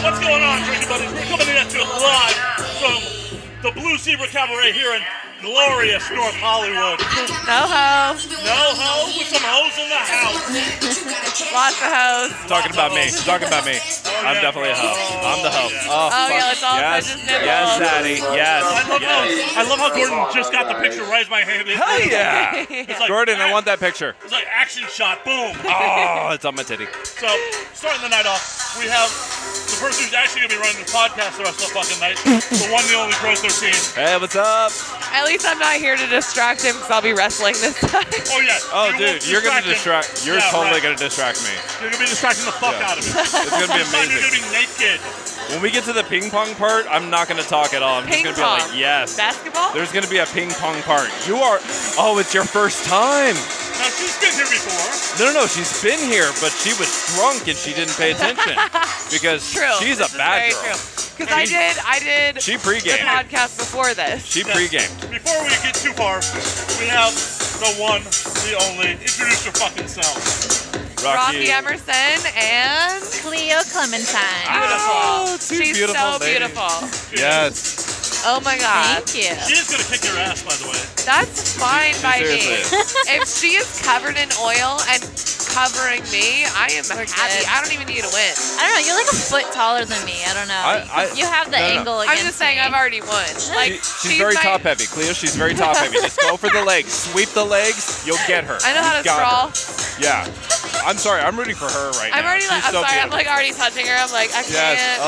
Rock, drinking buddies. We're coming in at you live from the Blue Zebra Cabaret here in glorious North Hollywood. No ho. No ho with some hoes in the house. Lots of hoes. Talking about me. Talking about me. I'm definitely a hoe. I'm the hoe. Oh, Oh, yeah, fuck. it's all yes. just nipples. yes, Daddy. Yes. I love how yes. I love how Gordon just got the picture right as my hand. Hell yeah. It's like, Jordan, I want that picture. It's like action shot. Boom. Oh, it's on my titty. So, starting the night off, we have the person who's actually going to be running this podcast the rest of the fucking night, the one, the only Growth 13. Hey, what's up? At least I'm not here to distract him because I'll be wrestling this time. Oh, yeah. Oh, you will dude, you're gonna distract him. distract. You're Yeah, totally right. gonna distract me. You're going to be distracting the fuck Yeah. out of me. It's gonna be You're amazing. going to be naked. When we get to the ping pong part, I'm not gonna talk at all. I'm Ping just pong. gonna be like, yes. Basketball? There's gonna be a ping pong part. You are. Oh, it's your first time. Now, she's been here before. No, no, no. She's been here, but she was drunk and she didn't pay attention because true. she's This a is bad very girl. Because I did, I did She the pre-gamed. podcast before this. She Yes. pre-gamed. Before we get too far, we have the one, the only. Introduce your fucking self. Rocky Rocky. Emerson and Cleo Clementine. beautiful. two She's beautiful so ladies. beautiful. Yes. Oh my god. Thank you. She is going to kick your ass, by the way. That's fine by seriously me. if she is covered in oil and covering me, I am happy. good. I don't even need a win. I don't know. You're like a foot taller than me. I don't know. I- I- you have the no, no. angle I'm against just saying me. I've already won. Like She- she's very my, top heavy, Cleo. She's very top heavy. Just go for the legs. Sweep the legs. You'll get her. I know how You to got her. sprawl. Yeah. I'm sorry. I'm rooting for her right I'm now. already She's like I'm so sorry, I'm beautiful. like already touching her. I'm like, I can't Yes.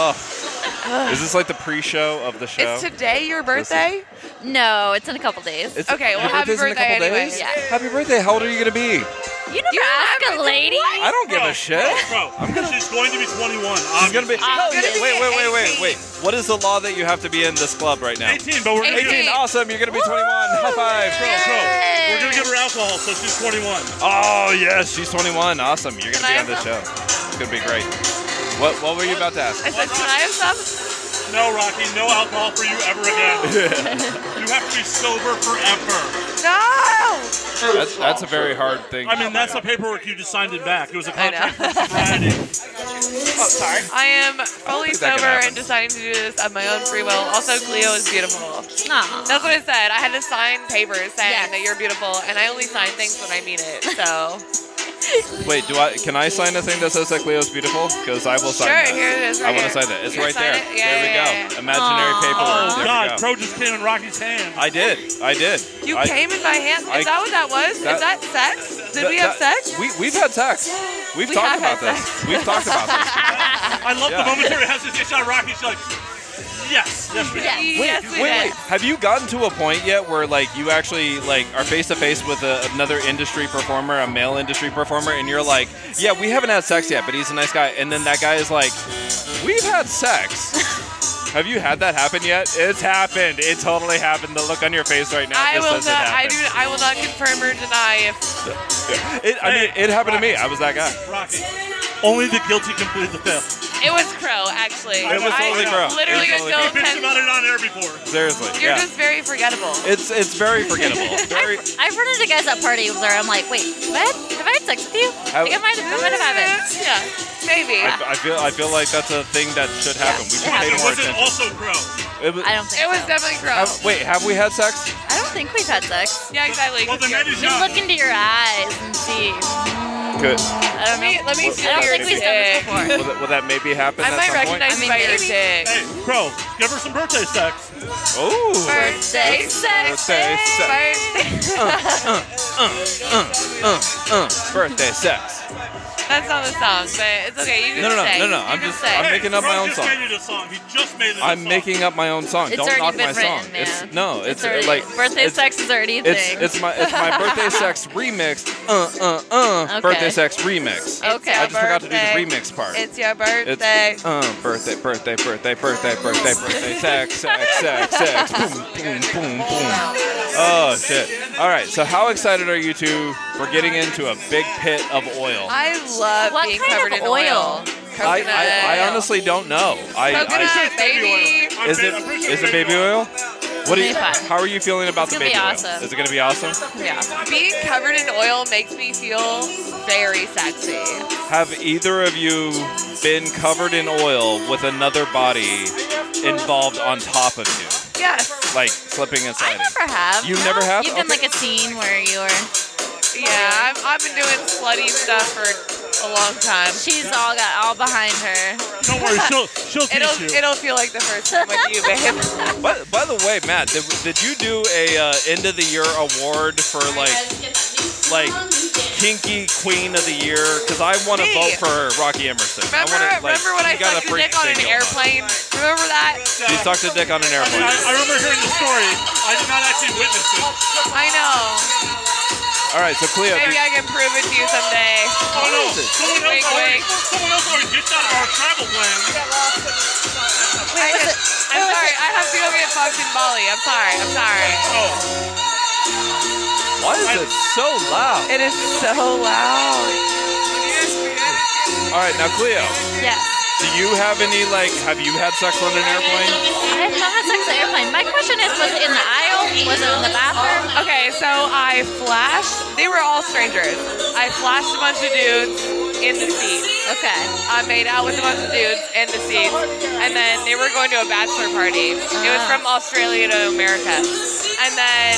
Oh. Is this like the pre-show of the show? It's today your birthday? No, it's in a couple days. It's- okay, well, your happy birthday's in a birthday couple anyway. days? Yeah. Happy birthday. How old are you gonna be? you never You ask haven't- a lady. I don't give Bro, Oh. a shit. Bro, she's going to be 21. She's gonna be. I'm gonna be wait, wait, wait, wait, 18. wait. What is the law that you have to be in this club right now? 18, but we're going to 18. give Awesome. You're gonna be 21. High five. Bro, bro, Yay. we're gonna give her alcohol, so she's 21. Oh yes, she's 21. Awesome. You're gonna Can I be on have the some? show. It's gonna be great. What What were you about to ask? I said, Can I have some? No, Rocky, no alcohol for you ever again. You have to be sober forever. No! that's, that's a very hard thing. I mean, that's the paperwork you just signed it back. It was a I know. contract for sobriety. I am fully think that can sober and happen. deciding to do this of my own free will. Also, Cleo is beautiful. Aw. That's what I said. I had to sign papers saying Yes. that you're beautiful, and I only sign things when I mean it. So, Wait, do I? Can I sign a thing that says that Cleo's beautiful? Because I will sign Sure, that. here it is, I right want to here. sign that. It's You right sign there. it? Yeah, there we yeah, go. yeah, yeah. Imaginary Aw. paperwork. Oh, there God, we go. Pro just came in Rocky's hand. I did. I did. you I, came in my hand. Is I- that what that was? Is that- that sex? Did that- we have that- sex? We, we've had sex. We've We talked have had about this. We've talked about this. I love Yeah. the momentary hesitation on Rocky. She's like, yes, yes, we Yes. yes, we wait, wait. did. Have you gotten to a point yet where like you actually like are face to face with a, another industry performer, a male industry performer, and you're like, yeah, we haven't had sex yet, but he's a nice guy, and then that guy is like, we've had sex. Have you had that happen yet? It's happened. It totally happened. The look on your face right now I just will says it not. I happened. do. I will not confirm or deny if It, I mean, it happened to me. I was that guy. Rocky. Only the guilty complete the fifth. it was Crow. Actually, It was totally I Crow. Literally, It was could go totally Crow. Bitched ten. about it on air before. Seriously. You're yeah. just very forgettable. it's it's very forgettable. Very. I've run into guys at parties where I'm like, wait, what? Have I had sex with you? I- Like, I might have, I might have haven't. Yeah, maybe. I, I feel I feel like that's a thing that should happen. we should it pay It happens. more wasn't attention. also Crow. It was- I don't think it was so. definitely Crow. have- wait, have we had sex? I don't think we've had sex. Yeah, exactly. Well, then that is You not. look into your eyes and see. Good. I Let don't me, know. let me Well, see I don't your think we've done this dick. before. Will that, will that maybe happen? I at might some recognize I you mean, by your maybe. dick. Hey, Crow, give her some birthday sex. Point? Ooh. Birthday sex. Birthday sex. First- Uh, birthday sex. That's not the song, but it's okay. You can No, no, no, say. no, no, You I'm can just- say. I'm Hey, making up Crow my own just song. made it a song. He just made it a I'm song. making up my own song. It's Don't already knock been my written, song. man. It's no, it's, uh, already, like birthday it's- sex is already a thing. It's it's my it's my birthday sex remix. Uh uh uh. Okay. Birthday sex remix. Okay. It's your I just forgot to do the birthday. remix part. It's your birthday. It's uh, birthday, birthday, birthday, birthday, birthday, birthday, sex, sex, sex, sex, boom, boom, boom, boom. Oh shit! All right, so how excited are you two for getting into a big pit of oil? I love What being kind covered of in oil? oil. I, Coconut. I, I honestly don't know. I, Coconut, I Baby baby. oil. I'm is ba- it I'm pretty sure is it's it baby oil? What do It'll you? be fun. How are you feeling about It's the gonna baby be oil? awesome. Is it gonna be awesome? Yeah. Being covered in oil makes me feel very sexy. Have either of you been covered in oil with another body involved on top of you, Yes. like slipping and I sliding? never have. You never have? You've been Okay. like a scene where you were. Yeah, I've, I've been doing slutty stuff for a long time. She's all got all behind her. Don't worry, she'll she'll teach It'll you. it'll feel like the first time with you, babe. By, by the way, Matt, did, did you do a uh, end of the year award for like like kinky queen of the year? Because I want to Me. vote for Rocky Emerson. Remember, I wanna, like, remember when I you got a sucked your freak dick on an thing going airplane? Remember that? You sucked a dick on I, an mean, airplane. I, I remember hearing the story. I did not actually witness it. I know. All right, so Cleo, Maybe do- I can prove it to you someday. Oh no! is it? Someone else Wait, already, wait. someone else already did that on our travel plan. I was just- I'm What was sorry. I have to go get fucked in Bali. I'm sorry. I'm sorry. Oh, why is it so loud? It is so loud. All right, now Cleo, Yeah. do you have any like? Have you had sex on an airplane? I've not had sex on an airplane. My question is, was it in the aisle? Was it in the bathroom? Um, Okay, so I flashed. They were all strangers. I flashed a bunch of dudes in the seats. Okay. I made out with a bunch of dudes in the seats, and then they were going to a bachelor party. It was from Australia to America, and then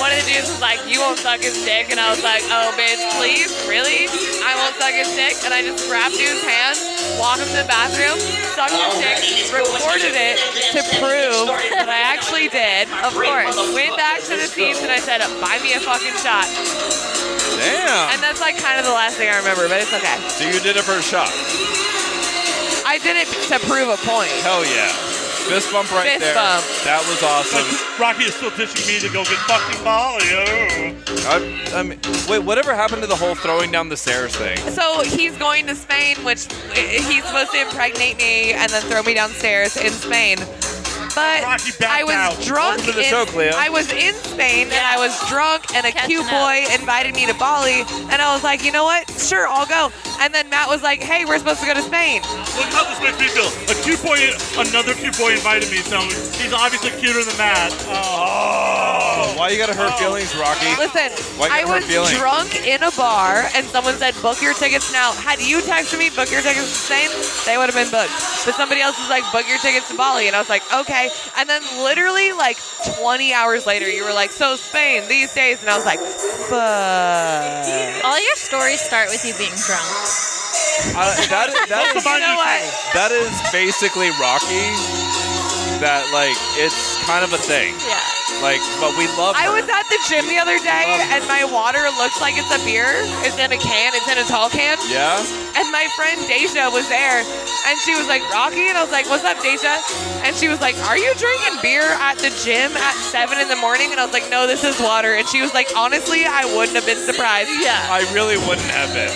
one of the dudes was like, "You won't suck his dick," and I was like, "Oh, bitch, please, really? I won't suck his dick." And I just grabbed dude's hand, walked him to the bathroom, sucked his dick, recorded it to prove that I actually did. Of course, went back to the seats and I said, "Buy me a fucking shot." And Damn. that's like kind of the last thing I remember, but it's okay. So you did it for a shot. I did it to prove a point. Hell yeah. Fist bump right Fist there. bump. That was but awesome. Rocky is still teaching me to go get fucking Bali. Oh. I, I mean, wait, whatever happened to the whole throwing down the stairs thing? So he's going to Spain, which uh, he's supposed to impregnate me and then throw me downstairs in Spain. But Rocky backed I was out. drunk. Welcome to the in- show, Cleo. I was in Spain and I was drunk, and a Catching cute boy invited me to Bali, and I was like, you know what? Sure, I'll go. And then Matt was like, hey, we're supposed to go to Spain. Look how this makes me feel. A cute boy, another cute boy invited me, so he's obviously cuter than Matt. Oh. Why you gotta hurt feelings, Rocky? Listen, Why get I her was feeling? drunk in a bar, and someone said, "Book your tickets now." Had you texted me, "Book your tickets to Spain," they would have been booked. But somebody else was like, "Book your tickets to Bali," and I was like, "Okay." And then literally like 20 hours later, you were like, "So Spain these days," and I was like, "Fuck." All your stories start with you being drunk. Uh, that, is- that, That's is, about You know what? that is basically Rocky. That, like, it's kind of a thing. Yeah. Like, but we love I her. was at the gym the other day, and my water looks like it's a beer. It's in a can. It's in a tall can. Yeah? And my friend Deja was there, and she was like, Rocky? And I was like, what's up, Deja? And she was like, are you drinking beer at the gym at 7 in the morning? And I was like, no, this is water. And she was like, honestly, I wouldn't have been surprised. Yeah. I really wouldn't have been.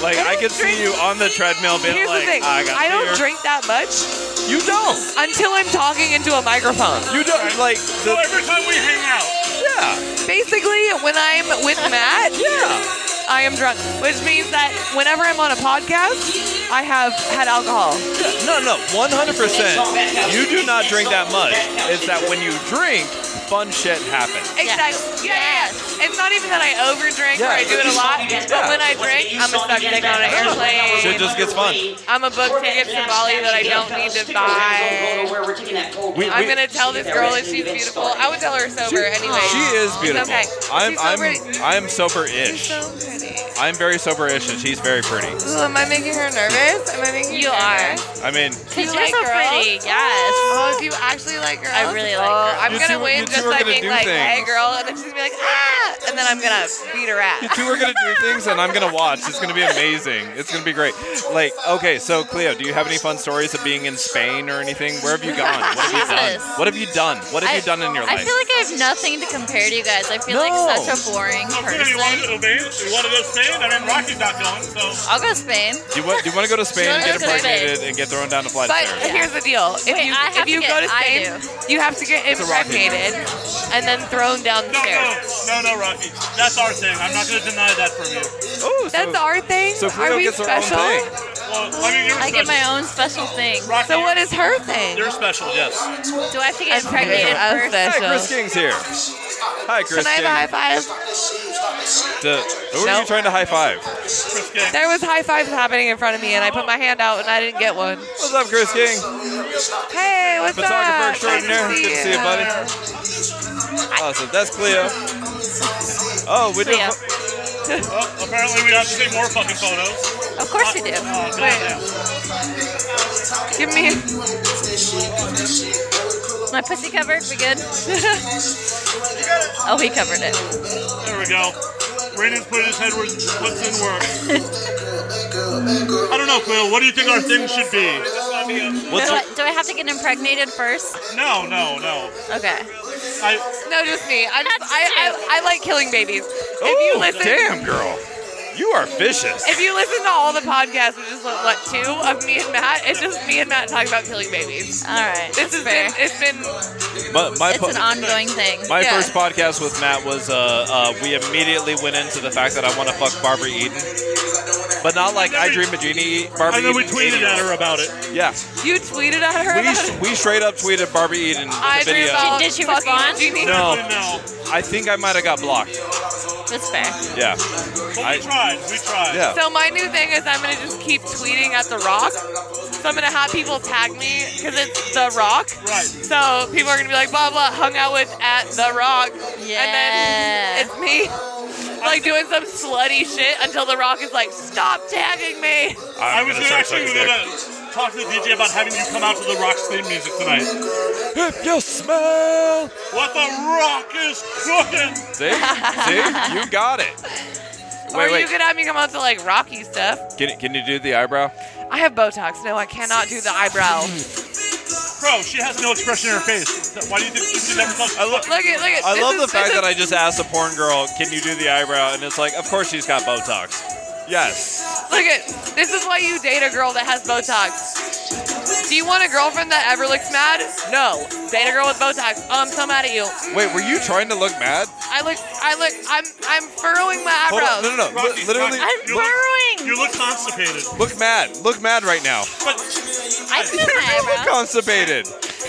Like, I could see you on the treadmill being Here's like, "Ah, the thing I got I don't beer." drink that much You don't. until I'm talking into a microphone. You don't. Like, So the, every time we hang out, yeah. Basically, when I'm with Matt, Yeah. I am drunk, which means that whenever I'm on a podcast, I have had alcohol. No, no, 100%. You do not drink that much. It's that when you drink, fun shit happens. Exactly. Yeah, yeah, yeah. It's not even that I overdrink or I Yeah. do it a lot, but Yeah. when I drink, I'm a stuck dick on an Shit airplane. just gets fun. I'm a book ticket to Bali that I don't need to buy. We- I'm we- gonna tell this girl that she's beautiful. I would tell her sober anyway. She is beautiful. okay. I'm, She's so pretty. I'm, I'm She's sober-ish. so pretty. I'm very sober-ish, and she's very pretty. Ooh, am I making her nervous? Am I making You are. I mean, Because You you're like so girls? pretty. Yes. Oh, if you actually like girls, I really like oh, I'm You gonna two- you win two just are by gonna being do like, "Hey, things." girl," and then she's gonna be like, "Ah," and then I'm gonna beat her you ass. two are gonna do things, and I'm gonna watch. It's gonna be amazing. It's gonna be great. Like, okay, so Cleo, do you have any fun stories of being in Spain or anything? Where have you gone? What have you Jesus. done? What have you done? What have you done in your I life? feel like I have nothing to compare to you guys. I feel No. like such a okay, boring you want to person. go Spain? You want to go Spain? I mean, Rocky's not going, so. I'll go to Spain. Do you want, do you want to go to Spain and You get wanna go to Spain? impregnated and get thrown down the flight of But stairs? here's the deal: if Wait, you I if have to you get- go to I Spain, you have to get a rocket. impregnated and then thrown down the No, no, stairs. no, no, Rocky. That's our thing. I'm not going to deny that from you. Oh, so, That's our thing. so Are Cleo we gets her own special? thing. Well, I mean, you're I special. get my own special thing. Rocky, So what is her thing? You're special, yes. Do I have to get I'm pregnant very at first? Hi, special. Chris King's here. Hi, Chris Can I have King. a high five? The- who are you Nope. trying to high five? Chris King. There was high fives happening in front of me, and I put my hand out, and I didn't get one. What's up, Chris King? Hey, what's Photographer up? extraordinaire. Good to see you, buddy. Awesome. That's Cleo. Oh, we do. Cleo. Oh, apparently we have to take more fucking photos. Of course you do. Oh, goddamn. Give me. My pussy covered. We good? oh, he covered it. There we go. Brandon's put his head where what's in work. I don't know, Quill. What do you think our thing should be? Do I, What's do I have to get impregnated first? No, no, no. Okay. I, No, just me. I, just, That's I, I, I like killing babies. if you Ooh, listen, damn girl, you are vicious. If you listen to all the podcasts, which is like, what two of me and Matt, it's just me and Matt talking about killing babies. All right. This has fair. been it's been My, my It's po- an ongoing thing. My Yeah. first podcast with Matt was uh, uh, we immediately went into the fact that I want to fuck Barbara Eden, but not like I Dream of Genie. I Barbara know we Eden tweeted 80. at her about it. Yeah, you tweeted at her. we, about sh- it? we straight up tweeted Barbara Eden with I a dream video. about Did she fucking respond? Genie. No, No. I think I might have got blocked. That's fair. Yeah, But we I- tried. We tried. yeah. So my new thing is I'm gonna just keep tweeting at the Rock. So I'm gonna have people tag me because it's the Rock. Right. So people are gonna be like blah blah hung out with at the Rock. And Yeah. then it's me. Like doing some slutty shit until The Rock is like, stop tagging I me. was gonna gonna start actually sucking dick. gonna talk to the DJ about having you come out to the Rock's theme music tonight. If you smell, What the Rock is cooking? see, see, you got it. Wait, or wait. you could have me come out to like Rocky stuff. Can, can you do the eyebrow? I have Botox. No, I cannot do the eyebrow. Bro, she has no expression in her face. Why do you think she never touched? I lo- Look at look at. I this love is- the fact this that I is- just asked a porn girl, "Can you do the eyebrow?" and it's like, "Of course she's got Botox." Yes. look at. This is why you date a girl that has Botox. Do you want a girlfriend that ever looks mad? No. Date a girl with Botox. Oh, I'm so mad at you. Wait, were you trying to look mad? I look. I look. I'm. I'm furrowing my Hold on, eyebrows. no, no, no. Rocky, Li- literally, Rocky. I'm You look- burrowing. You look constipated. look mad. Look mad right now. But I can do my Look eyebrow. constipated.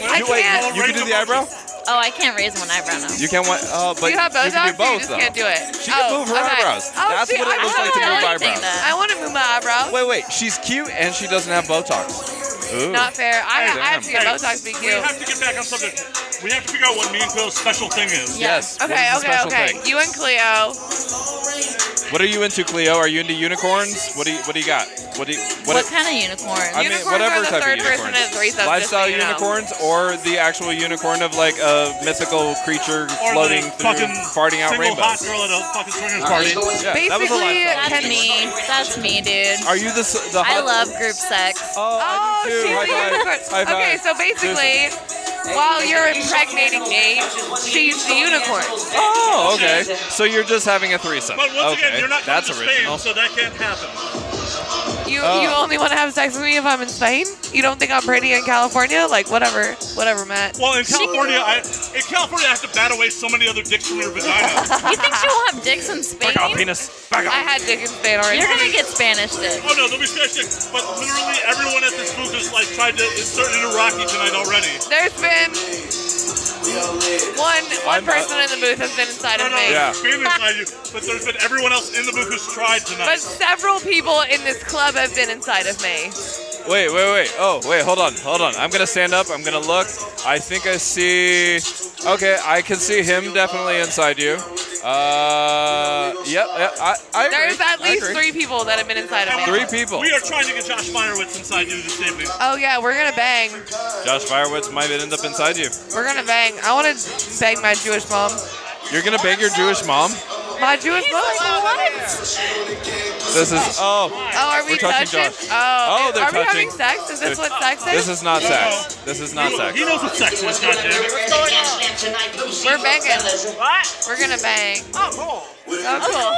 I You, wait, can't. you can do the eyebrow. Oh, I can't raise one eyebrow now. You can. not Uh, but you have Botox. can do or you both just though. can't do it. She can Oh, move her okay. eyebrows. Oh, That's see, what it I looks like to wanna- really move think eyebrows. that. I want to move my eyebrows. Wait, wait. She's cute and she doesn't have Botox. Ooh. Not fair. I, Hey, I have to get hey, Botox to be we cute. have to get back on subject. We have to figure out what me and Quill's special thing is. Yeah. Yes. what Okay, is the okay, special okay. thing? You and Cleo. What are you into, Cleo? Are you into unicorns? What do you What do you got? What do you, What, what, kind of unicorn? I mean, Unicorns whatever are the type third of person unicorn. in a threesome, Lifestyle just so you know. unicorns, or the actual unicorn of like a mythical creature Or floating the through, fucking farting out single hot rainbows. girl at a fucking swingers party. Yeah, that was a Basically, lifestyle. That's me. That's me, dude. Are you the s- the? Hot, I love group sex. Oh, I Oh, do she's too. a High five. unicorn. High five. Okay, so basically, while you're impregnating Nate, she's the unicorn. Oh, okay. So you're just having a threesome. But once okay. again, you're not That's going to original. Spain, so that can't happen. You Oh. you only want to have sex with me if I'm in Spain? You don't think I'm pretty in California? Like whatever, whatever, Matt. Well, in California, I, in California, I have to bat away so many other dicks from your vagina. You think she'll have dicks in Spain? Back off, penis. Back I off. had dick in Spain already. You're gonna get Spanish dick. oh no, they'll be stretching. But literally, everyone at this booth is like tried to insert into Rocky tonight already. There's been one one I'm, uh, person in the booth has been inside No, of no, me. Yeah. it's been inside you, but there's been everyone else in the booth who's tried But tonight. several people in this club have been inside of me. Wait, wait, wait. Oh, wait. Hold on. Hold on. I'm gonna stand up. I'm gonna look. I think I see. Okay, I can see him definitely inside you. Uh, yep. yep I, I agree. There's at I least three agree. people that have been inside of me. Three people. we are trying to get Josh Meyerowitz inside you this evening. Oh yeah, we're gonna bang. Josh Firewoods might end up inside you. We're gonna bang. I want to bang my Jewish mom. You're gonna bang your Jewish mom. My Jewish He's mom. like, "Oh, what? This is oh, Oh, are we We're touching Josh. Oh, Oh, is- they're are we touching. having sex? Is this what sex is? this is not sex. This is not He- sex. He knows what sex is, goddammit. We're banging. What? We're gonna bang. Oh, cool. Oh, All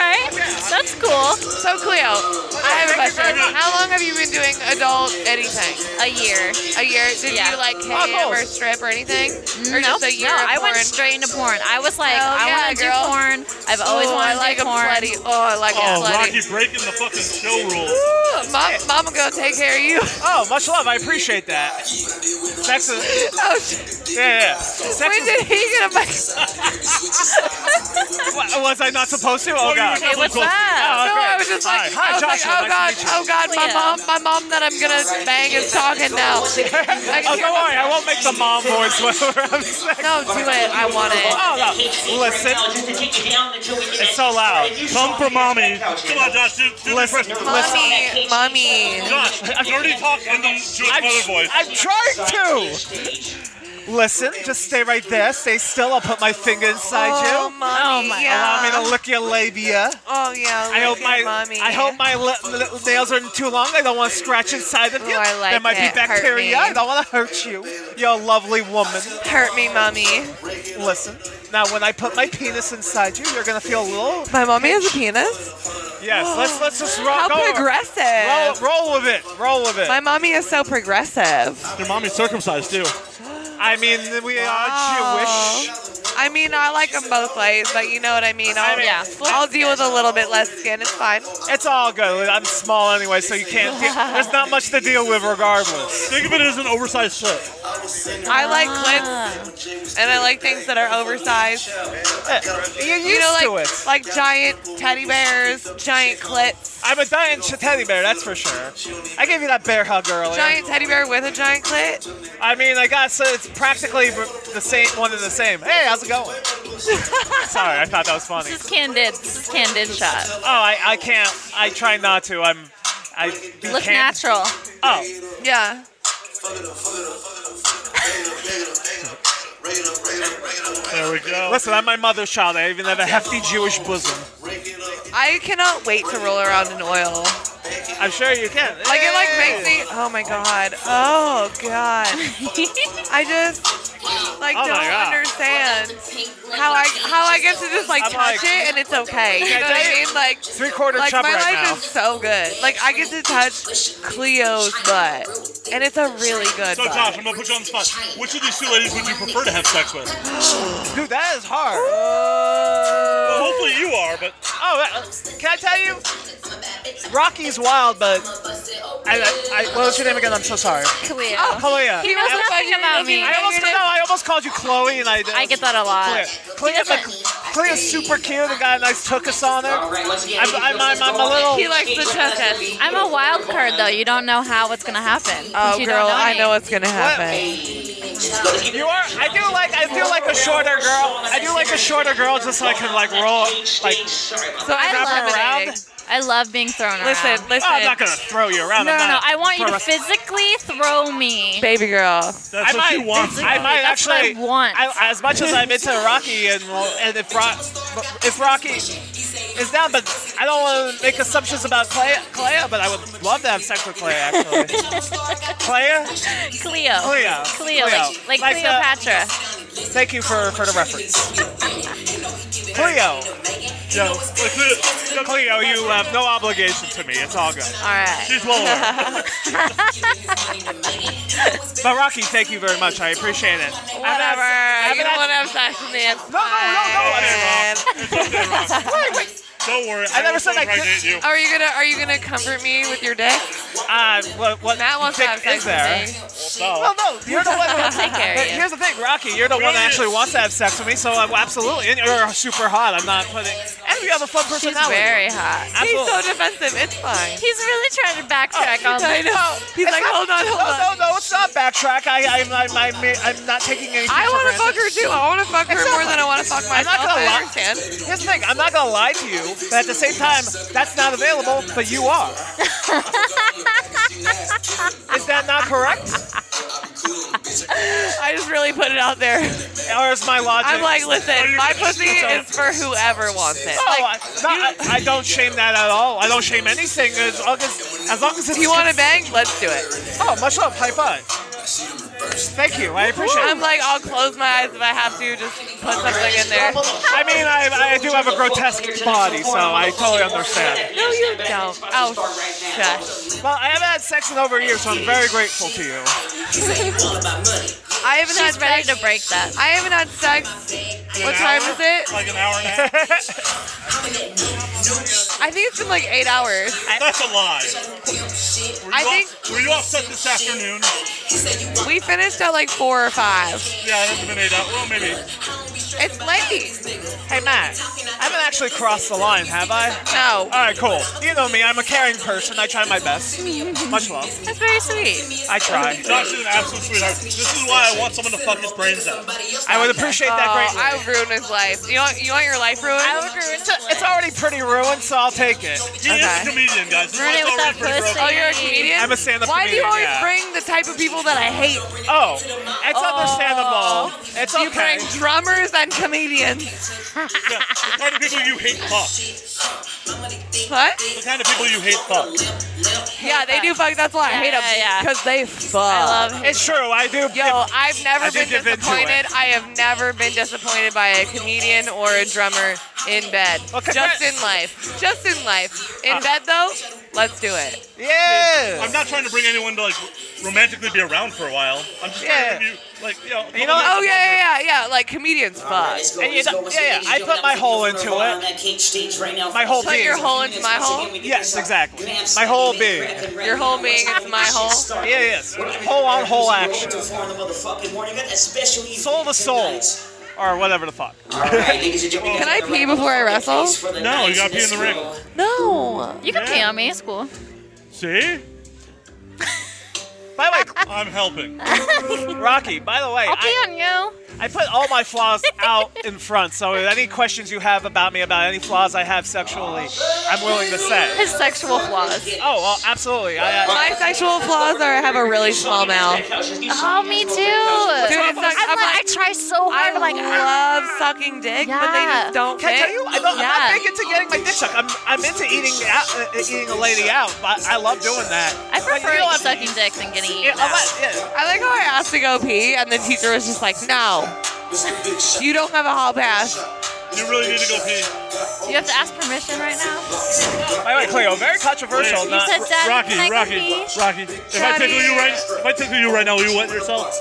right, that's cool. So Cleo, I have a question. How long have you been doing adult anything? A year. A year? Did Yeah. you like Oh, Pop ham or holes. strip or anything? Or Nope. just a year no, of I went porn? straight into porn. Oh, I was like, Hell I yeah, want to do girl. porn. I've always Ooh, I wanted to like do a porn. slutty. Oh, I like Oh, a slutty. Rocky breaking the fucking show rules. Ooh, Mom, mama go take care of you. Oh, much love. I appreciate that. Sex is. Oh, shit. Yeah, yeah. Sex when is. did he get a mic? Wa- Was I not supposed to? Oh, you God. were Hey, what's Oh, No, up? great. I was just like, Hi. Hi, I was like, Joshua. oh god, Nice to meet you. oh god, my Cleo. mom, my mom that I'm gonna bang is talking now. I Oh, can hear don't worry. I won't make the mom voice whenever I'm sex. No, do it. I want it. Oh, no. Listen. It's so loud. Come for mommy. Come on, Josh. Do, do Listen, the impression. listen. Mommy, mommy. Josh, you already talked in the Jewish I'm, mother voice. I'm trying to. Listen, just stay right there. Stay still. I'll put my finger inside Oh, you. mommy, my- yeah. Allow me to lick your labia. Oh yeah. I hope look my at mommy. I hope my li- li- nails aren't too long. I don't want to scratch inside of you. Ooh, Oh, I like there might it. be Hurt me. bacteria. I don't want to hurt you. You're a lovely woman. hurt me, mommy. Listen. Now, when I put my penis inside you, you're gonna feel a little. My mommy has a penis. Yes. Let's let's just roll. How go. Roll, progressive. roll with it. Roll with it. My mommy is so progressive. Your mommy's circumcised too. I mean, we Wow. are Jewish. I mean, I like them both ways, but you know what I mean. I'll, mean- Yeah. I'll deal with a little bit less skin. It's fine. It's all good. I'm small anyway, so you can't. Deal. There's not much to deal with, regardless. Think of it as an oversized slip. I like clips, and I like things that are oversized. Eh, You're used You know, to like it. like giant teddy bears, giant clits, I'm a giant teddy bear, that's for sure. I gave you that bear hug earlier. giant teddy bear with a giant clit. I mean, I guess it's practically the same one and the same. Hey, how's it going? Sorry, I thought that was funny. This is candid. This is candid shot. Oh, I, I can't. I try not to. I'm. I be Look can- natural. Oh, Yeah. There we go. listen, I'm my mother's child. I even have a hefty Jewish bosom. I cannot wait to roll around in oil. I'm sure you can. Like it like makes me. Oh my god. Oh god. I just like Oh don't my God. understand how I how I get to just like I'm touch like- it and it's okay. You know what I mean? Like Three quarter like chub my right life now. is so good. Like I get to touch Cleo's butt, and it's a really good So, butt. Josh, I'm gonna put you on the spot. Which of these two ladies would you prefer to have sex with? Dude, that is hard. Well, hopefully you are, but Oh, uh, can I tell you? Rocky's wild, but I, I, I, what was your name again? I'm so sorry. Cleo. Oh, Chloe. He knows nothing about me. I almost no, I almost called you Chloe, and I didn't. I get that a lot. Clea. Clea's, a, Clea's super cute. The guy nice took us on her. I'm, I'm, I'm, I'm a little. He likes the chest. I'm a wild card though. You don't know how it's gonna happen. 'cause Oh you girl, don't know I me. know what's gonna happen. You are. I do like. I do like a shorter girl. I do like a shorter girl, just so I can like roll. Like, So I wrap her love around. it. I love being thrown around. Listen, listen. Oh, I'm not gonna throw you around. No, I'm no, no. not- I want you to Promise. physically throw me. Baby girl. that's I what might, she wants. I might That's what I actually want. I- as much as I'm into Rocky and well, and if Ro- if Rocky is down, but I don't want to make assumptions about Clea, Clea, but I would love to have sex with Clea actually. Clea, Cleo. Oh, Cleo, Cleo, like, like, Like the- uh, Cleopatra. uh, thank you for for the reference. Cleo, Yo, listen, Cleo, you have no obligation to me. It's all good. All right. she's well aware. But Rocky, thank you very much. I appreciate it. Whatever. Whatever. You don't want to no, have sex with me. It's no, no, no. fine. Don't worry. I never will said I impregnate could- you. Are you gonna Are you gonna comfort me with your dick? Uh, what, what Matt wants to dick have sex is there? with me. Well, no, you're the one. I'll take care But of you. here's the thing, Rocky, you're the one that actually wants to have sex with me, so I'm absolutely. And you're super hot. I'm not putting. And you have a fun She's personality. very hot. Absolutely. He's Oh, so defensive. It's fine. He's really trying to backtrack on Oh, I this. know. He's like, hold on, hold on. No, no, no, it's not backtrack. I, I'm, I'm, I'm, I'm not taking anything. I want to fuck her too. I want to fuck her It's more not- than I want to fuck I'm myself. not gonna I lie. understand. Here's the thing. I'm not gonna lie to you, but at the same time, that's not available. But you are. is that not correct? I just really put it out there. Or is my logic? I'm like, listen, Are you my gonna- pussy is for whoever wants it. No, Like, Oh, I, no, I, I don't shame that at all. I don't shame anything as long as, as, long as it's if you want to bang? Let's do it. Oh, much love. High five. Thank you. I appreciate it. I'm like, I'll close my eyes if I have to, just put something in there. I mean, I, I do have a grotesque body, so I totally understand. No, you don't. Oh, shush. Well, I haven't had sex in over a year, so I'm very grateful to you. I haven't She's had ready sex. to break that. I haven't had sex. What time is it? Like an hour and a half. I think it's been like eight hours. That's a lie. Were you I off- think- Were you offset this afternoon? We finished at like four or five. Yeah, it hasn't been eight hours. Well, maybe. It's late. Hey, Matt, I haven't actually crossed the line, have I? No. All right, cool. You know me, I'm a caring person. I try my best. Much love. That's very sweet. I try. Josh is an absolute sweetheart. This is why I want someone to fuck his brains out. I would appreciate Oh, that I greatly. ruined his life. You want, you want your life ruined? I would ruin it. It's already pretty ruined, so I'll take it. He is a Okay. comedian, guys. This Run it one's with that already pretty Oh, pussy. broken. you're a comedian? I'm a stand-up Why do you always comedian, yeah. bring the type of people that I hate? Oh, it's understandable. It's You bring okay. drummers and comedians. Yeah, the kind of people you hate fuck. What? The kind of people you hate fuck. Yeah, they do fuck. That's why I hate them. Yeah, yeah, yeah. Because they fuck. I love him. It's true. I do. Yo, I've never I do been give in to disappointed. it. I have never been disappointed by a comedian or a drummer in bed. Well, Just congrats. Uh. in life. Just in life. In bed, though, let's do it. Yeah. I'm not trying to bring anyone to like romantically be around for a while. I'm just Yeah. trying to be like, you know, You know what? Oh, yeah, yeah, yeah. yeah. Like, comedians fuck. And you know- yeah, yeah, I put my hole into it. My whole Put being. your hole into my hole. Yes, exactly. My whole being. Your whole being into my hole. Yeah, yes. Whole on whole action. Soul to soul. Or whatever the fuck. Can I pee before I wrestle? No, you gotta pee in the ring. No. You can pee on me. It's cool. See? By the I'm helping. way, Rocky, by the way, I'll pee I, on you. I put all my flaws out in front, so any questions you have about me, about any flaws I have sexually, I'm willing to say. His sexual flaws. Oh, well, absolutely. I, uh, I, My sexual flaws are I have a really small mouth. Oh, me too. it's like- I'm I'm like, I like- try so I hard. I'm like, ah. love sucking dick, but they Yeah. just don't can I fit. tell you? I don't, I'm Yeah. not big into getting my dick sucked. I'm, I'm into eating out, uh, eating a lady out, but I love doing that. I But you prefer know, I'm- sucking dick than getting Yeah, eaten I'm out. not- yeah. I like how I asked to go pee, and the teacher was just like, "No, you don't have a hall pass." You really need to go pee. You have to ask permission right now. By the way, Cleo, very controversial. You not- said Daddy, Rocky, can I go Rocky, pee? Rocky. If I tickle you right, if I tickle you right now, will you wet yourself?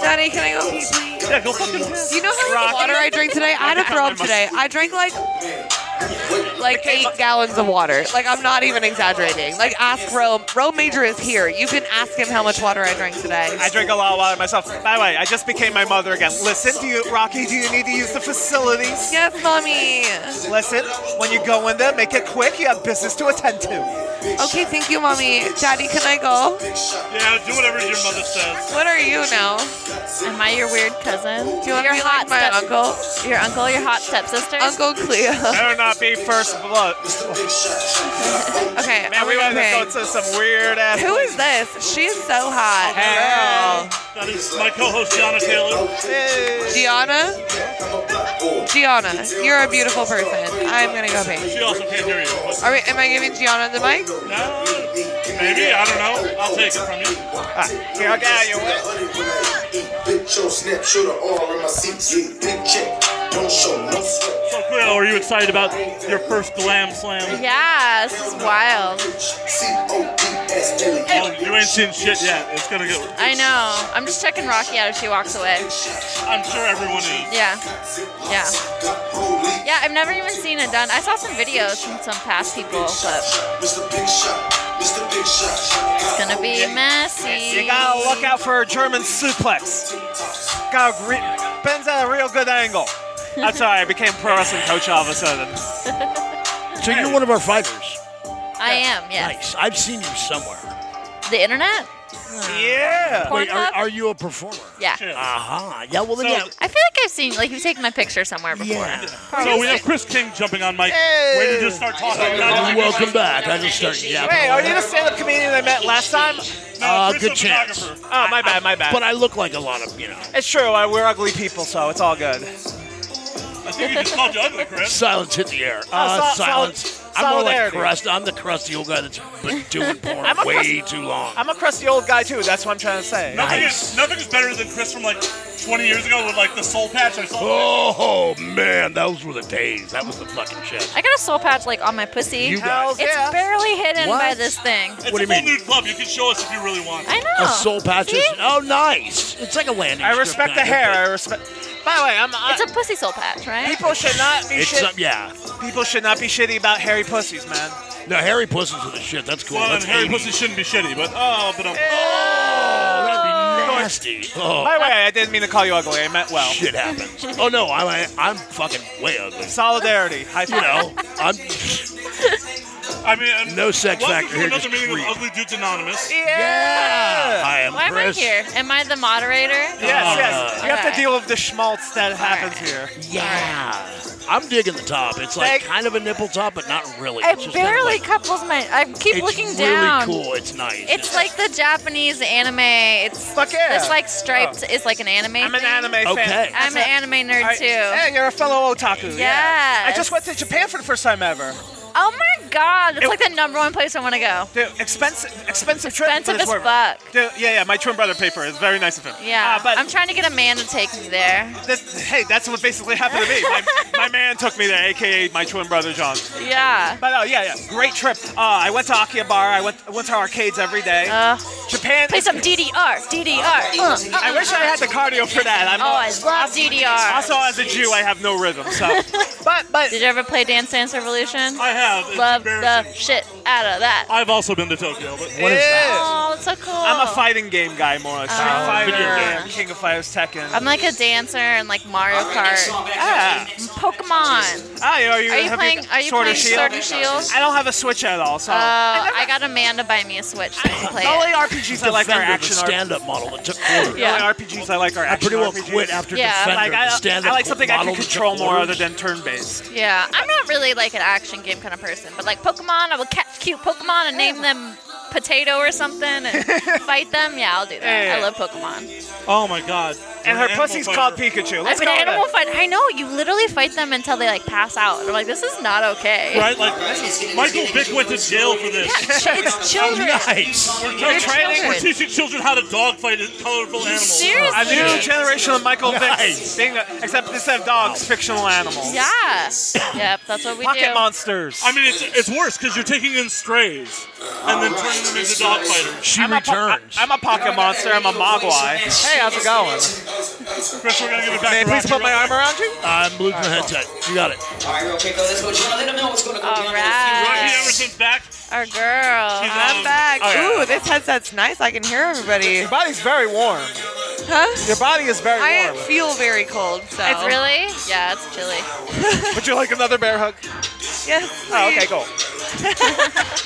Daddy, can I go pee, please? Yeah, go fucking piss. You know how much Rocky. water I drank today? I had to throw up today. I drank like like eight gallons of water. Like I'm not even exaggerating. Like ask Rome. Rome Major is here. You can ask him how much water I drank today. I drink a lot of water myself. By the way, I just became my mother again. Listen, do you, Rocky? Do you need to use the facilities? Yes, mommy. Listen, when you go in there, make it quick. You have business to attend to. Okay, thank you, mommy. Daddy, can I go? Yeah, do whatever your mother says. What are you now? Am I your weird cousin? Do you want your to be like hot my step- uncle? Your uncle, your hot stepsister? Uncle Cleo. Better not be first blood. Okay, Man, I'm we went to okay. go to some weird ass. Who is this? She is so hot. Hey. That is my co-host Gianna Taylor. Hey. Gianna? Gianna, you're a beautiful person. I'm gonna go pee. She also can't hear you. But Are we, am I giving Gianna the mic? now, maybe I don't know. I'll take it from you. Ah, Here, I got you. Big show, snap, shooter, all in my seat. Big check, don't show no sweat. So, Cleo, are you excited about your first glam slam? Yeah, this is wild. C-O-D-S-L-E. Oh, you ain't seen shit yet. It's gonna go. I know. I'm just checking Rocky out as she walks away. I'm sure everyone is. Yeah. Yeah. Yeah, I've never even seen it done. I saw some videos from some past people, but Mr. Big Shot, Mr. Big it's Shot. gonna be messy. You gotta look out for a German suplex. Gotta re- bends at a real good angle. I'm sorry, I became pro wrestling coach all of a sudden. So you're one of our fighters. I am, yes. Nice. I've seen you somewhere. The internet? Yeah. Wait, are, Pornhub? are you a performer? Yeah. Shit. Aha. Uh-huh. Yeah. Well, then, So- yeah. I feel like I've seen, like, you've taken my picture somewhere before. Yeah. So we have Chris King jumping on mic. Way to just start talking. Not just- Welcome back. I just started. Yeah. Wait, are you the stand-up comedian I met last time? No, Uh, Chris good the chance. photographer. Oh, my bad, my bad. But I look like a lot of you know. It's true. I, we're ugly people, so it's all good. I think you just called you ugly, Chris. Silence hit the air. Uh, Oh, sol- silence. I'm more like Solidarity. crust. I'm the crusty old guy that's been doing porn I'm a way too long. I'm a crusty old guy too. That's what I'm trying to say. Nothing, Nice. is, nothing is better than Chris from like 20 years ago with like the soul patch or something. oh man, those were the days. That was the fucking shit. I got a soul patch like on my pussy. You Hells guys, it's yeah. barely hidden by What? this thing. It's what a do you full mean? nude club. You can show us if you really want. I know. A soul patch. is- See? Oh, nice. It's like a landing. I strip respect the kind of hair. I thing. respect. By the way, I'm. I, It's a pussy soul patch, right? people should not be It's shit. some- yeah. people should not be shitty about hairy pussies, man. No, hairy pussies are the shit. That's cool. Well, and That's Harry 80s. Pussy shouldn't be shitty, but oh, but um, Oh, that'd be nasty. By Oh, the way, I didn't mean to call you ugly. I meant well. shit happens. Oh no, I'm I, I'm fucking way ugly. Solidarity. High You five. know, I'm. I mean, and No sex welcome factor to here, another just meeting with creep. Ugly Dudes Anonymous. Yeah, I am Why am I Chris. here? Am I the moderator? Yes, yes. Uh, You have to Okay. deal with the schmaltz that happens right. here. Yeah, I'm digging the top. It's like Thank- kind of a nipple top, but not really. I It's just kinda barely like- couples my. I keep it's looking really down. cool. It's nice. It's like the Japanese anime. It's Fuck yeah. Oh. It's like striped is like an anime. I'm an thing. anime Okay. fan. I'm an anime nerd I- too. Yeah, you're a fellow otaku. Yeah. I Yes. just went to Japan for the first time ever. Oh my god, it's It- like the number one place I want to go. Dude, expensive, expensive trip. Expensive but it's as worth it. fuck. Dude, yeah, yeah. My twin brother paid for it. It's very nice of him. Yeah, Uh, but I'm trying to get a man to take me there. this, hey, that's what basically happened to me. My, my man took me there, aka my twin brother John. Yeah. But oh yeah, yeah, great trip. Uh, I went to Akihabara. I went, I went to arcades every day. Uh, Japan. play some DDR, DDR. Uh, uh, I wish I had the cardio for that. I'm oh, I love DDR. also as a Jew, I have no rhythm. So, but but Did you ever play Dance Dance Revolution? I have. It's love the embarrassing. shit out of that. I've also been to Tokyo, but what is that? Ew. Oh, it's so cool. I'm a fighting game guy more like Street Oh. Fighter, Video game. King of Fighters, Tekken. I'm like a dancer and like Mario Kart, ah, Pokemon. Ah, are you, Are you have playing? got Are you Sword playing or Shield? Sword and Shield? I don't have a Switch at all, so Uh, I got Amanda buy me a Switch so I can play the only it. RPGs I like are Defender, action the RPGs. stand-up model that took quarters. Yeah. The only RPGs I like are I action pretty well RPGs. quit after Yeah. Defender. Like I, the stand-up I like something I model can that took control more quarters. other than turn-based. Yeah, I'm not really like an action game kind of person, but like Pokemon, I will catch cute Pokemon and name them Potato or something and fight them. Yeah, I'll do that. Yeah. I love Pokemon. oh my god. And her We're an pussy's animal called fighter. Pikachu. I'm Let's an go. with animal it. fight. I know you literally fight them until they like pass out. I'm like, this is not okay. Right, like this is, Michael Vick went to jail for this. Yeah, ch- it's children. Oh, Nice. We're, no, training, children. we're teaching children how to dogfight colorful animals. Seriously. A new generation of Michael Nice. Vick, being a, except instead of dogs, fictional animals. Yeah. yep, that's what we Pocket do. monsters. I mean, it's it's worse because you're taking in strays and then turning them into dogfighters. She I'm a po- returns. I- I'm a pocket monster. I'm a mogwai. Hey, how's it going? Chris, we're gonna give it back May I to please Rocky put my real arm quick. around you? I'm losing my headset. You got it. All Rocky right. Emerson's back. Our girl. She's I'm um, back. oh, yeah. Ooh, this headset's nice. I can hear everybody. Your body's very warm. Huh? Your body is very I warm. feel very cold, so. It's really? Yeah, it's chilly. Would you like another bear hug? Yes. Oh, okay, please. cool.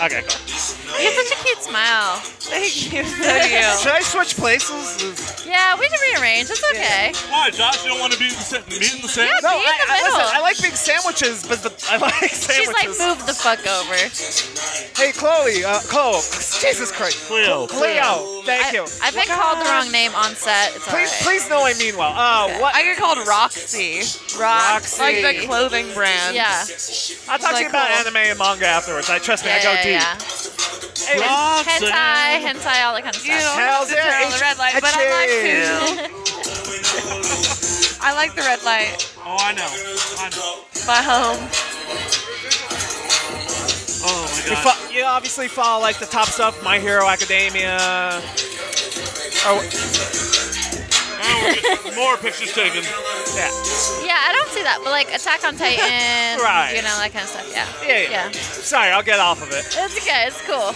okay, cool. You have such a cute smile. Thank you. So Should I switch places? Yeah, we can rearrange. It's okay. Why, Josh? You don't want to be in the sa- meet in the same? Yeah, No, Be in the I, I, listen, middle. I like big sandwiches, but, but I like She's sandwiches. like, move the fuck over. hey, Chloe, uh, Chloe, Jesus Christ. Cleo. Cleo, thank I, you. I've been called the wrong name on set. It's Please, alright. please know I mean well. Uh, I, what? I get called Roxy. Roxy. Like the clothing brand. Yeah. I'll talk to you like, about cool. anime and manga afterwards. I trust me, Yeah, I go yeah, deep. yeah. Hey, Roxanne. Hentai, hentai, all that kind of stuff. You don't Hell's have to turn yeah, on the red light, but I like to. I like the red light. Oh, I know. I know. My home. Oh my You, god. fo- you obviously follow like the top stuff, My Hero Academia. Oh, Now we're getting more pictures taken. yeah. Yeah, I don't see that, but like Attack on Titan, Right. you know, that kind of stuff. Yeah. Yeah, yeah. Sorry, I'll get off of it. It's okay. It's cool.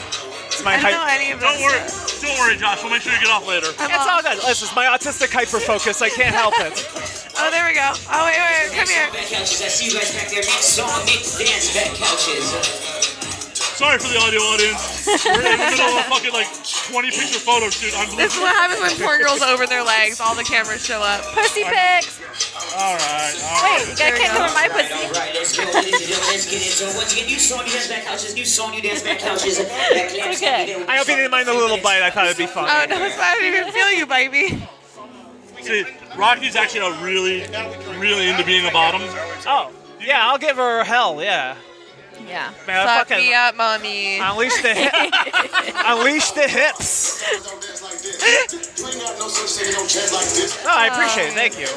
It's my I don't know hype. any of this. Don't worry. Don't worry, Josh. We'll make sure you get off later. I'm It's all- all good. Listen, it's my autistic hyperfocus. I can't help it. Oh, there we go. Oh, wait, wait, wait. Come here. Sorry for the audio audience. We're in the middle of a fucking like 20 picture photo shoot. I'm This is losing. what happens when porn girls over their legs. All the cameras show up. Pussy pics. All right. All right. Wait, I we can't go. come in my pussy. It's okay. I hope you didn't mind the little bite. I thought it'd be fun. Oh, no, it's not. I didn't even feel you, baby. See, Rocky's actually a really, really into being a bottom. Oh, yeah, I'll give her hell. Yeah. Yeah. Man, I Fuck fucking me up, mommy. unleash the hi- unleash the hips. No, I appreciate it. Thank you.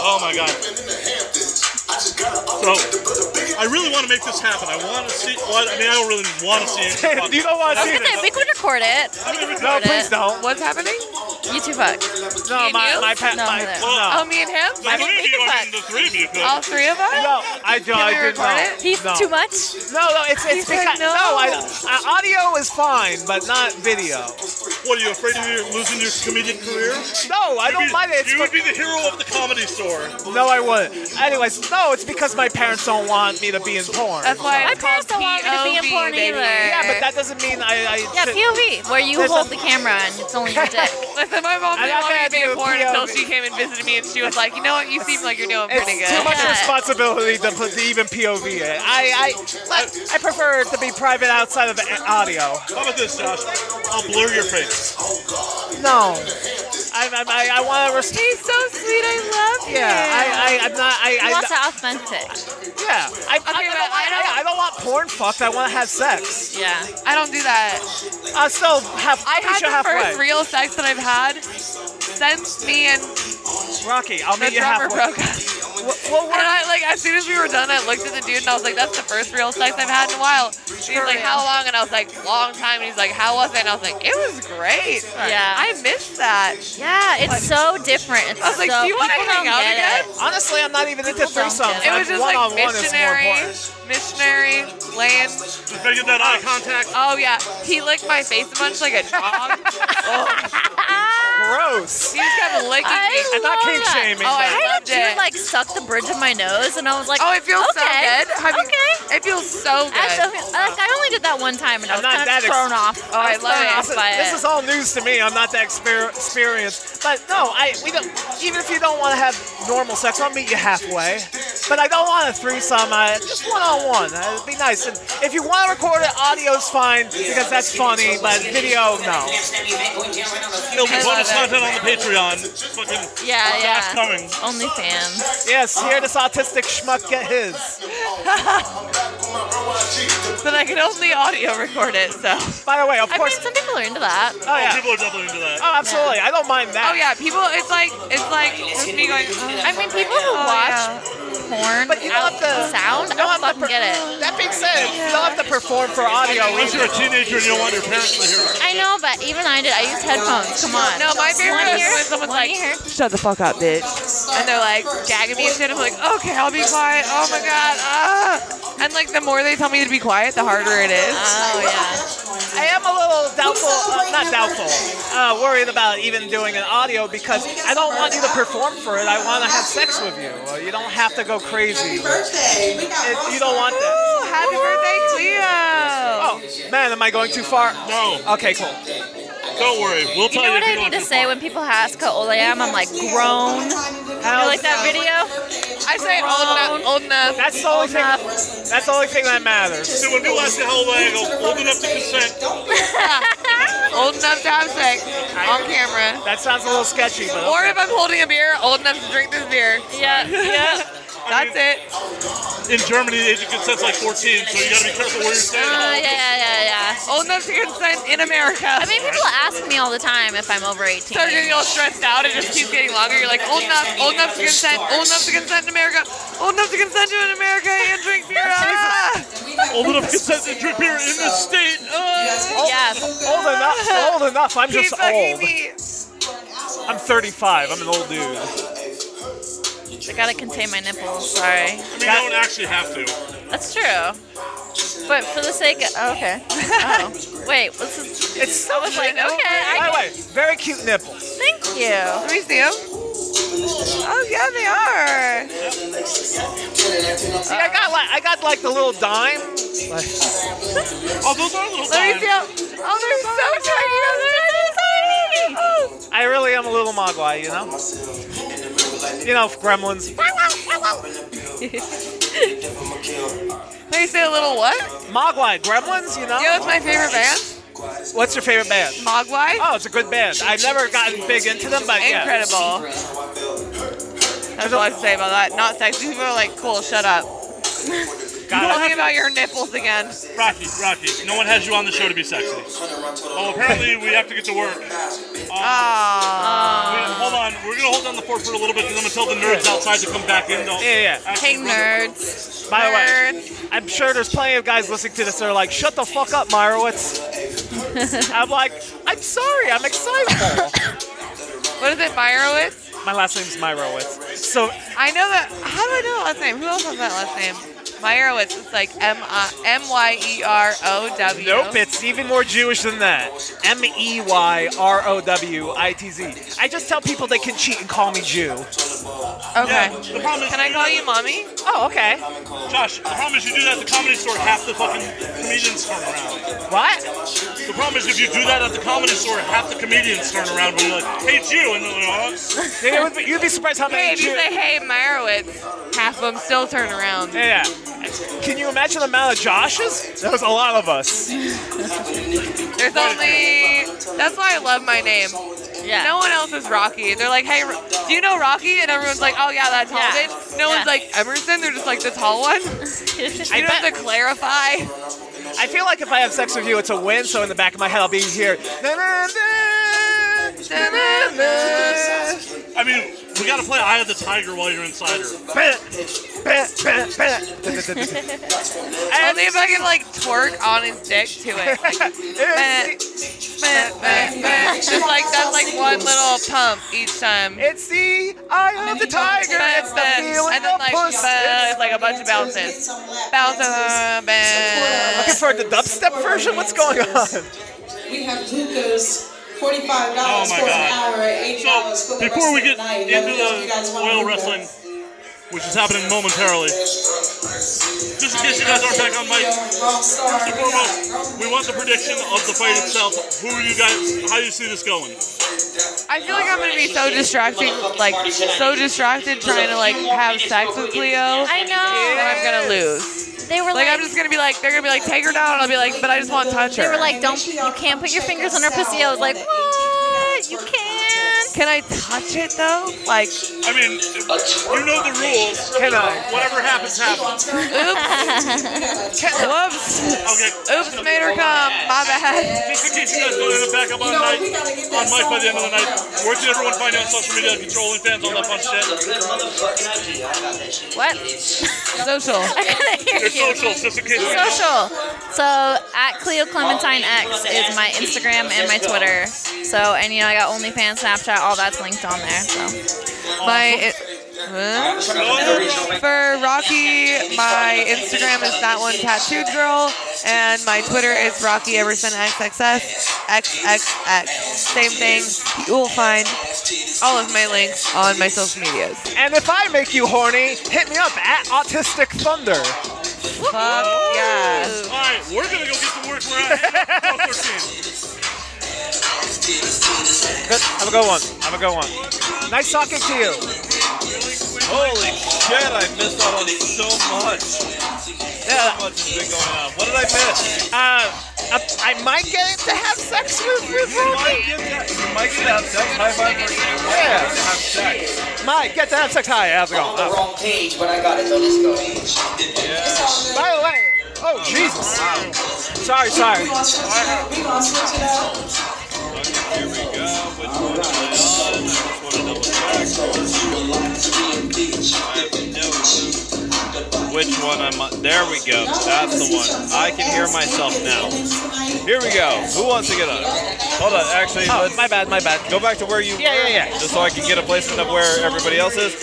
Oh my god. So, I really want to make this happen. I want to see. Well, I mean, I don't really want to see it. you don't want to I see was gonna say, it. we could record it. We could record No, please it. don't. What's happening? You two fuck. No, Can my you? my pa- No, my there. Oh, no. me and him? The I think three of we you, can I mean, the three of you could. All three of us? No, I do. I we did record not. it? He's no. too much. No, no, it's it's He said because no. I, I, audio is fine, but not video. What, are you afraid of your, losing your comedic career? No, I You'd don't be- mind it. It's You would be for- the hero of the comedy store. no, I wouldn't. Anyways, no, it's because my parents don't want me to be in porn. That's why My it's parents called don't want me to be in POV, porn baby. either. yeah, but that doesn't mean I. I Yeah, should- POV, where you There's hold a- the camera and it's only your dick. Listen, my mom I'm didn't not want me gonna to be do in a porn until POV. she came and visited me, and she was like, "You know what? You seem like you're doing pretty It's good." too much Yeah. responsibility to, put, to even POV it. I, I, let- I prefer it to be private outside of a- audio. How about this, Josh? I'll blur your face. No. I, I, I, I want to respect. He's so sweet. I love you. Yeah, I, I, I'm not. I, He I, wants it authentic. yeah. I, I, Okay, don't but want, I don't- yeah, I don't want porn fucked. I want to have sex. Yeah. I don't do that. I still have. I meet had you the halfway. first real sex that I've had since me and Rocky, I'll the meet you drummer halfway. broke up. Well, well, And we're- I like as soon as we were done, I looked at the dude and I was like, "That's the first real sex I've had in a while." And he's like, "How long?" And I was like, "Long time." And he's like, "How was it?" And I was like, "It was great." Yeah. I missed that. Yeah, it's so different. It's I was like, so, "Do you want to people don't hang out get again?" It. honestly, I'm not even into People don't threesomes. get It Like, was just one like on one is more missionary, important. missionary, land. If I get that eye contact, Oh yeah, he licked my face a bunch like a dog. Gross. he just kept licking me. Ah. I I'm not love kink that. shaming. Oh, but- I I had a loved it. dude like suck the bridge of my nose, and I was like, Oh, it feels so okay, good. Have you- okay. It feels so good. I, just- like, I only did that one time, and I I'm was not kind that of ex- thrown off. Oh, I was love thrown it. off by this it. is all news to me. I'm not that exper- experienced. But no, I we don't. Even if you don't want to have normal sex, I'll meet you halfway. But I don't want a threesome. I, just one on one. It'd be nice. And if you want to record it, audio's fine because that's funny. But video, no. there'll be I bonus love content on the Patreon. Fucking yeah, Josh yeah. Cummings. OnlyFans. Yes, here this autistic schmuck get his. but I can only audio record it, so. By the way, of I mean, course. some people are into that. Oh, Oh yeah. people are definitely into that. Oh, absolutely. I don't mind that. Oh yeah, people. It's like it's like just me going. "Oh, I mean, people who watch yeah. porn But you don't without have to- sound, you I don't don't have to fucking get per- it. That being said, you don't have to perform for audio. Unless either. you're a teenager and you don't want your parents to hear it. I know, but even I did. I used headphones. Come on. No, my favorite One is ear, when someone's one like, ear. Shut the fuck up, bitch. And they're like gagging me and shit. I'm like, okay, I'll be quiet. Oh my god. Ah. And like the more they tell me to be quiet, the harder it is. Oh yeah. I am a little doubtful, uh, not doubtful, uh, worried about even doing an audio because I don't want you to perform for it. I want to have sex with you. Uh, you don't have to go crazy. It- you don't want that. Ooh, happy birthday, Cleo. Oh man, am I going too far? No, Okay, cool. don't worry. We'll You tell you. know if you're what I need going to too say far. when people ask how old I am? I'm like Oh, grown. You like that video? I say old enough. Old enough. That's the only thing. That's the only thing that matters. So when people ask you how old I am, I go, old enough to consent. old enough to have sex on camera. That sounds a little sketchy, but Or okay. if I'm holding a beer, old enough to drink this beer. Yeah, yeah. That's it. In Germany, the age of consent's like 14, so you gotta be careful where you're Uh, staying. yeah, yeah, yeah, yeah. Old enough to consent in America. I mean, people ask me all the time if I'm over 18. start getting all stressed out. It just keeps getting longer. You're like, old enough, old enough to consent, old enough to consent in America, old enough to consent to in America and drink beer. Ah! Old enough to consent to drink beer in this state. Uh, Yes. old enough. Old enough. I'm Keep just fucking old. me. I'm 35. I'm an old dude. I gotta contain my nipples. Sorry. I mean, you don't actually have to. That's true. But for the sake of oh, okay. Oh. Wait, what's this? It's so I was like, okay, By the I way, very cute nipples. thank you. Let me see them. Oh yeah, they are. See, I got like I got like the little dime. Like, Oh, those are little Let me dimes. see how. Oh, they're so tiny. They're so tiny. Oh. I really am a little mogwai, you know? You know, gremlins. They say a little what? Mogwai, gremlins, you know? You know what's my favorite band? What's your favorite band? Mogwai. Oh, it's a good band. I've never gotten big into them, but yeah. Incredible. That's all I have to say about that. Not sexy. People are like, cool, shut up. Tell me God, about your nipples again. Rocky, Rocky, no one has you on the show to be sexy. Oh, apparently we have to get to work. Ah. Wait, hold on, we're gonna hold down the fort for a little bit, and I'm gonna tell the nerds outside to come back in. They'll- Yeah, yeah. Hey, nerds. By the way, Nerds. I'm sure there's plenty of guys listening to this that are like, shut the fuck up, Meyerowitz. I'm like, I'm sorry, I'm excitable. What is it, Meyerowitz? My last name's Meyerowitz. So, I know that. How do I know that last name? Who else has that last name? Meyerowitz. It's like M I- M Y E R O W. nope, it's even more Jewish than that. M E Y R O W I T Z. I just tell people they can cheat and call me Jew. Okay. The problem is, Can I call you mommy? Oh, okay. Josh, the problem is you do that at the comedy store, half the fucking comedians turn around. What? The problem is if you do that at the comedy store, half the comedians turn around and be like, hey, Jew, and they're like, "Huh?" Yeah, it would be- You'd be surprised how Hey, many if you Jews. say hey Meyerowitz, half of them still turn around. Yeah. Can you imagine the amount of Joshes? That was a lot of us. There's only. That's why I love my name. Yeah. No one else is Rocky. They're like, hey, Ro- do you know Rocky? And everyone's like, oh yeah, that tall Yeah. bitch. No Yeah. one's like Emerson. They're just like the tall one. I You don't have bet- to clarify. I feel like if I have sex with you, it's a win. So in the back of my head, I'll be here. Na, na, na, na, na, na. I mean, we gotta play Eye of the Tiger while you're inside her. Bah, bah, bah, bah. Only if I can like twerk on his dick to it. Like, meh, It's, meh, meh, meh. Just like that's like one little pump each time. it's the eye of the tiger. It's the Meh, feeling and then of like puss. meh, like a bunch of bounces. Bounce, uh, meh. Looking for the dubstep version? What's going on? We have Lucas. $45 Oh, my for God. an hour, $80 So, for the rest before we of get the night. into Let me know if you guys the want oil Lucas. wrestling, which is happening momentarily, just in case you guys aren't back on mic, Wrong star. First and foremost, we want the prediction of the fight itself. Who are you guys? How do you see this going? I feel like I'm gonna be so distracting, like so distracted trying to like have sex with Leo. I know. That I'm gonna lose. They were Like like, I'm just gonna be like, they're gonna be like, take her down. I'll be like, but I just want to touch her. they were like, don't, you can't put your fingers on her pussy. I was like, what? You can't. can I touch it though? Like, I mean, you know the rules. Can I? Whatever happens, happens. whoops, Okay. oops, made her come. My bad. Just in case you guys don't end up back up on night, on mic by the end of the night. Where can everyone find you on social media? Control OnlyFans, all that fun shit. What? Social. I couldn't hear Your you. socials, just in case. social. So at Cleo Clementine X is my Instagram and my Twitter. So and you know I got OnlyFans, Snapchat, all that's linked on there. So My. It, huh? For Rocky, my Instagram is that one tattooed girl, and my Twitter is Rocky Everson XXS XXX. Same thing. You will find all of my links on my social medias. And if I make you horny, hit me up at Autistic Thunder. Fuck yeah. All right, we're gonna go get to work. We're at 12:13. Good. Have a good one. Have a good one. Nice talking to you. Holy shit, I missed out on so much. Yeah. So much has been going on. What did I miss? Uh, I, I might get to have sex with, with Rocky. You might get to have sex. High five for you. Yeah. to have sex. Might get to have sex. Hi, how's it going? Uh, wrong page, but I got it, so let's go. by the way, oh, Jesus. Sorry, sorry. We gonna switch it up. Which one am I? There we go. That's the one. I can hear myself now. Here we go. Who wants to get up? Hold on. Actually, Oh, let's my bad, my bad. go back to where you Yeah, were. yeah, yeah. Just so I can get a placement of where everybody else is.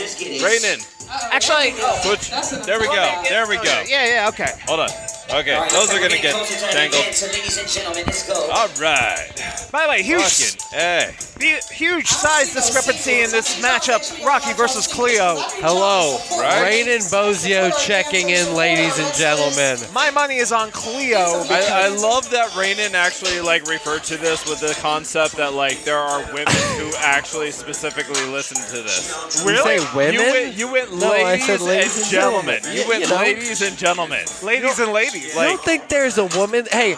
Brayden, Actually, switch. There we go. There we go. Yeah, yeah, okay. Hold on. Okay, those are gonna get tangled. Ladies and gentlemen, let's go. Oh, All right. By the way, huge, Fucking hey. bu- huge size discrepancy in this matchup: Rocky versus Cleo. Hello, Right? Brayden Bozio checking in, ladies and gentlemen. My money is on Cleo. I, I love that Rainin actually like referred to this with the concept that like there are women who actually specifically listen to this. You say You women? went, you went No, I said ladies and and gentlemen. gentlemen. You went You know? ladies and gentlemen. Ladies and ladies. you Like, don't think there's a woman? Hey,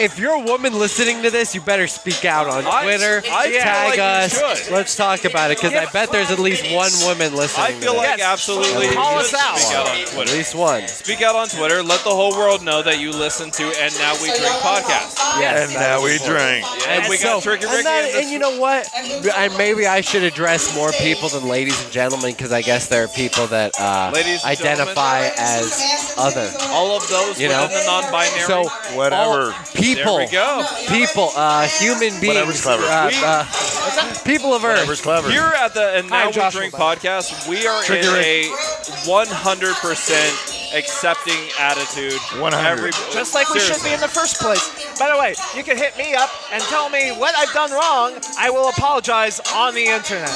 if you're a woman listening to this, you better speak out on I- Twitter. I feel tag like you us. should. Let's talk about it because I bet there's at least one woman listening. I feel to like this. absolutely Call you us should out. Speak out on at Twitter. least one. Speak out on Twitter. Let the whole world know that you listen to and now we drink podcast. Yes. And now we drink. And, we got so- Tricky Ricky. And, that- in this- and you know what? I, maybe I should address more people than ladies and gentlemen because I guess there are people that uh, Ladies and identify as other. all of those you know? within the non-binary. So Whatever. all people, There we go. people, uh, human Whatever's beings, uh, clever. uh, people of Whatever's Earth. clever. Here at the and Hi, now we Joshua, drink by podcast, we are Tricky in Rick. a 100 percent accepting attitude. 100. Just like we should be in the first place. By the way, you can hit me up and tell me what I've done wrong. I will apologize on the internet.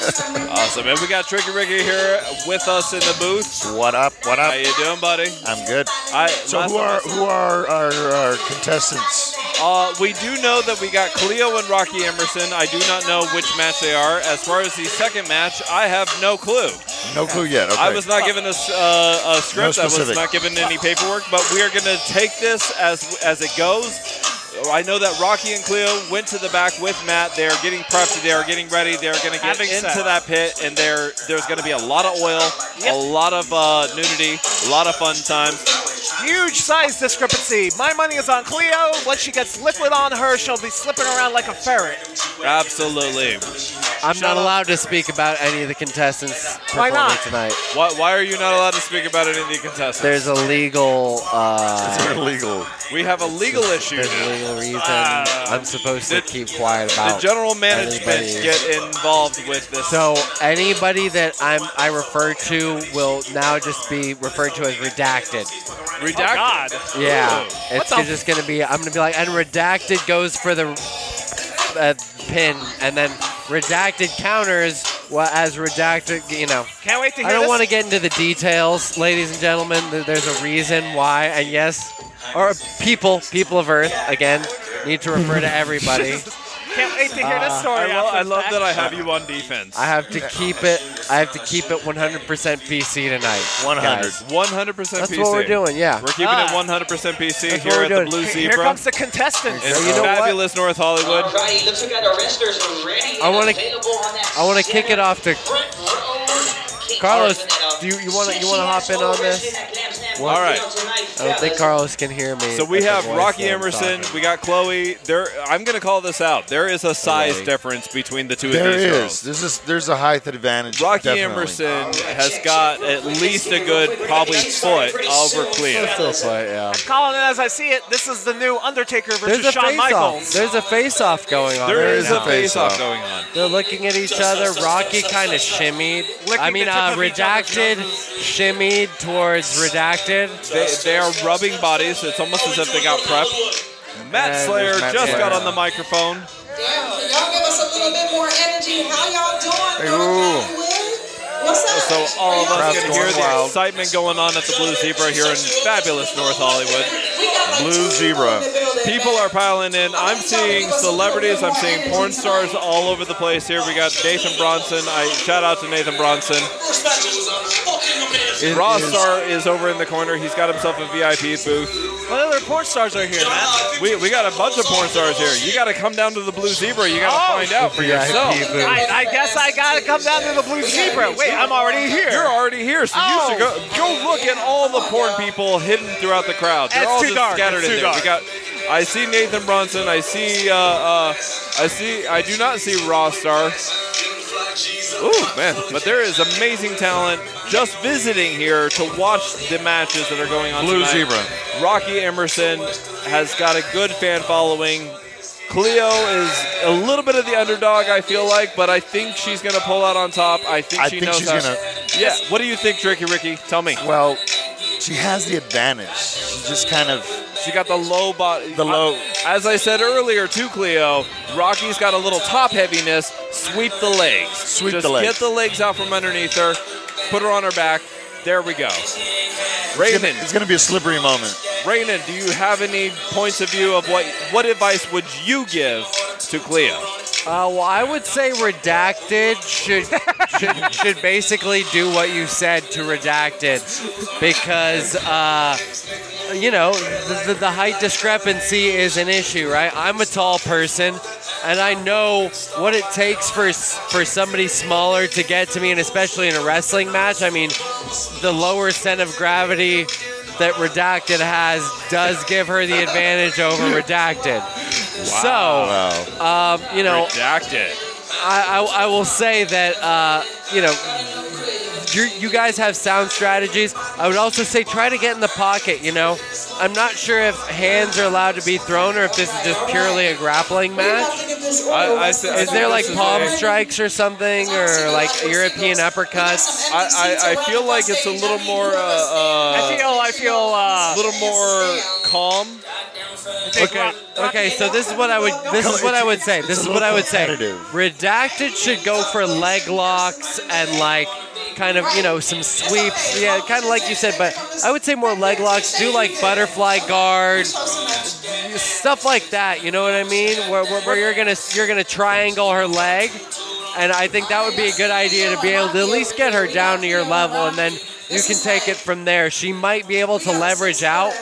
Awesome, and we got Tricky Ricky here with us in the booth. What up? What How up? you doing, buddy? I'm good. I, So last who time I are saw- who are our, our contestants? Uh, we do know that we got Cleo and Rocky Emerson. I do not know which match they are. As far as the second match, I have no clue. No clue yet. Okay. I was not given a, s- uh, a script. I was specific. not given any paperwork. But we are going to take this as as it goes. I know that Rocky and Cleo went to the back with Matt. They are getting prepped. They are getting ready. They are going to get Having into sex. that pit, and there there's going to be a lot of oil, a lot of uh, nudity, a lot of fun times. Huge size discrepancy. My money is on Cleo. Once she gets liquid on her, she'll be slipping around like a ferret. Absolutely. I'm Shut not up. allowed to speak about any of the contestants Why performing not? tonight. Why, why are you not allowed to speak about any of the contestants? There's a legal, uh, They're illegal. we have a legal issue. there's a legal reason Ah. I'm supposed to Did- keep quiet The about. general management Anybody. get involved with this. Oh, So anybody that I'm I refer to will now just be referred to as redacted. redacted. God. Yeah, Ooh. it's the- just gonna be. I'm gonna be like, and redacted goes for the uh, pin, and then redacted counters well, as redacted. You know, Can't wait to hear I don't this. want to get into the details, ladies and gentlemen. Th- There's a reason why, and yes, or people, people of Earth, again, need to refer to everybody. Can't wait to hear Uh, this story. I, lo- after I the love fact. that I have you on defense. I have to keep it. I have to keep it 100% PC tonight. 100. guys. 100% That's PC. what we're doing. Yeah. We're keeping Ah. it 100% PC That's what here we're at doing. the Blue Here Zebra. Here comes the contestants. in You know what? fabulous North Hollywood. Alrighty, looks like that arrester's already I wanna- available on that I wanna kick it off to- front row. Kate Carlos, Carson at, uh, do you- you wanna- you sexy wanna hop ass in on over this? in that glam snap All right. video tonight, I don't think fellas. Carlos can hear me. So we with the have voice Rocky that I'm Emerson, talking. we got Chloe. There, I'm going to call this out. There is a size Alrighty. difference between the two There of these is. girls. This is there's a height advantage. Rocky definitely. Emerson has got at least a good probably foot over Cleo. Still slight, yeah. Calling it as I see it. This is the new Undertaker versus There's a Shawn face Michaels. off. There's a face off going on. There right is now. a face-off face-off. going on. They're looking at each other. Rocky kind of shimmied. Licking I mean, the uh, tip of each other's redacted shimmied towards redacted. They, they are rubbing bodies. It's almost as if they got prepped. Matt Yeah, Slayer there's Matt just Slayer. got on the microphone. Damn, can y'all give us a little bit more energy? How y'all doing? Hey, North ooh. Hollywood? What's up? So all of us Crowd's can going hear the wild. excitement going on at the Blue Zebra here in fabulous North Hollywood. We got like Blue two people Zebra. in the building, People man. are piling in. I'm seeing celebrities. I'm seeing porn stars all over the place here. We got Nathan Bronson. I shout out to Nathan Bronson. It Raw is- Star is over in the corner. He's got himself a VIP booth. What other porn stars are here, man? We, we got a bunch of porn stars here. You got to come down to the Blue Zebra. You got to Oh. find out for VIP yourself. booth. I, I guess I gotta come down to the Blue Zebra. Wait, I'm already here. You're already here, so Oh. you should go go look at all the porn people hidden throughout the crowd. They're It's all too just dark. scattered It's in too there. We dark. got. I see Nathan Bronson. I see. Uh, uh, I see. I do not see Raw Star. Ooh man! But there is amazing talent just visiting here to watch the matches that are going on. Blue tonight. Zebra. Rocky Emerson has got a good fan following. Cleo is a little bit of the underdog, I feel like, but I think she's going to pull out on top. I think I she think knows she's how. gonna- Yeah. What do you think, Ricky? Ricky, tell me. Well, she has the advantage. She just kind of She got the low body. The low. as I said earlier, to Cleo, Rocky's got a little top heaviness. Sweep the legs. Sweep Just the legs. Get the legs out from underneath her. Put her on her back. There we go. Raymond, It's gonna be a slippery moment. Raymond, do you have any points of view of what what advice would you give to Cleo? Uh, well, I would say redacted should, should should basically do what you said to redacted, because uh, you know the, the, the height discrepancy is an issue, right? I'm a tall person, and I know what it takes for s- for somebody smaller to get to me, and especially in a wrestling match. I mean, the lower center of gravity that redacted has does give her the advantage over redacted. So, um, you know, Redacted. I, I, I will say that uh, you know you you guys have sound strategies. I would also say try to get in the pocket. You know, I'm not sure if hands are allowed to be thrown or if this is just purely a grappling match. I, I th- I Is there think like this is palm a- strikes or something or like European uppercuts? I, I, I feel like it's a little more. Uh, uh, I feel, I feel, a uh, little more calm. Okay. Okay. So this is what I would. This is what I would say. This is what I would say. Redacted should go for leg locks and like kind of you know some sweeps. Yeah, kind of like you said. But I would say more leg locks. Do like butterfly guard stuff like that. You know what I mean? Where, where, where you're gonna you're gonna triangle her leg, and I think that would be a good idea to be able to at least get her down to your level, and then you can take it from there. She might be able to leverage out.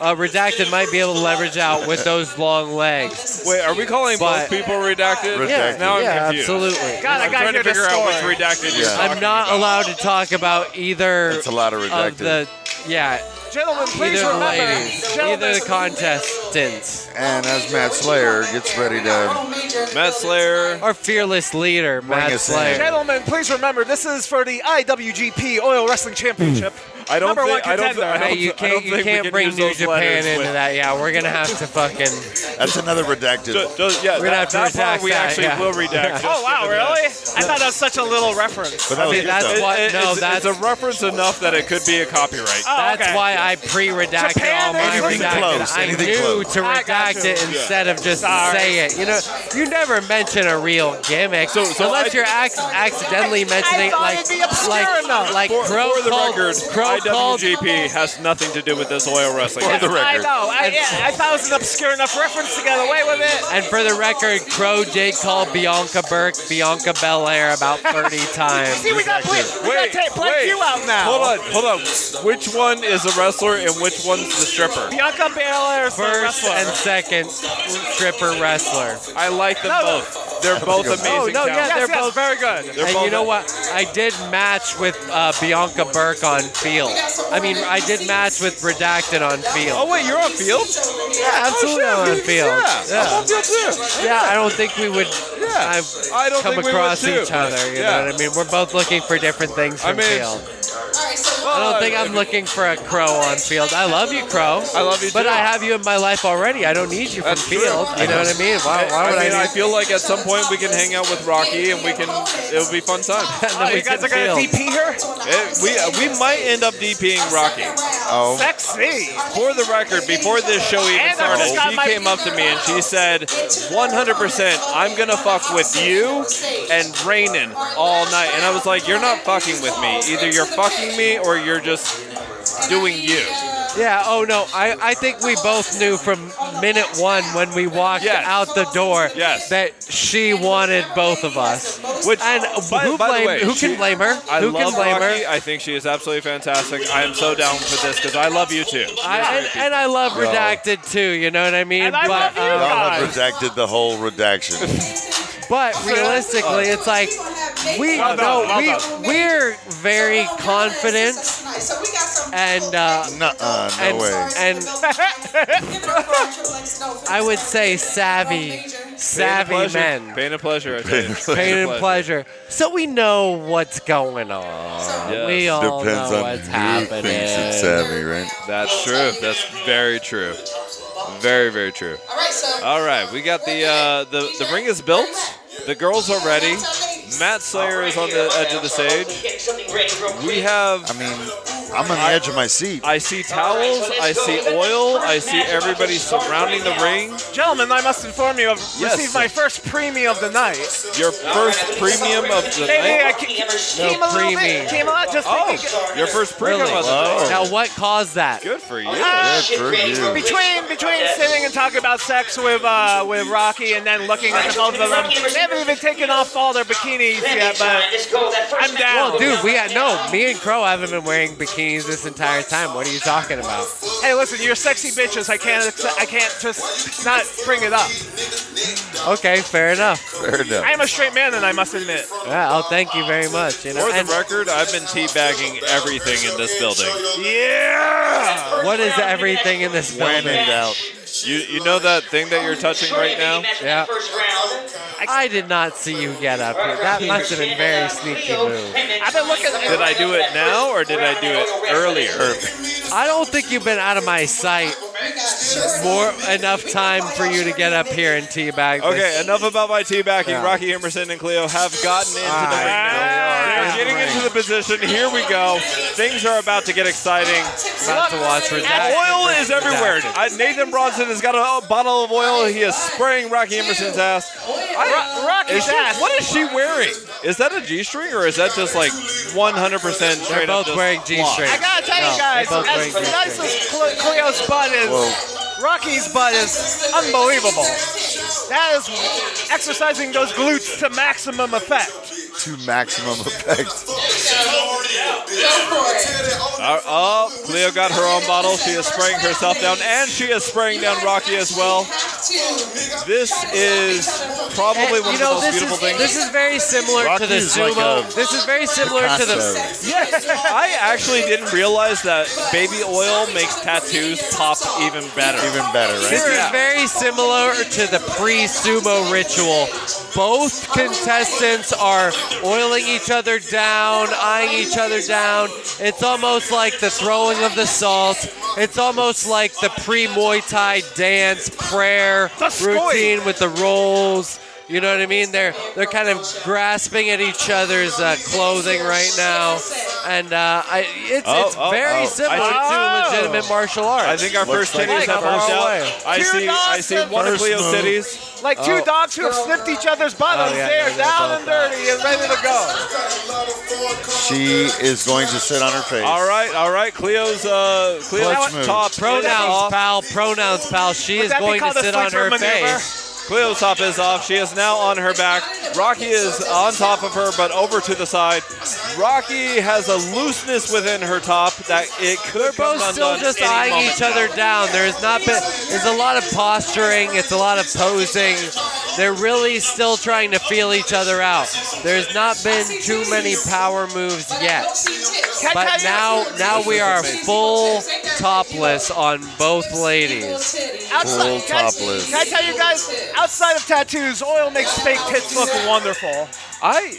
Uh, redacted might be able to leverage out with those long legs. Wait, are we calling But- both people redacted? Yeah, Now I'm yeah, confused. absolutely. God, I I'm gotta trying to hear this figure out which story. redacted you're Yeah. talking I'm not about. allowed to talk about either It's a lot of of redacted. the yeah Gentlemen, please either the remember. ladies, Gentlemen, either the contestants. And as Matt Slayer gets ready to, Matt Slayer. Our fearless leader, Matt us Slayer. in. gentlemen, please remember this is for the IWGP Oil Hmm. Wrestling Championship. I don't Number think- one I don't contender. think- I don't Hey, I you don't can't, think you we can't can bring use New those letters Japan into with- that. Yeah, we're gonna have to fucking. that's another redacted. Do- do- yeah, We're gonna that, have to that part redact we that, actually yeah. will redact. Oh, wow, really? I thought that was such a little reference. but that was mean, good, that's though. why- It- No, it's- that's- it's a reference enough that it could be a copyright. Oh, That's okay. why I pre-redacted Japan all my is Anything redacted. close, I anything knew close. to I got redact you. it instead of just Sorry. say it. You know, you never mention a real gimmick So- so unless I- you're ac- accidentally mentioning thought like it'd be obscure like enough. like For, Crow for the called- record, Crow called IWGP has nothing to do with this oil wrestling. For the match. I record, know. I, yeah, I thought it was an obscure enough reference to get away with it. And for the record, Crow did call Bianca Burke Bianca Belair about 30 times. See, we got Blake. We Wait, got Blake wait. you out now. Hold on, hold on. Which one is a wrestler and which one's the stripper? Bianca Belair is the First wrestler. and second stripper wrestler. I like them No, no. both. They're both amazing. Oh no, yeah, talents. they're yes, both very good. They're and both- you know what? I did match with uh, Bianca Burke on field. I mean, I did match with Redacted on Oh field. wait, you're on field? Yeah, absolutely Oh, on shit, you- field. Yeah, I'm on Yeah. field too. Yeah, I don't think we would Yeah. uh, I don't come think we would, across too. each other. You Yeah. know what I mean? We're both looking for different things I from mean, uh, field. I don't think I'm looking for a crow on field. I love you, crow. I love you But too. I have you in my life already. I don't need you from That's true. field. You know what I mean? Why, why I would I, mean, I need feel like at some point we can hang out with Rocky and we can. It'll be fun time. and then Oh, we you guys can are gonna field. DP her? It- we uh, we might end up DPing Rocky. Oh, Sexy. For the record, before this show even And I started, just got she my- came up to me and she said, 100%, I'm going to fuck with you and Rainin all night. And I was like, you're not fucking with me. Either you're fucking me or you're just doing you. Yeah, oh no, I, I think we both knew from minute one when we walked Yes. out the door Yes. that she wanted both of us. Which, And by, who, by the blame, way, who she- can blame her? I who love can blame Rocky. her? I think she is absolutely fantastic. I am so down for this because I love you too. I, and, and I love Yo. Redacted too, you know what I mean? And I but, love you y'all um, have Guys. redacted the whole redaction. but realistically, it's like we Well done, no, well we we're very confident and uh, Nuh-uh, no and way. and I would say savvy, Pain and savvy pleasure. men. Pain and pleasure. I tell you. pain and pleasure. So we know what's going on. Yes. Uh, We all Depends know on what's who happening. thinks it's savvy, right? That's true. That's very true. Very very true. All right, so. All right, we got the uh, the the ring is built. The girls are ready. Matt Slayer is on the edge of the stage. Get something ready real quick. We have I mean, I'm on the edge of my seat. I see towels. I see oil. I see everybody surrounding the ring. Gentlemen, I must inform you, I've Yes. received my first premium of the night. Your first premium of the Hey, hey, I night. ca- ca- came a little bit. Came a lot just Oh, your first premium Really? of the night. Now, what caused that? Good for you. Ah, Between between sitting and talking about sex with uh, with Rocky and then looking at the both of them, they haven't even taken off all their bikinis yet. But I'm down. Well, dude, we had no. Me and Crow haven't been wearing bikinis this entire time. What are you talking about? Hey, listen, you're sexy bitches. I can't accept, I can't just not bring it up. Okay, fair enough. Fair enough. I am a straight man, and I must admit. Yeah, oh, thank you very much. You know, For the and record, I've been teabagging everything in this building. Yeah. what is everything in this When building? in doubt. You you know that thing that you're touching right now? Yeah. I did not see you get up here. That must have been very sneaky move. I've been looking. Did I do it now or did I do it earlier? I don't think you've been out of my sight more enough time for you to get up here and teabag. Okay, this. enough about my teabagging. Yeah. Rocky Emerson and Cleo have gotten into the I ring. They're getting into the position. Here we go. Things are about to get exciting. About to watch redacted. Oil versus is everywhere. redacted. I, Nathan Bronson has got a bottle of oil. He is spraying Rocky Emerson's ass. Ro- Rocky's Is she- ass. what is she wearing? Is that a G-string or is that just like 100% straight They're up both just wearing block? G-strings. I gotta tell No, you guys, they're both as wearing G-strings. nice as Cle- Cleo's butt is, Rocky's butt is unbelievable. That is exercising those glutes to maximum effect. To maximum effect. Uh, oh, Cleo got her own bottle. She is spraying herself down, and she is spraying down Rocky as well. This is And, probably you one of the know, most this beautiful is, things. this is very similar to the Rocky's like sumo. a this is very similar to the. Picasso. I actually didn't realize that baby oil makes tattoos pop even better. Even better, This right? is Yeah. very similar to the pre-sumo ritual. Both contestants are oiling each other down, eyeing each other down. It's almost like the throwing of the salt. It's almost like the pre-Muay Thai dance prayer The scoy. routine with the rolls. You know what I mean? They're they're kind of grasping at each other's uh, clothing right now, and uh, I, it's Oh, it's oh, very oh. I similar see- Oh. to legitimate martial arts. I think our Looks first like titties it's have far worked away. out. I Two see, I dogs see have- one of First Cleo's move. titties. Like two Oh. dogs who have sniffed each other's bottoms, Oh, yeah, they are yeah, they're down both and out. dirty and ready to go. She is going to sit on her face. All right, all right. Cleo's uh, Clutch Cleo's move. top is Pronouns, off. pal. Pronouns, pal. She Would is that be going to called a sit on switcher her maneuver? face. Cleo's top is off. She is now on her back. Rocky is on top of her, but over to the side. Rocky has a looseness within her top that it could They're come both still undone just any eyeing moment. each other down. There's not been. There's a lot of posturing. It's a lot of posing. They're really still trying to feel each other out. There's not been too many power moves yet. Can I But tell you- now, now we are full topless on both ladies. Outside, Full can, I, topless. can I tell you guys, outside of tattoos, oil makes fake tits look wonderful. I,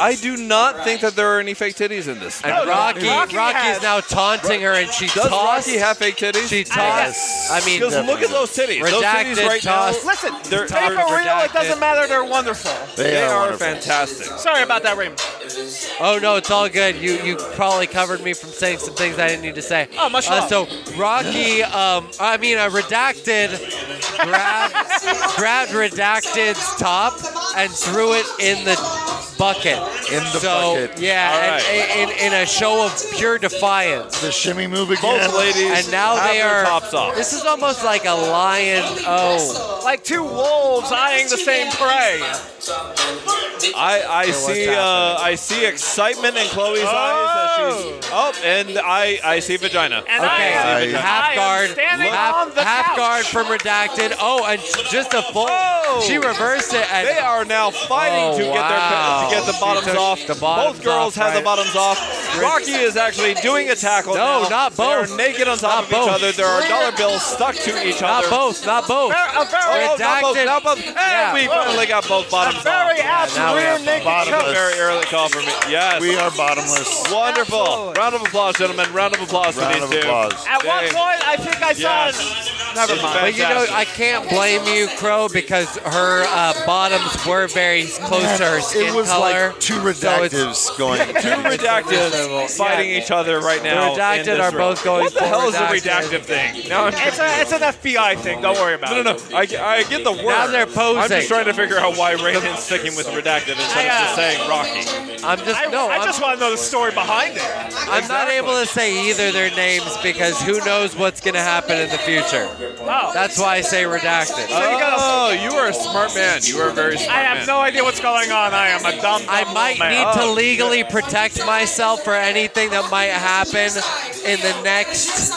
I do not think that there are any fake titties in this. And Rocky, Rocky Rocky's has- now taunting her, and she Does tossed. Rocky have fake titties? She tossed. I mean, Because look at those titties. those titties Redacted right toss. now, Listen, They're- they're, fake they're or real, it Uh, redacted. doesn't matter, they're wonderful. They, are, wonderful. fantastic. Sorry about that, Raymond. Oh no, it's all good. You you probably covered me from saying some things I didn't need to say. Oh, much uh, love. So Rocky, um, I mean, uh, redacted grabbed, grabbed redacted's top and threw it in the bucket. In the so, bucket. Yeah, All and- right. in, in, a show of pure defiance. The shimmy move again. Both ladies And now have they their are. tops off. This is almost like a lion. Oh, Like two wolves eyeing the same prey. I, I what's see happening? uh, I see excitement in Chloe's eyes. As she's, oh, and I I see vagina. And okay. I, I- am, I half am guard. standing on Half, the half couch. guard from redacted. Oh, and just a full. Oh. She reversed it and They are now fighting Oh, to get their wow. to get the She bottoms took off. the bottoms both girls off, have the right. bottoms off. Rocky is actually doing a tackle. No, now. not both. They are naked on Not top of both. each other. There are dollar bills stuck to each Not other. both, not both. Ver- a very, Oh, not both, Redacted. not both. And Yeah. we finally got both bottoms a very off. apt now we rear have naked bottomless. choke. Very early call for me. Yes. We are bottomless. Wonderful. Absolutely. Round of applause, gentlemen. Round of applause Round for of these two. applause. At one Dang. point, I think I saw Yes. an Never mind. But you know, I can't blame you, Crow, because her uh, bottoms were very close to her skin It was color. like two so it's- redactives going. Two redactives fighting each other right now. The redacted in this are room. both going What the for hell is the redacted. redactive thing? Now I'm It's, a, it's an FBI thing. Don't worry about no, it. no, no. I, I get the word. Now they're I'm posing. just trying to figure out why Raven's sticking with redactive instead of just saying Rocky. I'm just I, no. I I'm, just want to know the story behind it. I'm not able to say either their names because who knows what's going to happen in the future. Oh. That's why I say redacted. So you gotta- Oh, you are a smart man. You are a very smart I have man. no idea what's going on. I am a dumb. I might need to legally protect myself for anything that might happen in the next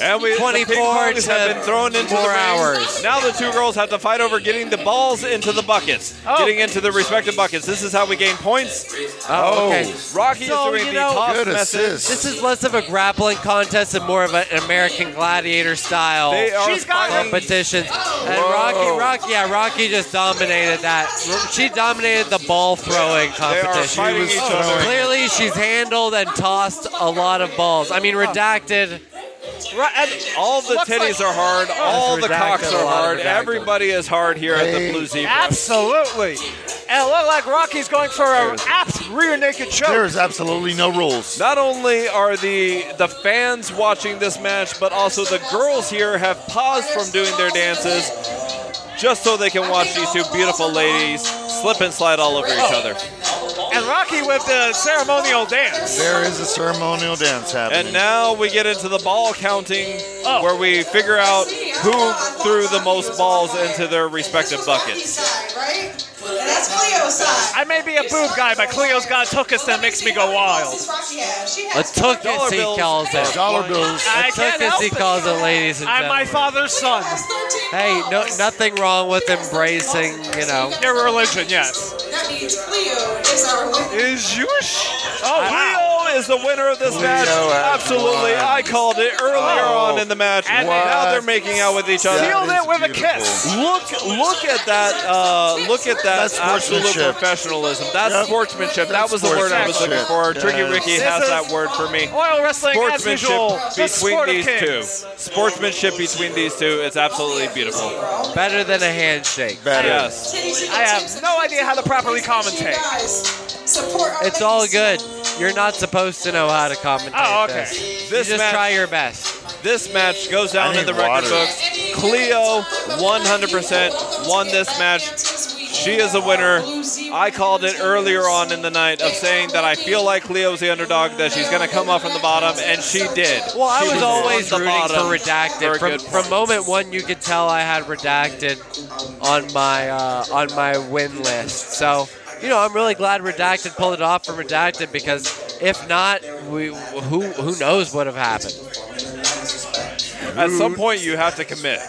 and we, the 24 ping-pongs have to been thrown into the four ring. hours. Now the two girls have to fight over getting the balls into the buckets, Oh. getting into the respective buckets. This is how we gain points. Oh, okay. Rocky So, is doing you the know- toss Good method. assist. This is less of a grappling contest and more of an American gladiator style They are She's got her- competitions. And Whoa. Rocky, Rocky, yeah, Rocky just dominated that. She dominated the ball throwing competition. fighting each other. Clearly, she's handled and tossed a lot of balls. I mean, redacted. Uh, Right, and all the Looks titties like- are hard. All the redacted, cocks a lot are of hard. redacted. Everybody is hard here at the Hey. Blue Zebra. Absolutely. And it looked like Rocky's going for an apt rear There naked choke. is absolutely no rules. Not only are the the fans watching this match, but also the girls here have paused from doing their dances just so they can watch these two beautiful ladies slip and slide all over Oh. each other. And Rocky with the ceremonial dance. There is a ceremonial dance happening. And now we get into the ball counting where we figure out who threw the most balls into their respective buckets. Right? And that's Cleo's side. I may be a boob guy, but Cleo's got tuchus that makes me go wild. A took Dollar as he bills calls are it. Dollar bills. A I took can't as help he it. calls it, ladies and I'm my gentlemen. father's son. Hey, no, nothing wrong with embracing, you know. Your religion, yes. That means Cleo is our winner. Is you? Oh, wow. Leo is the winner of this match. has Absolutely. won. I called it earlier Oh. on in the match. And now what? they're making out with each other. That Sealed is it with a beautiful. kiss. Look! Look at that! Uh, look at that That's absolute sportsmanship. professionalism. That's Yep. sportsmanship. that That's was the word I was looking for. sportsmanship. Tricky Yes. Ricky This has is that word for me. Oil wrestling as Sportsmanship usual. The between sport of these two. kings. Sportsmanship between these two. It's absolutely beautiful. Better than a handshake. Better. Yes. I have no idea how to properly commentate. It's all good. You're not supposed to know how to commentate. Oh, okay. This, This you just match- try your best. This match goes down I in the need record water. books. Cleo 100% won this match. She is a winner. I called it earlier on in the night of saying that I feel like Cleo's the underdog, that she's going to come up from the bottom, and she did. Well, I She was on always the rooting for bottom for redacted. a From, good from moment one, you could tell I had redacted on my uh, on my win list. So you know, I'm really glad redacted pulled it off from redacted because if not, we who who knows what would have happened. At some point, you have to commit.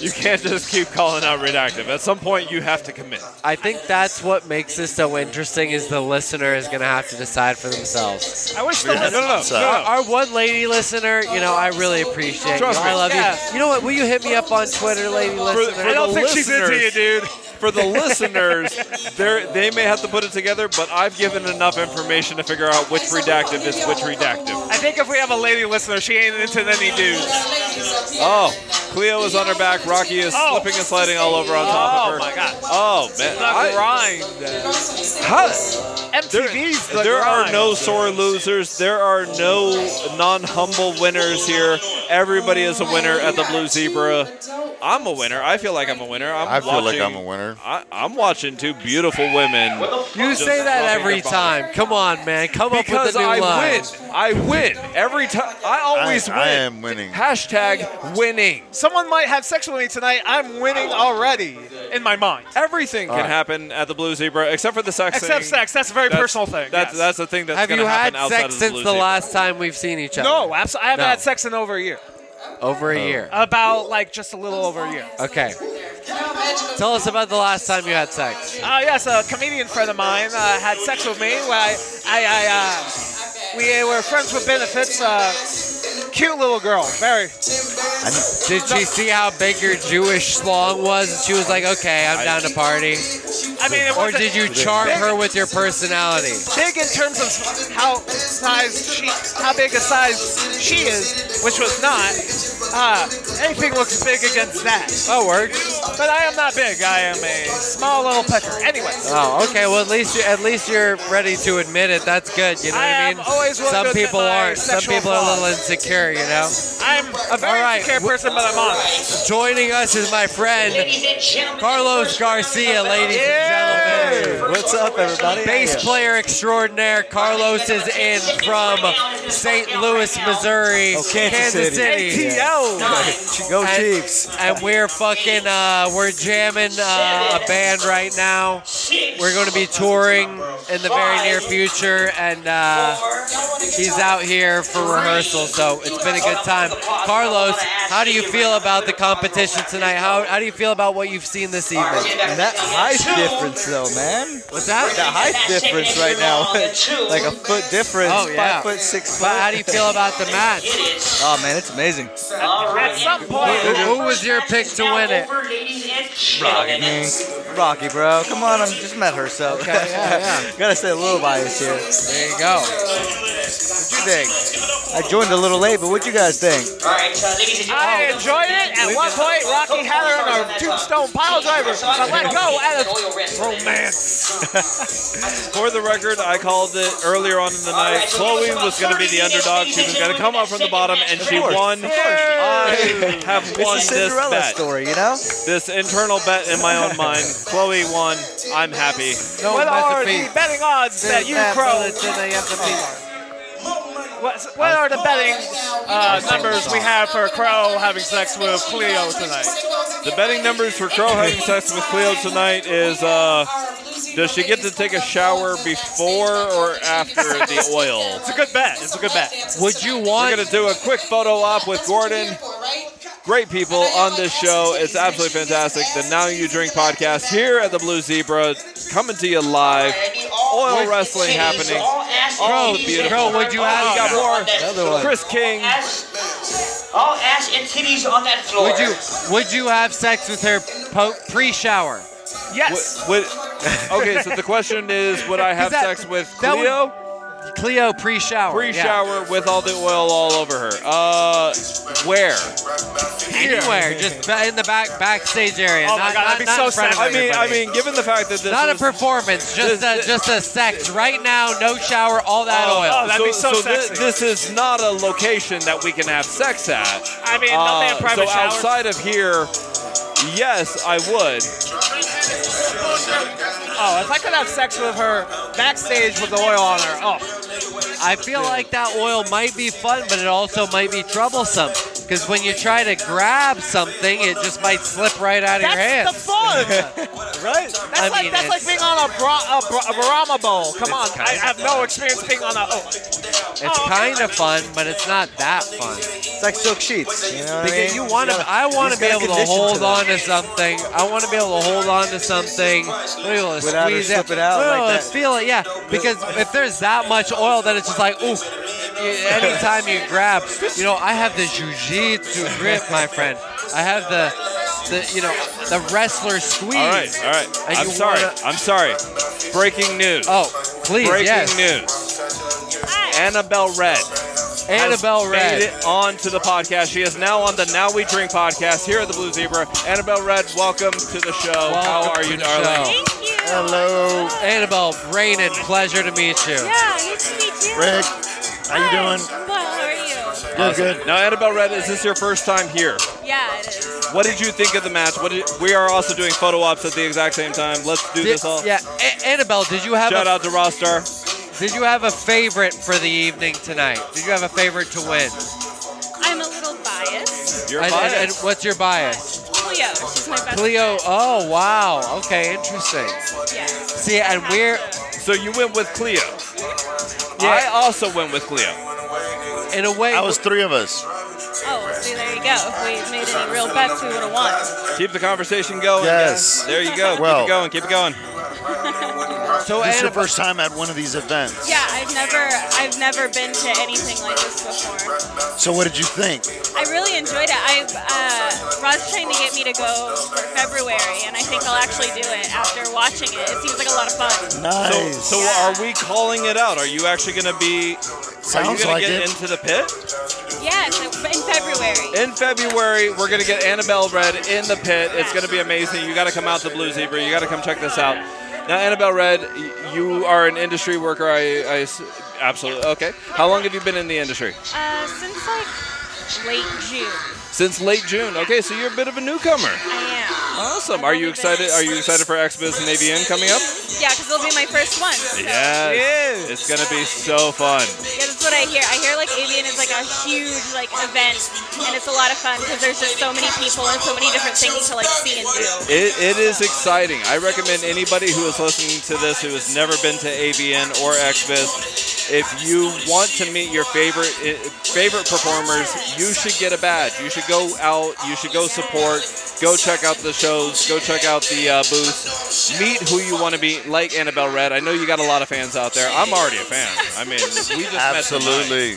You can't just keep calling out redactive. At some point, you have to commit. I think that's what makes this so interesting is the listener is going to have to decide for themselves. I wish the Yeah. list- No, no, no. Our, our one lady listener, you know, I really appreciate Trust you. me. I love Yeah. you. You know what? Will you hit me up on Twitter, lady listener? for I don't the think she's into you, listeners. dude. For the listeners, they're- they may have to put it together, but I've given enough information to figure out which redactive is which redactive. I think if we have a lady listener, she ain't into any dudes. Oh, Cleo is on her back. Rocky is Oh. slipping and sliding all over on top Oh of her. my god. Oh man, The I, grind. how- MTV's the there grind. are no sore losers. There are no non-humble winners here. Everybody is a winner at the Blue Zebra. I'm a winner. I feel like I'm a winner. I'm I feel like watching- I'm a winner. I, I'm watching two beautiful women. You Just say that rubbing every your body. time. Come on, man. Come up with Because a new I line. win. I win every time. I always I- win. I am winning. Hashtag winning. Someone might have sex with me tonight. I'm winning already in my mind. Everything can happen at the Blue Zebra except for the sex. Except thing. sex. That's a very That's- personal thing. That's yes. that's the thing that's Have gonna you had happen outside sex of since Blue the Zebra. last time we've seen each other? no, abso- I haven't No. had sex in over a year. Over Oh. a year. About like just a little over a year. Okay. Tell us about the last time you had sex. Uh, yes, a comedian friend of mine uh, had sex with me. Well, I, I, I uh, we were friends with benefits. Uh, cute little girl, very. Did she see how big your Jewish slong was? And she was like, okay, I'm down to party. I mean, it Or wasn't did you charm big, her with your personality? Big in terms of how size she, how big a size she is, which was not. uh, Ah, anything looks big against that. That works. But I am not big. I am a small little pecker. Anyways. Oh, okay. Well, at least you, at least you're ready to admit it. That's good. You know I what I am mean? always willing Some to admit people my aren't. Some sexual people are a little flaws. insecure. You know. I'm a very All right. insecure person, but I'm honest. Joining us is my friend Carlos Garcia, ladies and gentlemen. What's up, everybody? Bass player extraordinaire Carlos is in from St. Louis, Missouri, Oh, Kansas City. ATL. Go Chiefs. And, and we're fucking uh, we're jamming uh, a band right now. We're going to be touring in the very near future, and uh, he's out here for rehearsal. So it's been a good time. Carlos, how do you feel about the competition tonight? How how do you feel about what you've seen this evening? That height difference, though, man. What's that? The height difference right now, like a foot difference. Oh, yeah. Five foot, six foot. But how do you feel about the match? Oh man, it's amazing. At some point, Who, who was your pick to win it? Rocky, man. Rocky, bro. Come on, I just met her, so yeah, yeah. gotta stay a little biased here. There you go. What'd you think? I joined a little late, but what'd you guys think? I enjoyed it. At one point, Rocky had her in a tombstone pile driver. I let go at a For the record, I called it earlier on in the night. Chloe was going to be the underdog. She was going to come up from the bottom, and she won. I have It's won a Cinderella this bet. story, you know? This internal bet in my own mind. Chloe won. I'm happy. what are the betting odds that you crow? What, what are the betting uh, numbers we have for Crow having sex with Cleo tonight? The betting numbers for Crow having sex with Cleo tonight is uh, does she get to take a shower before or after the oil? It's a good bet. It's a good bet. Would you want? We're gonna do a quick photo op with Gordon. Great people on this show. It's absolutely fantastic. The Now You Drink podcast here at the Blue Zebra, coming to you live. Oil wrestling happening. All the beautiful. Bro, would you Oh, have we got Another more. one. Chris King. All ass and titties on that floor. Would you would you have sex with her po- pre-shower? Yes. Would, okay, so the question is, would I have Is that- sex with that would- Cleo? Cleo pre-shower. yeah. Pre-shower with all the oil all over her. Uh, where? Anywhere, just ba- in the back backstage area. Oh my not, God, that'd not, be not so in front of sad. I mean- I everybody. mean, given the fact that this not was- a performance, just this- a just a sex right now. No shower, all that Oh, oil. so, so thi- This, is not a location that we can have sex at. I mean, don't they have private Uh, so showers? outside of here, yes, I would. Oh, if I could have sex with her backstage with the oil on her, oh. I feel like that oil might be fun, but it also might be troublesome because when you try to grab something, it just might slip right out of your hand. That's the fun, right? That's I like mean, that's like it's- being on a bra, a, bra, a Barama bowl. Come on, It's I kinda have no experience being on a. Oh. It's kind of fun, but it's not that fun. It's like silk sheets. You know what I because mean? you want to. I want he's to be got a able to condition hold to on that. to something. I want to be able to hold on to something. Be able to Without her squeeze slip it out Be like able to that. Feel it, yeah. Because if there's that much oil, then it's just like ooh. You- Anytime you grab, you know, I have the jujitsu grip, my friend. I have the, the you know, the wrestler squeeze. All right, all right. And I'm you sorry. wanna- I'm sorry. Breaking news. Oh, please, Breaking yes. news. Annabelle Red. Annabelle has Redd. Made it on to the podcast. She is now on the Now We Drink podcast here at the Blue Zebra. Annabelle Red, welcome to the show. How Welcome are to you, the darling? show. Hello. Annabelle, Brayden, pleasure to meet you. Yeah, nice to meet you. Rick, how you Hi. doing? Well, how are you? Good, good. Now, Annabelle Red, is this your first time here? Yeah, it is. What did you think of the match? What did, we are also doing photo ops at the exact same time. Let's do this all. Yeah, A- Annabelle, did you have Shout a, out to Rostar. Did you have a favorite for the evening tonight? Did you have a favorite to win? I'm a little biased. Your and, and- and bias. what's your bias? Cleo, she's my best Cleo. Oh wow. Okay, interesting. friend. Yeah. See, and we're So you went with Cleo. I yeah. also went with Cleo. in a way. That was three of us. Oh, see, there you go. If we made any real bets, we would have won. Keep the conversation going. Yes. guys. There you go. Well- keep it going. Keep it going. So this is your Annabelle- first time at one of these events. Yeah, I've never, I've never been to anything like this before. So what did you think? I really enjoyed it. I uh, Rod's trying to get me to go for February, and I think I'll actually do it after watching it. It seems like a lot of fun. Nice. So, so are we calling it out? Are you actually going to be? are you Sounds gonna like get it. into the pit? Yes, in February. in February, we're going to get Annabelle Red in the pit. It's going to be amazing. You got to come out to Blue Zebra. You got to come check this out. Now, Annabelle Red, y- you are an industry worker. I, I s- absolutely okay. How long have you been in the industry? Uh, since like late June. Since late June. Okay, so you're a bit of a newcomer. I Awesome. Are you excited? Are you excited for Xbiz Navy In coming up? am. Yeah, because it'll be my first one. so- Yes. It's gonna be so fun. Yeah, that's what I hear. I hear like Avian is like a huge like event, and it's a lot of fun because there's just so many people and so many different things to like see and do. It, it is exciting. I recommend anybody who is listening to this who has never been to AVN or XBiz, if you want to meet your favorite eh, favorite performers, you should get a badge. You should go out. You should go support. Go check out the shows. Go check out the uh, booths. Meet who you want to meet, like Annabelle Red. I know you got a lot of fans out there. I'm already a fan. I mean, we just met tonight. Absolutely.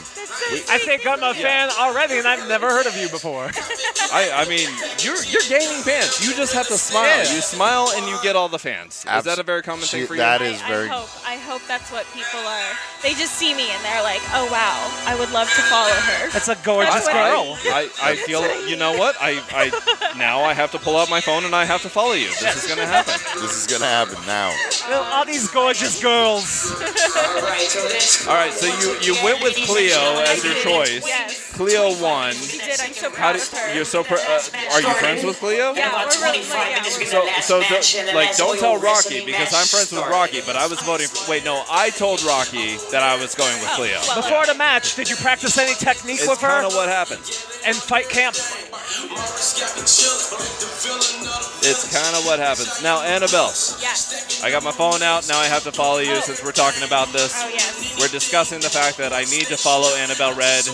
I think I'm a fan already, and I've never heard of you before. I, I mean, you're you're gaining fans. You just have to smile. Yeah. You smile and you get all the fans. is that a very common thing She- for you? that is I hope I hope that's what people are. They just see me and they're like, oh wow, I would love to follow her. That's a gorgeous That's what I- girl. I, I feel you know what I, I now I have to pull out my phone and I have to follow you. This is gonna happen. This is gonna happen now. All these gorgeous girls. All right, so you, you went with Cleo as your choice. Yes. Cleo won. She did. I'm so How proud did, of her. you're so pr- uh, are you friends with Cleo? Yeah, we're really yeah. So, so do, like, don't tell Rocky because I'm friends with Rocky, but I was voting. For, wait, no, I told Rocky that I was going Oh, with Cleo. Before the match, did you practice any technique It's with her? kind of what happens. And fight camp. It's kind of what happens. Now, Annabelle, Yes. I got my phone out. Now I have to follow you since we're talking about this. Oh yes. We're discussing the fact that I need to follow Annabelle Red.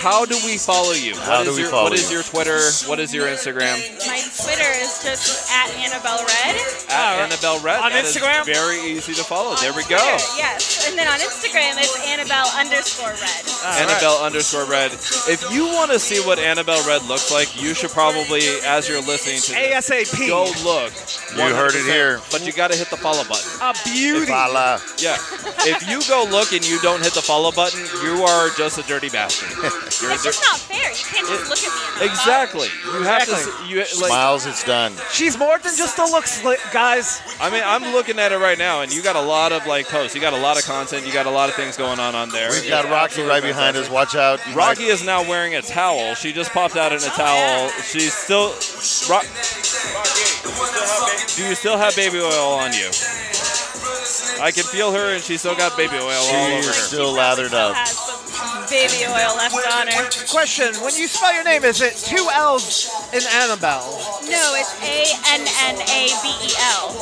How do we follow you? How What do is we your, follow What is you? your Twitter? What is your Instagram? My Twitter is just at Annabelle Red. Oh, At Annabelle Red. On That is Instagram? very easy to follow. There we go. Twitter, yes, and then on Instagram it's Annabelle underscore Red. Annabelle underscore Red. If you want to see what Annabelle Red looks like, you should probably, as you're listening to this, ASAP. go look. You heard it 100%, here. But you got to hit the follow button. A beauty. Fala. Yeah. If you go look and you don't hit the follow button, you are just a dirty bastard. You're a It's dir- just not fair. You can't just look at me and not exactly. You have to. Exactly. s- You, like, Smiles, it's done. She's more than just the looks, li- guys. I mean, I'm looking at it right now, and you got a lot of like posts. You got a lot of content. You got a lot of things going on on there. We've got Rocky right behind us. Watch out. You Rocky might- is now wearing a towel. She just popped out in a towel. She's still. Rock, do you still have baby oil on you? I can feel her, and she's still got baby oil all over her. She's still lathered follow. up. Has some baby oil left on her. Question: When you spell your name, is it two L's in Annabelle? No, it's A N N A B E L.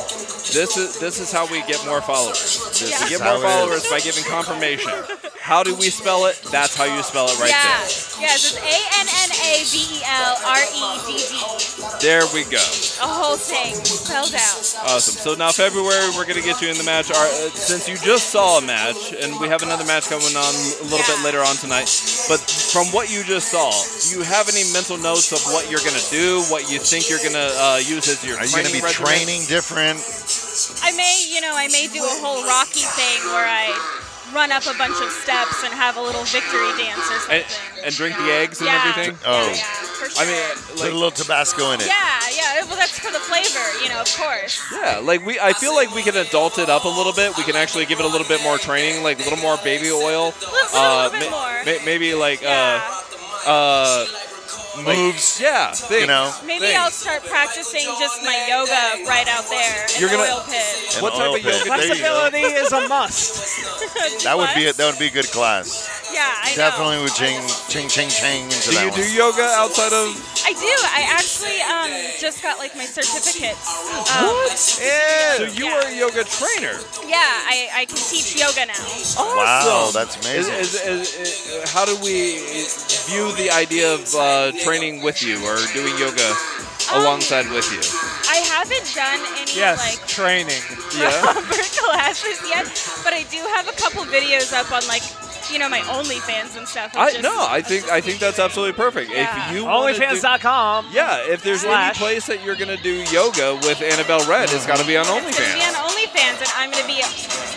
This is this is how we get more followers. We is get how more it is. followers by giving confirmation. How do we spell it? That's how you spell it right yeah. Yes, it's A N N A B E L R E D D. there. There we go. A whole thing spelled out. Awesome. So now February, we're gonna get you in the match. Our, uh, since you just saw a match, and we have another match coming on a little bit later on tonight. But from what you just saw, do you have any mental notes of what you're gonna do? What you think you're gonna uh, use as your Are you training gonna be regimen? training different? I may, you know, I may do a whole Rocky thing where I run up a bunch of steps and have a little victory dance or something. and, and drink the eggs and Yeah. everything? Oh. Yeah, yeah, for sure. I mean, Put like, a little Tabasco in it. yeah, yeah. Well, that's for the flavor, you know, of course. Yeah, like we, I feel like we can adult it up a little bit. We can actually give it a little bit more training, like a little more baby oil. little bit ma- more. ma- maybe like Yeah. uh, uh, like- Moves. yeah, things, You know. Maybe things. I'll start practicing just my yoga right out there in You're the gonna- oil pit. An What type oil of yoga pit. do There you go. Flexibility is a must. That would be a, that would be a good class. Yeah, I know. Definitely would ching ching ching ching into Do that you one. do yoga outside of? I do. I actually um, just got like my certificates. Um, So you Yeah. are a yoga trainer. Yeah, I, I can teach yoga now. Awesome. Wow, that's amazing. Is, is, is, is- how do we view the idea of uh, training with you or doing yoga Um, alongside with you? I haven't done any Yes, like training. Yeah. proper classes yet, but I do have a couple videos up on like you know my OnlyFans and stuff. of I just- no, I think I think that's absolutely perfect. Yeah. If you wanna do- OnlyFans.com. Yeah, if there's Slash. any place that you're gonna do yoga with Annabelle Red, it's gotta be on It's gonna be on OnlyFans. OnlyFans, and I'm gonna be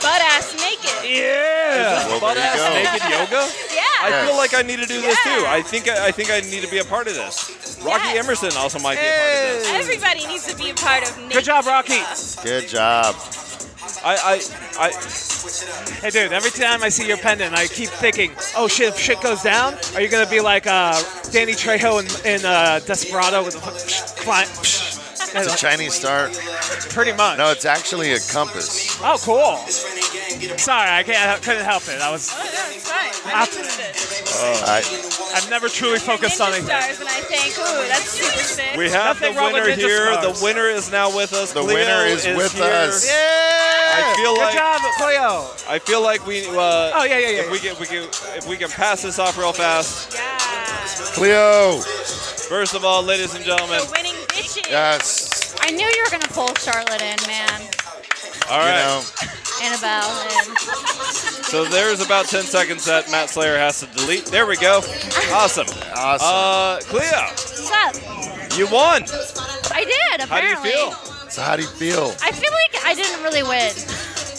butt ass naked. Yeah. Well, there you go. naked yoga? Yeah, I feel like I need to do this too. I think I, I think I need to be a part of this. Rocky Emerson also might be a part of this. Everybody needs to be a part of Nate. Good job, Rocky. Good job. I, I, I. Hey, dude. Every time I see your pendant, I keep thinking, "Oh shit! If shit goes down, are you gonna be like uh, Danny Trejo in, in uh, Desperado with a flying?" It's a Chinese star. Pretty much. No, it's actually a compass. Oh, cool. Sorry, I can't. I couldn't help it. I Oh, was. I, I've never truly focused on Ninja anything. stars, and I think, ooh, that's super sick. We have Nothing the wrong with winner Ninja here. Stars. The winner is now with us. The Cleo winner is with here. us. Yeah. I feel Good like job, Cleo. I feel like we. Uh, Oh, yeah, yeah, yeah, If we get, we can, if we can pass this off real fast. Cleo. First of all, ladies and gentlemen. Winning bitches. Yes. I knew you were gonna pull Charlotte in, man. All right. You know, Annabelle. And So there's about 10 seconds that Matt Slayer has to delete. There we go. Awesome. Awesome. Uh, Cleo, what's up? you won. I did. How do you Apparently. feel? so how do you feel? I feel like I didn't really win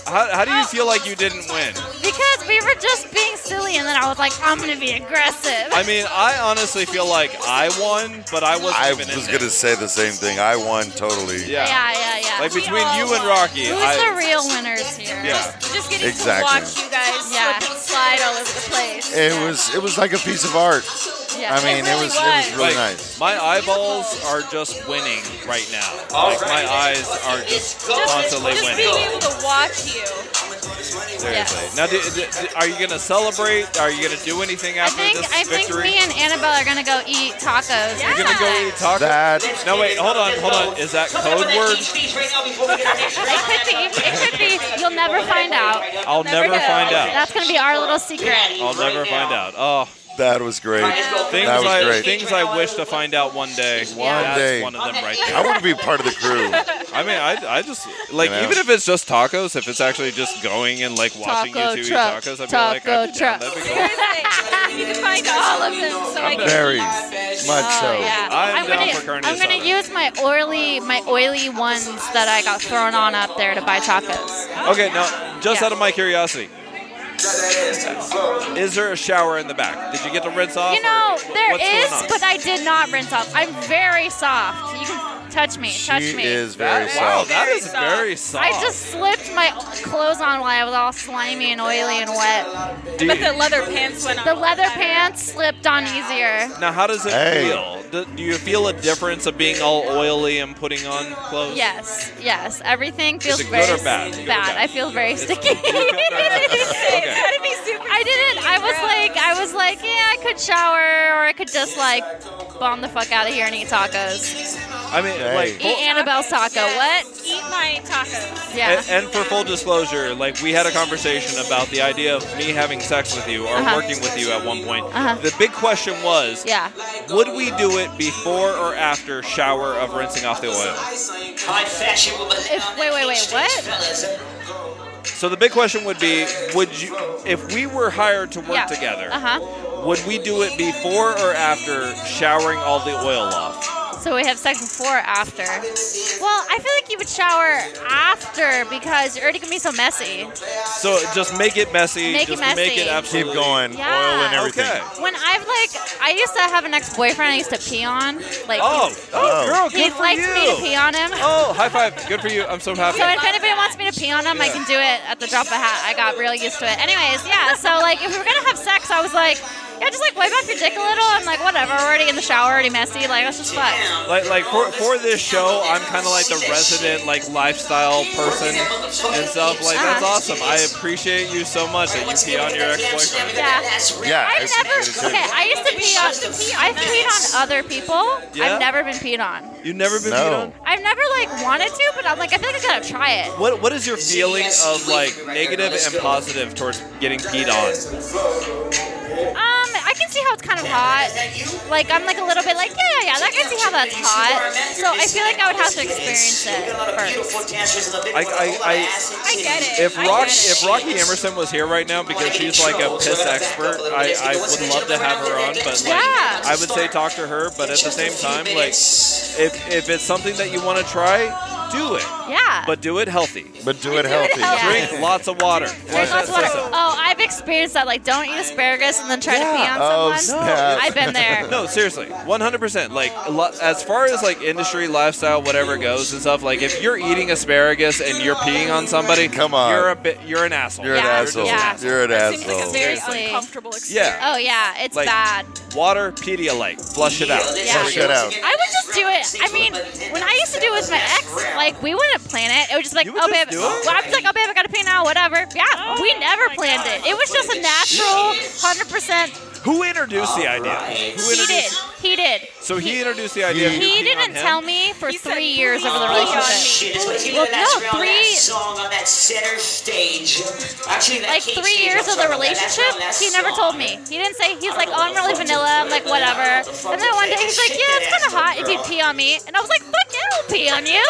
How, how do you feel like you didn't win? because we were just being silly, and then I was like, I'm gonna be aggressive. I mean, I honestly feel like I won, but I wasn't I even in was there. going to say the same thing. I won totally. Yeah. yeah, yeah, yeah. Like between you and Rocky, Who's the I, real winners here? yeah. Just getting Exactly. to watch you guys slip and slide all over the place. It was it was like a piece of art. Yeah. I mean, it, really was it was was. really Like, nice. My eyeballs are just winning right now. All Like my right. eyes are just constantly Just winning. being able to watch you. Seriously. Now, do, do- do- are you gonna celebrate? Are you gonna do anything I after think this I think victory? me and Annabelle are gonna go eat tacos. Yeah. You're gonna go eat tacos. That No, wait, hold on, hold on. Is that code word? It could be. It could be. You'll never find out. I'll never know. find out. That's gonna be our little secret. I'll never find out. Oh, that was great. things that was I great. things I wish to find out one day. One day. one of them right I there. want to be part of the crew. I mean, I, I just like You know? even if it's just tacos, if it's actually just going and like watching Taco you two truck. eat tacos, I'd be like, Taco I'd be down. truck. That'd be cool. Seriously, you need to find all of them so i can Very eat. much Oh, so. yeah. I'm down gonna, for carne I'm gonna asada. use my oily my oily ones that I got thrown on up there to buy tacos. Okay, now just Yeah. out of my curiosity, is there a shower in the back? Did you get to rinse off? You know or there what's going is, on? but I did not rinse off. I'm very soft. You can touch me. touch She me. is very wow, soft. that Very is soft. very soft. I just slipped my clothes on while I was all slimy and oily and wet. Do But you- the leather pants went on. The leather pants slipped on easier. Now, how does it Hey. feel? Do, do you feel a difference of being all oily and putting on clothes? Yes, yes. Everything feels it good very or bad? Good or bad? I feel very sticky. Okay. It's gotta be super. I didn't. I was like, I was like, yeah, I could shower or I could just like bomb the fuck out of here and eat tacos. I mean, Hey. like, Eat full- Annabelle's taco. What? Eat my tacos. Yeah. and, and for full disclosure, like, we had a conversation about the idea of me having sex with you or Uh-huh. working with you at one point. Uh-huh. The big question was, Yeah. would we do it before or after shower of rinsing off the oil? If, wait, wait, wait. What? So the big question would be, would you, if we were hired to work Yeah. together, Uh huh. would we do it before or after showering all the oil off? So we have sex before, or after. Well, I feel like you would shower after because you're already gonna be so messy. So just make it messy. Make it just make messy. it Keep Keep absolutely going. Oil and Yeah. everything. Okay. When I've like, I used to have an ex-boyfriend I used to pee on. Like, Oh, Oh. oh, girl, he, he good for liked you. me to pee on him. Oh, high five. Good for you. I'm so happy. So if anybody wants me to pee on him, I can do it at the drop of a hat. I got really used to it. Anyways, yeah. So like, if we were gonna have sex, I was like, yeah, just like wipe off your dick a little. I'm like, whatever. We're already in the shower, already messy. Like, let's just fuck. Like, like for, for this show, I'm kind of like the resident like lifestyle person and stuff. Like that's Uh-huh. awesome. I appreciate you so much that you pee on your ex-boyfriend. Yeah. Yeah, I've it's- never. it's- Okay, I used to pee on. I've peed on other people. Yeah? I've never been peed on. You've never been peed No. on. I've never like wanted to, but I'm like, I feel like I gotta try it. What what is your feeling of like negative and positive towards getting peed on? Um, I can see how it's kind of hot. Like I'm like a little bit like, yeah, yeah, yeah. I can see how that's hot. So I feel like I would have to experience it first. I I, I I get it. if I Rock get it. if Rocky Emerson was here right now because she's like a piss expert, I, I would love to have her on, but like Yeah. I would say talk to her, but at the same time, like if if it's something that you want to try, do it. Yeah. But do it healthy. But do it healthy. healthy. Drink lots of water. Drink lots of water. Oh, I've experienced that. Like, don't eat asparagus and then try to pee on Oh, someone. snap. I've been there. No, seriously, 100%. Like, a lot- as far as like industry, lifestyle, whatever goes and stuff, like if you're eating asparagus and you're peeing on somebody, come on. you're a bit, you're an asshole. You're an Yeah, asshole. yeah. You're an That seems like a asshole. very Seriously. uncomfortable Yeah. Oh yeah, it's Like, bad. Water, Pedialyte, flush it out. Yeah. Flush it out. I would just do it. I mean, when I used to do it with my ex, like we wouldn't plan it. It was just like, oh babe, do it? well, I'm just like, oh babe, I gotta pee now, whatever. Yeah, we never planned it. It was just a natural, hundred percent. Who introduced the idea? Who He introduced? did. He did. So he introduced the idea. of you He peeing on didn't him? tell me for three years over the Oh, relationship. shit, that's what you Well, did last no, round, three- that song on that center stage. Actually, that Like cake three stage, years I'm of sorry the about that. That's relationship, round, that he never song. told me. He didn't say he's like, oh, I'm really vanilla. I'm like, whatever. And then one day he's like, yeah, it's kind of hot if you pee on me. And I was like, fuck yeah, I'll pee on you.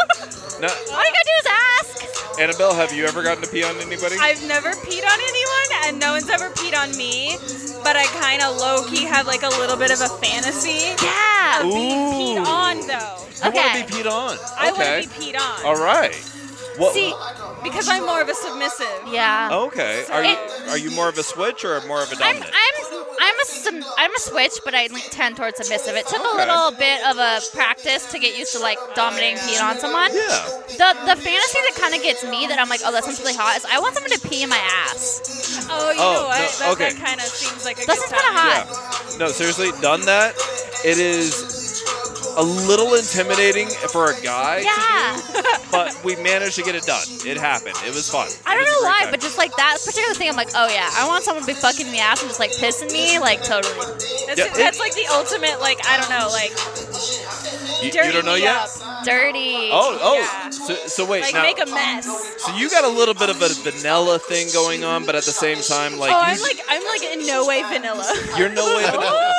No, All you gotta do is ask. Annabelle, have you ever gotten to pee on anybody? I've never peed on anyone, and no one's ever peed on me. But I kind of low key have like a little bit of a fantasy. Yeah. Of being Ooh. peed on though. You want to be peed on? I want okay. to be peed on. All right. What? See, because I'm more of a submissive. Oh, Yeah. okay. Are you are you more of a switch or more of a I'm Oh, dominant? I'm I'm a sub- I'm a switch, but I le- tend towards submissive. It took a Okay. little bit of a practice to get used to like dominating peeing on someone. Yeah. The the fantasy that kind of gets me that I'm like, oh, that sounds really hot is I want someone to pee in my ass. Oh, you Oh, know what? no, that, okay. that kind of seems like a This good is kinda time. hot. Yeah. No, seriously, done that. It is a little intimidating for a guy, Yeah. but we managed to get it done. It happened. It was fun. I don't It was a know great why, time. but just like that particular thing, I'm like, oh yeah, I want someone to be fucking me ass and just like pissing me, like totally. That's, Yeah, it- that's like the ultimate, like, I don't know, like, You- you, dirty don't know me yet. up. Dirty. Oh, oh. Yeah. So, so wait, Like, now, make a mess. so you got a little bit of a vanilla thing going on, but at the same time, like, oh, you- I'm like, I'm like in no way vanilla. you're no way vanilla.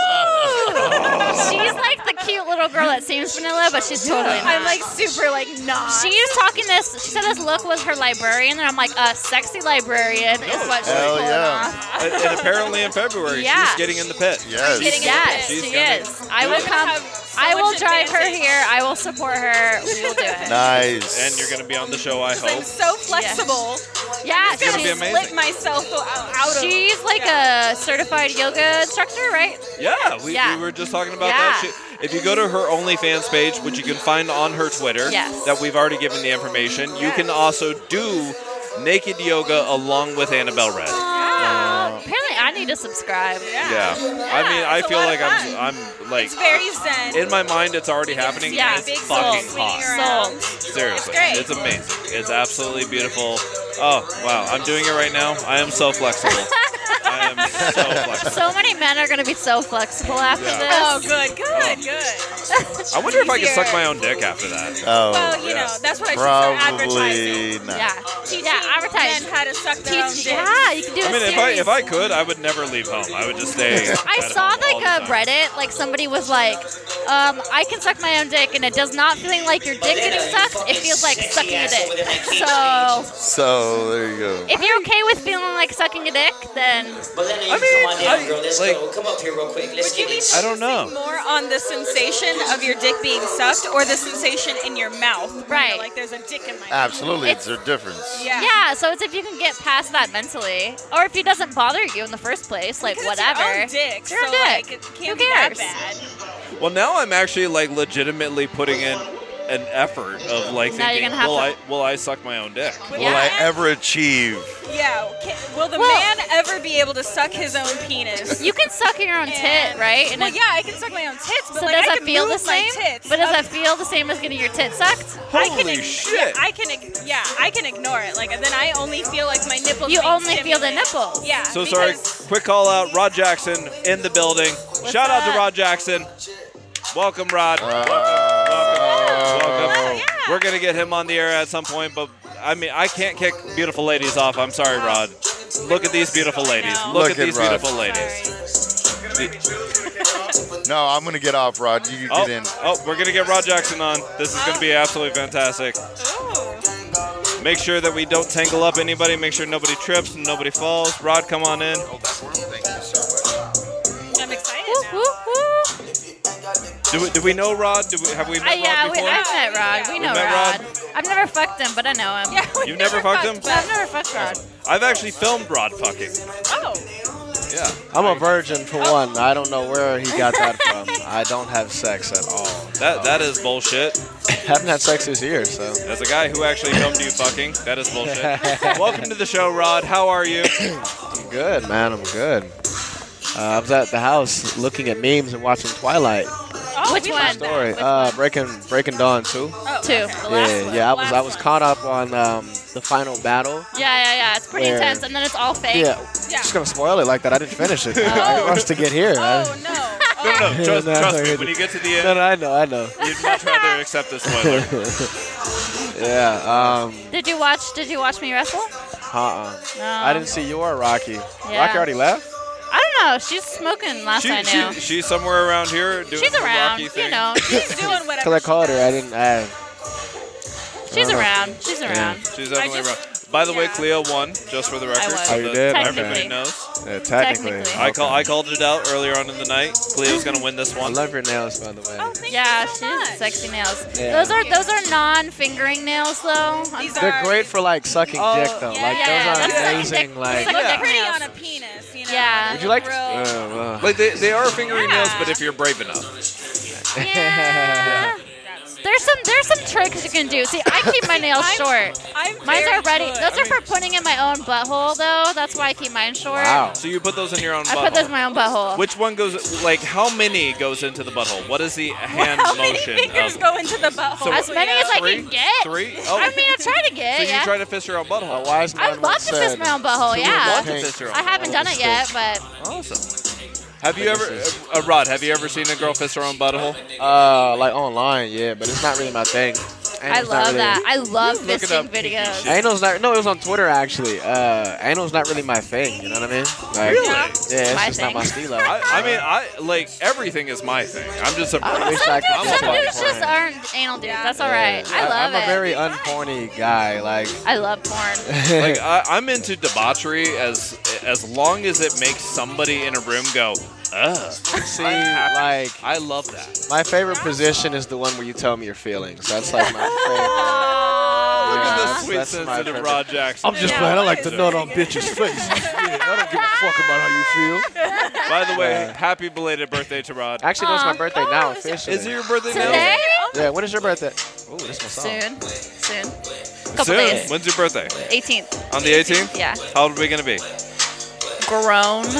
she's like the cute little girl that seems vanilla, but she's totally not. I'm like super like not. She was talking this. She said this look was her librarian, and I'm like, a sexy librarian is what she's Hell pulling yeah. off. and, and apparently in February, Yeah. she's getting in the pit. Yes. She's Getting Yes, She's she gonna- is. I will come. I will drive her here. I will support her. We will do it. Nice. And you're going to be on the show, I I'm hope. so flexible. Yeah, I'm just It's gonna be gonna amazing. split myself o- out of. She's like a certified yoga instructor, right? Yeah, we, Yeah. we were just talking about Yeah. that. She, if you go to her OnlyFans page, which you can find on her Twitter, Yes. that we've already given the information, you can also do naked yoga along with Annabelle Red. Apparently, I need to subscribe. Yeah. I mean, I it's a feel lot like of I'm, I'm like, It's very zen. in my mind, it's already happening. Yeah, and big it's soul fucking swinging hot. around. Seriously, It's great. it's amazing. It's absolutely beautiful. Oh wow, I'm doing it right now. I am so flexible. I am so flexible. So many men are going to be so flexible after Yeah. Oh, this. good, good, good. I wonder if I can Easier. suck my own dick after that. Oh. Well, you Yeah. know, that's what I should start advertising. Probably not. Yeah. Teaching Yeah, advertise. men how to suck their own Teach. dick. Yeah, you can do a I mean, if I series. if I could, I would never leave home. I would just stay. I at saw home all like the a time. Reddit, like somebody was like, um, I can suck my own dick, and it does not feel like your dick getting sucked. It feels like sucking a dick. So So there you go. if you're okay with feeling like sucking a dick, then But then I mean, come on down, I- girl. Let's like- go. Come up here real quick. Let's Would you get be it. I don't know. more on the sensation of your dick being sucked or the sensation in your mouth? when you're Right. Like there's a dick in my mouth. Absolutely, it's a difference. Yeah. yeah. So it's if you can get past that mentally, or if it doesn't bother you in the first place, like Because whatever. It's your own dick. It's your own so, dick. Like, it can't Who Be that bad. Well, now I'm actually like legitimately putting in an effort of like Now you're thinking, gonna have will to- I will I suck my own dick? Will Yeah. I ever achieve? Yeah. Can, will the Well- man ever be able to suck his own penis? You can suck your own tit, And- right? And well, it- yeah, I can suck my own tits, but So like does I that can feel the move my same? tits. But does up- that feel the same as getting your tit sucked? I can Holy ig- shit! I can, ig- yeah, I can ignore it. Like, and then I only feel like my nipples. You being only feel the stimulated. nipples. Yeah. So sorry. because Quick call out, Rod Jackson in the building. Shout out up? to Rod Jackson. Welcome, Rod. Oh. Uh, welcome, welcome, welcome. We're gonna get him on the air at some point, but I mean, I can't kick beautiful ladies off. I'm sorry, Rod. Look at these beautiful ladies. No. Look, Look at at these Rod. beautiful ladies. No, I'm gonna get off, Rod. You Oh, get in. oh, we're gonna get Rod Jackson on. This is gonna be absolutely fantastic. Make sure that we don't tangle up anybody. Make sure nobody trips, nobody falls. Rod, come on in. I'm excited. Woo, now. woo, woo. Do we, do we know Rod? Do we, have we met Uh, Rod yeah, we, before? I've met Rod. Yeah. We We know met Rod. Rod. I've never fucked him, but I know him. Yeah, we You've never fucked him? I've never fucked Rod. I've actually filmed Rod fucking. Oh, Yeah. I'm a virgin for one. I don't know where he got that from. I don't have sex at all. That that is bullshit. Haven't had sex this year, so. As a guy who actually filmed you fucking, that is bullshit. Welcome to the show, Rod. How are you? I'm good, man. I'm good. Uh, I was at the house looking at memes and watching Twilight. Which one? Story. Uh, Breaking Breaking Dawn too. Two. The last yeah, one. yeah. I was Last I was one. caught up on um, the final battle. Yeah, yeah, yeah. It's pretty Where- intense, and then it's all fake. Yeah. Just gonna spoil it like that. I didn't finish it. I rushed to get here. Oh no. No, no, no. Trust, trust me. When you get to the end, No, no, I know, I know. you'd much rather accept the spoiler. yeah. Um. Did you watch? Did you watch me wrestle? Uh-uh. No. I didn't see you or Rocky. Yeah. Rocky already left. I don't know. She's smoking. Last I She, knew. she, she's somewhere around here doing she's the around. Rocky thing. You know, she's doing whatever. Because I called her. I didn't. I, uh, She's Uh-huh. around. She's around. She's I definitely just- around. By the way, Cleo won, just for the record. was. so Oh, you that did? Everybody Okay. knows. Yeah, technically. Technically. Uh, I call I called it out earlier on in the night. Cleo's gonna win this I one. love your nails, by the way. Oh. yeah, she has sexy nails. Yeah. Those are those are non-fingering nails though. These They're great for like sucking Oh, dick though. yeah, like yeah, those that's are sucking amazing. Like, Like Yeah. dick Pretty nails. on a penis, you know. Yeah. would you like? Real- Uh, uh. Like they, they are fingering nails, but if you're brave enough. Yeah. There's some there's some tricks you can do. See, I keep my nails short. I'm Mine's very already. good. Those are for putting in my own butthole though. That's why I keep mine short. So you put those in your own I butthole. put those in my own butthole. Which one goes like how many goes into the butthole? What is the hand How many motion? fingers of, go into the butthole? So as many as I Three? can get. Three? Oh. I mean, I try to get. so yeah. you try to fist your own butthole. Why is I would love to fist my own butthole. So you yeah. want to fist your own I haven't done it yet, but Awesome. Have you ever, uh, uh, Rod? Have you ever seen a girl fist her own butthole? Uh, like online, yeah, but it's not really my thing. I Anal's not love really- that. I love look it fisting up, kinky videos. Anal's not. No, it was on Twitter actually. Uh, anal's not really my thing. You know what I mean? Like, Really? Yeah, it's My just not my thing. stilo. I, I mean, I like everything is my thing. I'm just a. I wish I could I'm get a Some fucking dudes just porn. aren't anal dudes. That's all Yeah. right. I love I'm it. a very unporny guy. Like, I love porn. like I, I'm into debauchery as as long as it makes somebody in a room go, ugh. see, like I love that. my favorite position is the one where you tell me your feelings. That's like my favorite. Look at Yeah, this sweet that's my sensitive favorite. Rod Jackson. I'm just playing. I like to nut on bitches' faces. Yeah, I don't give a fuck about how you feel. By the way, happy belated birthday to Rod. Actually, no, it's my birthday now officially. Is it your birthday Oh, Today? Yeah. When is your birthday? Oh, this is my song. Soon. Soon. now? Couple Soon. days. When's your birthday? 18th. On the 18th? Yeah. How old are we gonna be? Grown. you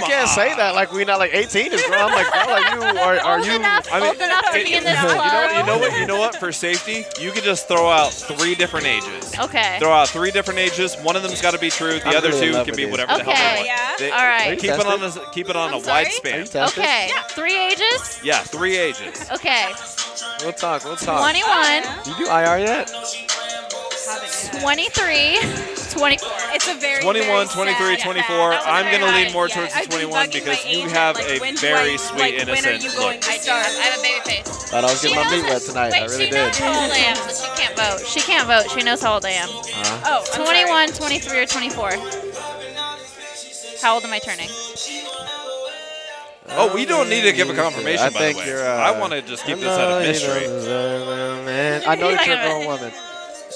can't say that like we not like 18 is grown. I'm like, no, like you are, are Old you? enough. I mean, old enough to be in this you know, club. you know what? You know what? For safety, you could just throw out three different ages. Okay. Throw out three different ages. One of them's got to be true. The I'm other really two in love can with be these. whatever the hell they Okay. want. Yeah. They- All right. Keep it on a keep it on a wide span. Okay. Three ages. Yeah, three ages. Okay. We'll talk. We'll talk. 21, You do IR yet? 23, 24. It's a very 21, very 23, sad 24. fact. I'm going to Right. lean more Yeah. towards the I've been 21 bugging because my you agent, have like, a when do I- very like, sweet, when are you innocent going look. to I do. I have a baby face. Thought I was getting my She meat wet knows- tonight. I wait, really she knows did. how old I am, but she can't vote. She can't vote. She knows how old I am. Uh-huh. Oh, I'm 21, 23, or 24. How old am I turning? Oh, we don't need to give a confirmation, I by think the way. you're. Uh, I want to just keep this out of mystery. Man, I Oh, know that you're a grown woman.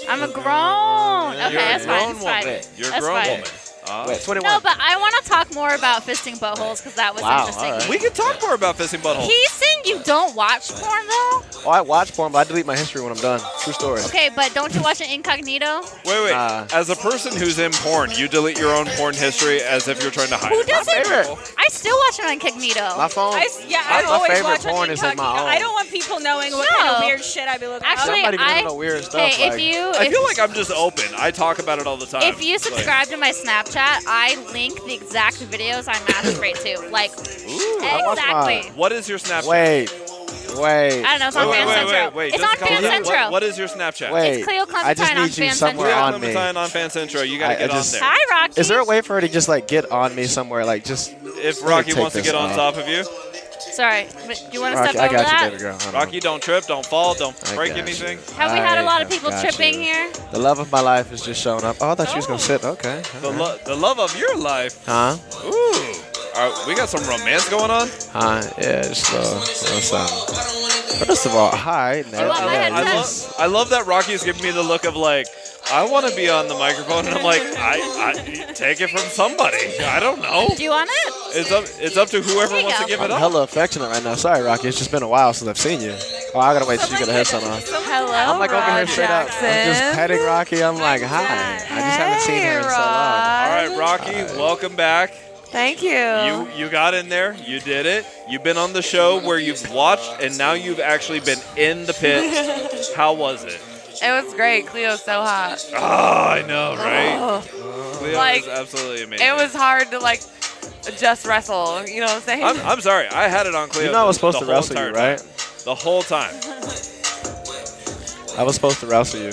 I'm a grown. Okay, You're a that's fine. grown That's fine. woman. You're a That's grown fine. woman. Uh, Wait, 21. No, but I want to talk more about fisting buttholes because that was Wow, interesting. all right. we could talk more about fisting buttholes. He's saying you don't watch porn though. Oh, I watch porn, but I delete my history when I'm done. True story. Okay, but don't you watch it incognito? Wait, wait. Nah. As a person who's in porn, you delete your own porn history as if you're trying to hide. Who it. doesn't? favorite. I still watch it on incognito. My phone. I s- yeah, my, I my always favorite watch on porn is like my incognito. own. I don't want people knowing what No. kind of weird shit I be looking up. Actually, I'm not even I- into weird stuff. Hey, if like- you I if, feel like I'm just open. I talk about it all the time. if you subscribe to my Snapchat, I link the exact videos I masturbate to. Like watch exactly. Like, what is your Snapchat? Wait, wait. I don't know. It's on wait, wait, wait, Fan Central. wait, wait. It's Just on call Fan it out. What- Central. what is your Snapchat? Wait. It's Cleo I just Clementine on need you Fan somewhere Central. Cleo on me. Clementine on Fan Central. You gotta I- I get just- on there. Hi, Rocky. Is there a way for her to just like get on me somewhere? Like just. If let me Rocky take wants to this get on off. top of you, Sorry, but you want to Rocky, step over I got that? you, baby girl. Hold on. Rocky, don't trip, don't fall, don't I break got you. anything. Have we had a I lot of people got tripping you. here? The love of my life has just shown up. Oh, I thought she was gonna sit. Okay. The, alright. lo- the love of your life. Huh? Ooh. All right, we got some romance going on. Huh? Yeah, just a little, little something. First of all, hi. Ned. I love, Yeah, I, you love, I love that Rocky is giving me the look of like, I want to be on the microphone, and I'm like, I, I take it from somebody. I don't know. Do you want it? It's up, it's up to whoever Here you wants to go. give I'm I'm it up. hella affectionate right now. Sorry, Rocky. It's just been a while since I've seen you. Oh, I gotta wait till you get a headset on. Hello, I'm like over here straight up. I'm just Jackson. petting Rocky. I'm like, hi. I just haven't seen her in so long. All right, Rocky, welcome back. Thank you. You you got in there. You did it. You've been on the show where you've watched, and now you've actually been in the pit. How was it? It was great. Cleo's so hot. Oh, Ah, I know, right? Oh. Cleo Like, was absolutely amazing. It was hard to like just wrestle. You know what I'm saying? I'm, I'm sorry. I had it on Cleo. You know I was the- supposed the to whole wrestle you, entire right? time. The whole time. I was supposed to wrestle you.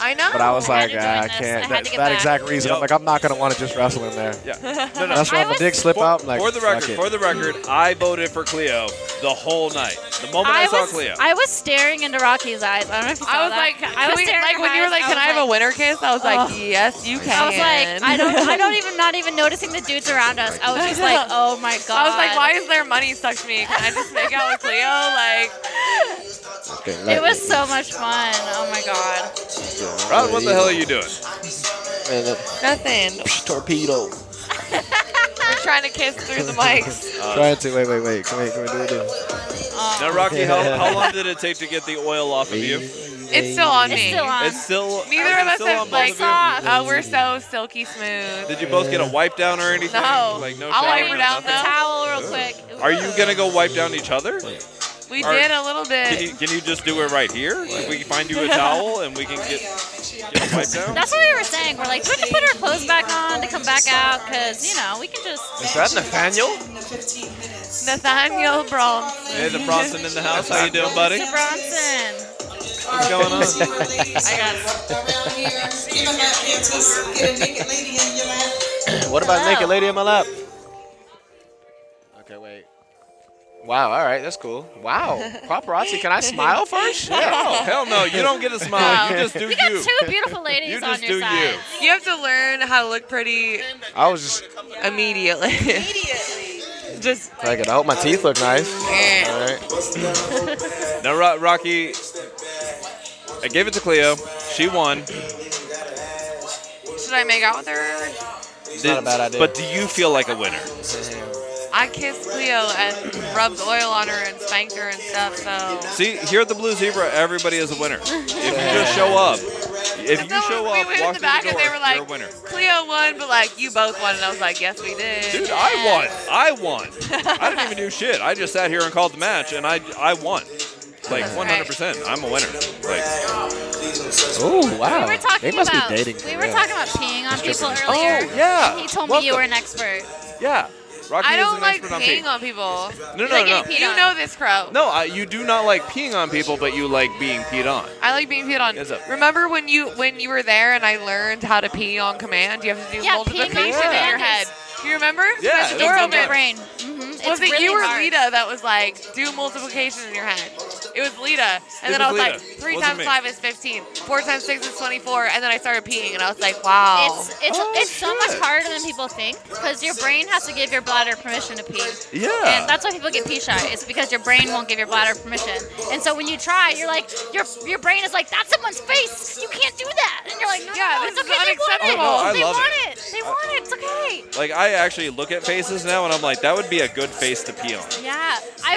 I know. But I was like, join ah, I this. can't. I had That, to get that back. exact reason. I'm like, I'm not gonna want to just wrestle in there. Yeah. That's why my dick slip for, out. I'm like, for the fuck record, it. for the record, I voted for Cleo the whole night. The moment I, saw was, Cleo. I was staring into Rocky's eyes. I don't know if you saw I was that. like, I was can we- staring like at when you her were like, eyes, can I, have was a winter kiss? I was like, "Ugh." yes, you can. I was like, I don't, I don't even, not even noticing the dudes around us. I was just like, oh my I god. was like, why is there money stuck to me? Can I just make out with Cleo? Like, It was so much fun. Oh my god. Rod, what the hell are you doing? Man, that- nothing. torpedo. We're trying to kiss through the mics. Trying to. Wait, wait, wait. Come here, come here, do it. do it. Now, Rocky, how, how long did it take to get the oil off of you? It's still on It's me. still on. It's still. Neither it's of us still on have both like. of you? Oh, we're so silky smooth. Did you both get a wipe down or anything? No. Like no I'll shower, wipe her down nothing? though. Towel real quick. Are you gonna go wipe down each other? We Are- did a little Can bit. you, can you just do it right here? Like, we can find you a towel and we can get, get a wipe down. That's what we were saying. We're like, we can put our clothes back on to come back out because you know we can just. Is that Nathaniel? Nathaniel Brom. Hey, the Bronson in the house. How you doing, buddy? Mr. Bronson. What's going on? What about Hello. naked lady in my lap? Okay, wait. Wow. All right, that's cool. Wow. Paparazzi, can I smile first? No, Oh, hell no. You don't get a smile. You No. just do You got you. two beautiful ladies You on just do your you. side. You have to learn how to look pretty I was just immediately. Just like, I hope my teeth look nice. eh. All right. Now, Ro- Rocky, I gave it to Cleo. She won. should I make out with her? It's not a bad idea. But do you feel like a winner? I kissed Cleo and rubbed oil on her and spanked her and stuff. So See, here at the Blue Zebra, everybody is a winner. If you just show up, if you No, show we up, went in walk the through back the door, and they were you're like, a winner. Cleo won, but like you both won, and I was like, yes, we did. Dude, I won. I won. I didn't even do shit. I just sat here and called the match, and I I won. Like That's right. 100%. I'm a winner. Like, Oh wow. We were talking they must about be dating. for we were real. talking about peeing on people Stripping. earlier. Oh, yeah. And he told What me you the- were an expert. yeah. Rocky I is don't an like expert on peeing on people. No, like no, no. getting peed You on. know this crowd. No, I, you do not like peeing on people, but you like being peed on. I like being peed on. Yes, sir. Remember when you when you were there and I learned how to pee on command? You have to do Yeah, multiple peeing on multiplication in your command head. You remember? Yeah, With it's the door in open. your brain. hmm Was Was it's it really you or hard. Lita that was like, do multiplication in your head? It was Lita. And It then I was was like, Lita. 3 Wasn't times me. 5 is 15. 4 times 6 is 24. And then I started peeing and I was like, wow. It's it's, Oh, it's so much harder than people think because your brain has to give your bladder permission to pee. Yeah. And that's why people get pee shy. It's because your brain won't give your bladder permission. And so when you try, you're like your your brain is like that's someone's face. You can't do that. And you're like no, Yeah, no, this is it's okay. They want it. unacceptable. Oh, no, I they love want it. They want it. It's okay. Like, I actually look at faces now, and I'm like, that would be a good face to pee on. Yeah. I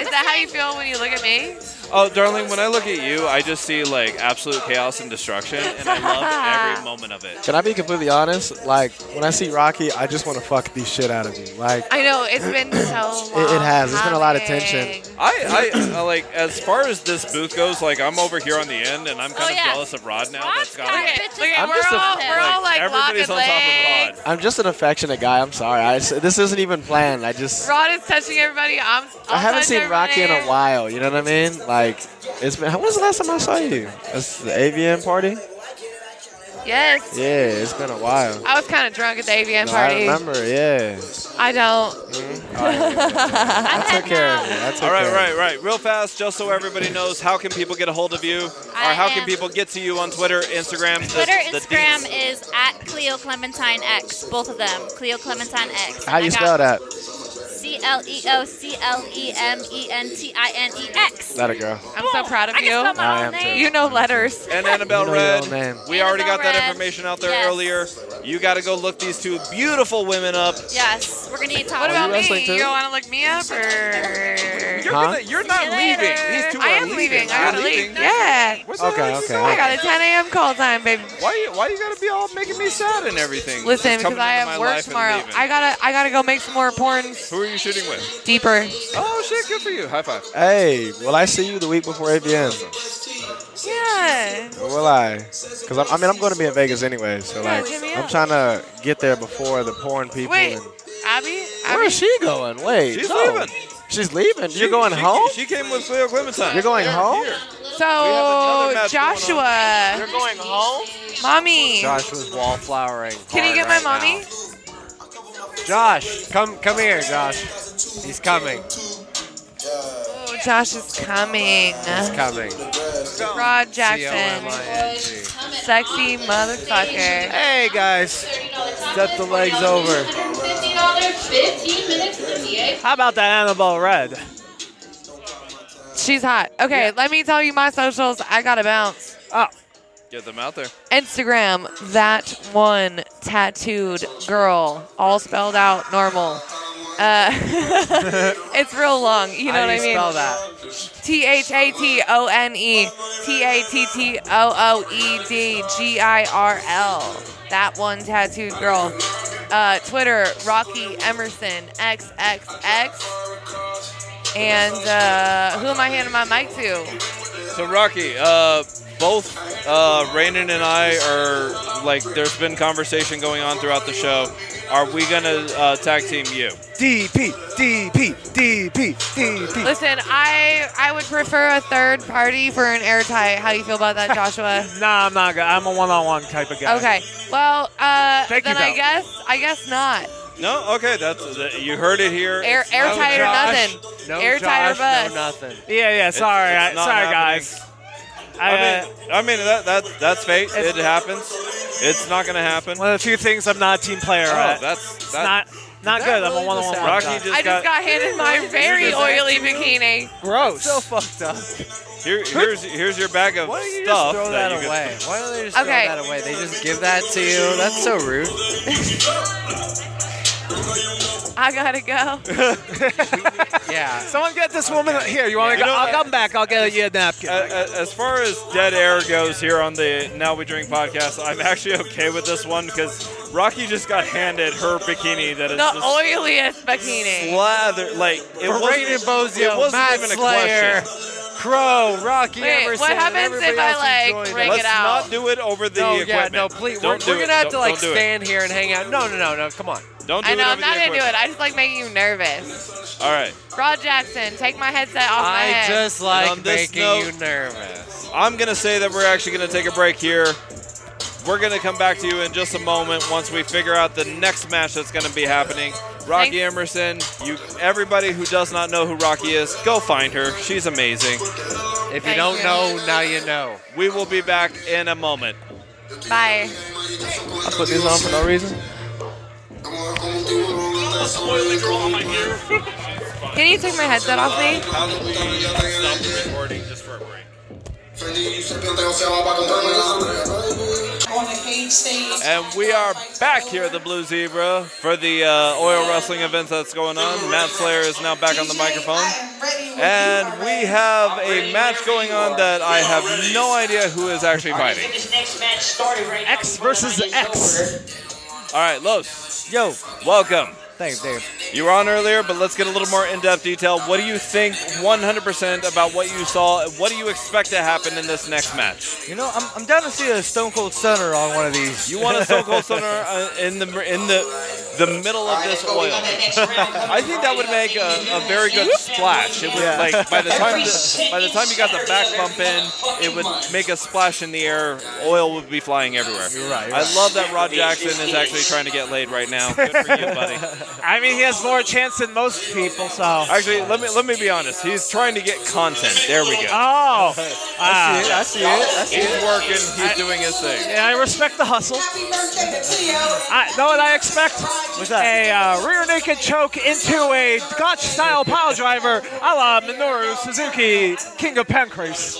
is was that how you saying- feel when you look at me? Oh, darling, when I look at you, I just see, like, absolute chaos and destruction, and I love every moment of it. Can I be completely honest? Like when I see Rocky, I just want to fuck the shit out of you. Like I know. It's been so long. it has. It's been a lot of coming. tension. I, I, I, like, as far as this booth goes, like, I'm over here on the end, and I'm kind Oh, of yeah. jealous of Rod now. Rod's That's got got like, bitches. Okay, I'm we're, just a- all, we're all like, everybody's on lock and top legs. of Rod. I'm just an affectionate guy. I'm sorry. I just- this isn't even planned. I just Rod is touching everybody. I'm. I'll I haven't touch seen Rocky in a everybody. while. You know what I mean? Like it's been. When was the last time I saw you? It's the AVN party. Yes. Yeah, it's been a while. I was kind of drunk at the AVN No, I party. remember. Yeah. I don't. I took care of you. I took All right, care of right, right. Real fast, just so everybody knows, how can people get a hold of you, or I how can am- people get to you on Twitter, Instagram, the- Twitter, the Instagram deets? is at Cleo Clementine X, both of them. Cleo Clementine X. you. How I you got spell that? C L E O C L E M E N T I N E X. That'll go. I'm so proud of I you. can spell my I own am name. You know letters. And You Annabelle know your Red. own name. We already got Annabelle that Red. information out there Yes. earlier. You got to go look these two beautiful women up. Yes, we're gonna need time. What Are you about me? wrestling too? You want to look me up or? You're, gonna, you're not leaving. These two I are am leaving. I You're gotta leave. leaving. Oh. Yeah. What's the Okay, hell is okay. going I on? got a 10 a.m. call time, baby. Why you, why you gotta be all making me sad and everything? Listen, Just because coming I into my have work life and tomorrow. leaving. I gotta, I gotta go make some more porn Who are you shooting with? deeper. Oh shit! Good for you. High five. Hey, will I see you the week before ABM? Yeah. Or will I? Because I mean, I'm going to be in Vegas anyway, so Yeah, like, hit me I'm up. trying to get there before the porn people. Wait, and- Abby. Abby. where is she going? Wait, She's no. leaving. She's leaving. She- You're going she- home. She came with Cleo Clementine. You're going Here, home? here. So match going on. Joshua. You're going home? Mommy. Josh was wallflowering. Can you hard get my right mommy? now. Josh, come come here, Josh. He's coming. Oh, Josh is coming. He's coming. Rod Jackson. C-O-M-I-N-G. Sexy motherfucker. Hey guys, step the legs over. $150, 15 minutes in the NBA. How about that Annabelle Red? She's hot. Okay, let me tell you my socials. I gotta bounce. Oh. Get them out there. Instagram, that one tattooed girl, all spelled out normal. Uh, it's real long. You know How what do I you mean? spell that? T H A T O N E T A T T O O E D G I R L. That one tattooed girl. Uh, Twitter, Rocky Emerson XXX. And uh, who am I handing my mic to? So Rocky, uh, both uh, Brandon and I are like, there's been conversation going on throughout the show. Are we gonna uh, tag team you? DP, DP, DP, DP. Listen, I I would prefer a third party for an airtight. How you feel about that, Joshua? Nah, I'm not good. I'm a one-on-one type of guy. Okay. Well, uh, Thank you, then I though. guess I guess not. No. Okay. That's that, you heard it here. Air, It's not- airtight or Josh. nothing. No airtight Josh, or bust. no nothing. Yeah, yeah. it's- Sorry, it's I, not sorry, happening. guys. I I, uh, mean, I mean that that that's fate. It happens. It's not gonna happen. one of the few things I'm not a team player Oh, at. that's it's that, not not that good. really I'm a the one-on-one. sound Rocky guy? just I just got got handed my very just oily bikini. gross. So fucked up. Here, here's here's your bag of Why don't you just stuff throw that, that, you away? Why don't they just Okay. throw that away? They just give that to you. That's so rude. I gotta go. Yeah. Someone get this woman here. You want me to You go? know- I'll come back. I'll get you a napkin. could. A- a- uh, As far as dead air goes here on the Now We Drink podcast, I'm actually okay with this one because Rocky just got handed her bikini that is The just oiliest bikini. slather like it For Raiden wasn't, it Bozio, wasn't Matt even a Slayer, question. Crow, Rocky Wait, Emerson. what and happens everybody if I, else like, enjoyed it. rig Let's it out. not do it over the no, yeah, equipment. no, please. We're, Don't do we're it. gonna have to Don't- like don't do it. stand here and hang out. No, no, no, no. Come on. Don't do I know, it I'm over not the gonna do it. equipment. I just like making you nervous. All right. Rod Jackson, take my headset off my I head. just like on this making note- you nervous. I'm going to say that we're actually going to take a break here. We're going to come back to you in just a moment once we figure out the next match that's going to be happening. Rocky Emerson, you everybody who does not know who Rocky is, go find her. She's amazing. If you Thank don't you. know, now you know. We will be back in a moment. I Bye. put this on for no reason. Can you take my headset off me? Recording just for a break. On the cage stage. And we are back here at the Blue Zebra for the uh, oil wrestling event that's going on. Matt Slayer is now back on the microphone. And we have a match going on that I have no idea who is actually fighting. Get this next match started right now. X versus X. All right, Los, Yo, welcome. thanks, Dave. You were on earlier, but let's get a little more in depth detail. What do you think 100% about what you saw? What do you expect to happen in this next match? You know, I'm, I'm down to see a Stone Cold Stunner on one of these. You want a Stone Cold Stunner uh, in the in the the middle of this oil? I think that would make a, a very good splash. It would Yeah. like by the time the, by the time you got the back bump in, it would make a splash in the air. Oil would be flying everywhere. You're right, you're I right. love that Rod Jackson is actually trying to get laid right now. Good for you, buddy. I mean, he has more chance than most people. So. Actually, let me let me be honest. He's trying to get content. There we go. Oh. I Ah. see it. I see it. I see He's it. working. He's doing his thing. Yeah, I respect the hustle. Happy birthday to Tio. I know what I expect. What's that? A uh, rear naked choke into a gotch style pile driver a la Minoru Suzuki, King of Pancrase.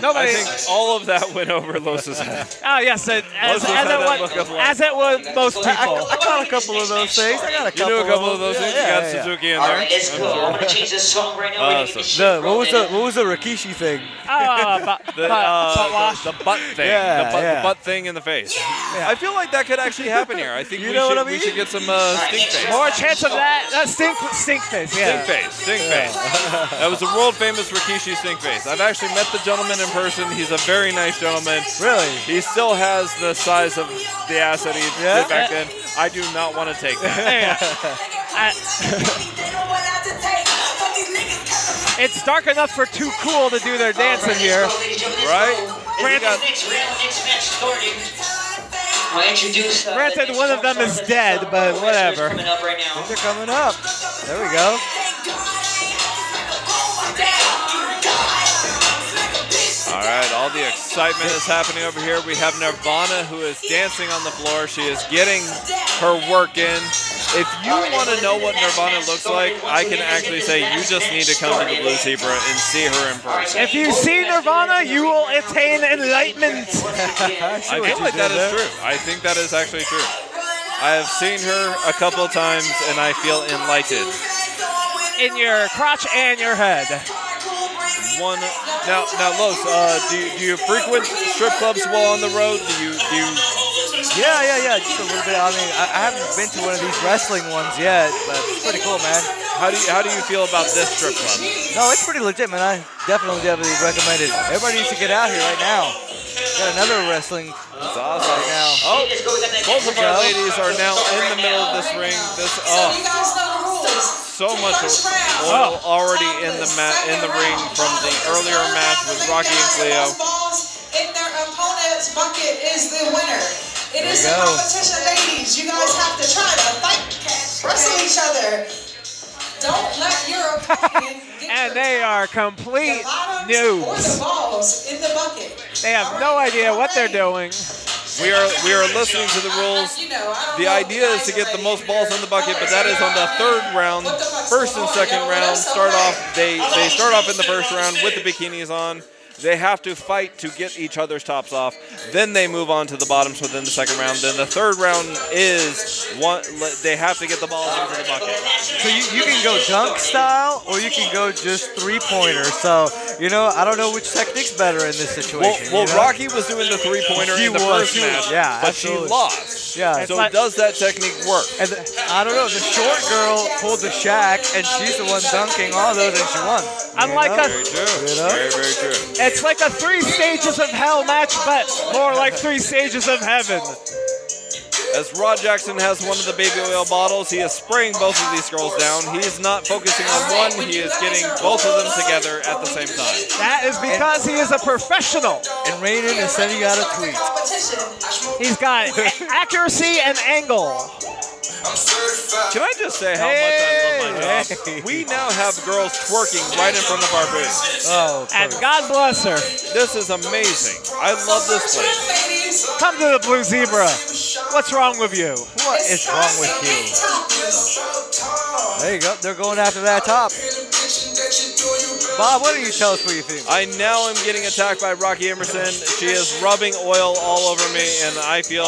Nobody. I think all of that went over Los's head. Oh, yes, it, as, Most of as, them it had was, that look of as it was most people. I caught a couple of those things. I got a You couple. knew a couple of those things. Yeah, you got yeah, yeah. Suzuki in All there. right, it's cool. I'm gonna change this song right now. We're gonna get Uh, The- what was the what was the Rikishi thing? Oh, but, The, uh, the, the butt thing. Yeah, the, butt, yeah. the butt thing in the face. I feel like that could actually happen here. I think You we, know should, what I we mean? should get some uh, stink face. More chance of that. that stink, stink face, yeah. Stink face, stink face. that was the world famous Rikishi stink face. I've actually met the gentleman in person. He's a very nice gentleman. Really? He still has the size of the ass that he Yeah? did back then. I do not want to take Yeah. that. It's dark enough for too cool to do their dancing here. Granted, next round, next match starting. I'll introduce. Uh, the Granted, next one of them is dead, but whatever. coming up right now. They're coming up. There we go. all right, all the excitement is happening over here. We have Nirvana who is dancing on the floor. She is getting her work in. If you want to know what Nirvana looks like, I can actually say you just need to come to the Blue Zebra and see her in person. If you see Nirvana, you will attain enlightenment. I feel like that is true. I think that is actually true. I have seen her a couple of times and I feel enlightened. In your crotch and your head. One now, now, Los, uh, do you, do you frequent strip clubs while on the road? Do you do? You, Yeah, yeah, yeah. Just a little bit. I mean, I, I haven't been to one of these wrestling ones yet, but it's pretty cool, man. how do you, how do you feel about this strip club? No, it's pretty legit, man. I definitely, definitely recommend it. Everybody needs to get out here right now. Got another wrestling It's awesome. right now. Oh, both of our ladies are now in the middle of this ring. This oh, so much oil already in the ma- in the ring from the earlier match with Rocky and Cleo. Balls in their opponent's bucket is the winner. It There is you the go. competition, ladies. You guys have to try to fight, wrestle each other. Don't let your opponent And they are complete or the noobs. balls in the bucket. They have no idea what they're doing. We are we are listening to the rules. The idea is to get the most balls in the bucket, but that is on the third round. First and second round start off. They they start off in the first round with the bikinis on. They have to fight to get each other's tops off. Then they move on to the bottoms within the second round. Then the third round is one. le- They have to get the balls into the bucket. So you, you can go dunk style, or you can go just three pointer. So you know, I don't know which technique's better in this situation. Well, well you know? Rocky was doing the three pointer She in the was, first she was, match, yeah, but absolutely. she lost. Yeah. So does that technique work? And the, I don't know. The short girl pulled the shack, and she's the one dunking all those, and she won. Unlike know? us- Very true. Very very true. It's like a three stages of hell match, but more like three stages of heaven. As Rod Jackson has one of the baby oil bottles, he is spraying both of these girls down. He is not focusing on one, he is getting both of them together at the same time. That is because he is a professional. And Raiden is sending out a tweet. He's got a- accuracy and angle. Can I just say how much I love my job? We now have girls twerking right in front of our booth. Oh, And God bless her. This is amazing. I love this place. Come to the Blue Zebra. What's wrong with you? What is wrong with you? There you go. They're going after that top. Bob, what do you tell us what you think? I now am getting attacked by Rocky Emerson. She is rubbing oil all over me, and I feel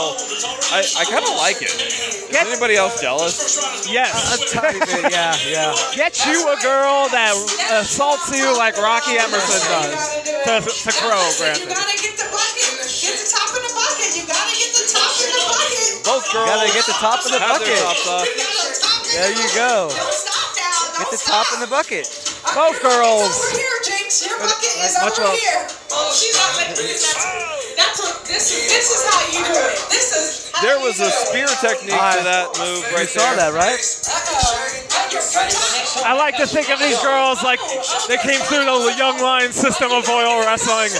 I, I kind of like it. Is anybody else jealous? Yes. yeah, yeah. Get you a girl that assaults you like Rocky Emerson does. To, to Crow, granted. Get the top in the bucket. You gotta get the top in the bucket. Both girls Gotta get the top of the have their bucket. tops off. There you go. Get the top in the bucket. Both girls. Here, Jinx, your bucket is Watch over out. here. Oh, she's not making this. That's what this is. This is how you do it. This is. how There you was do a it. spear technique to that move You right saw that, there. right? I like to think of these girls like they came through the Young Lion system of oil wrestling.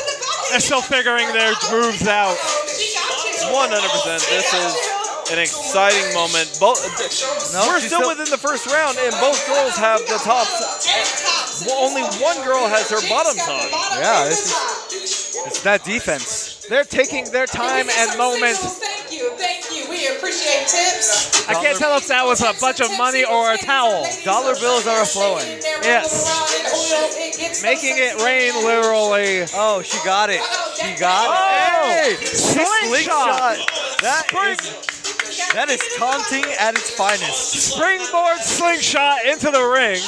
They're still figuring their moves out. 100%. This is an exciting moment. Both No, we're she's still, still- within the first round, and both girls have the tops. Well, only one girl has her bottoms on. Yeah, this is, it's that defense. They're taking their time and moment Thank you, thank you. We appreciate appreciate tips. I can't tell if that was a bunch of money or a towel. Dollar bills are flowing. Yes. Making it rain literally. Oh, she got it. She got Oh! it. Hey, slingshot. That is that is taunting at its finest. Springboard slingshot into the ring.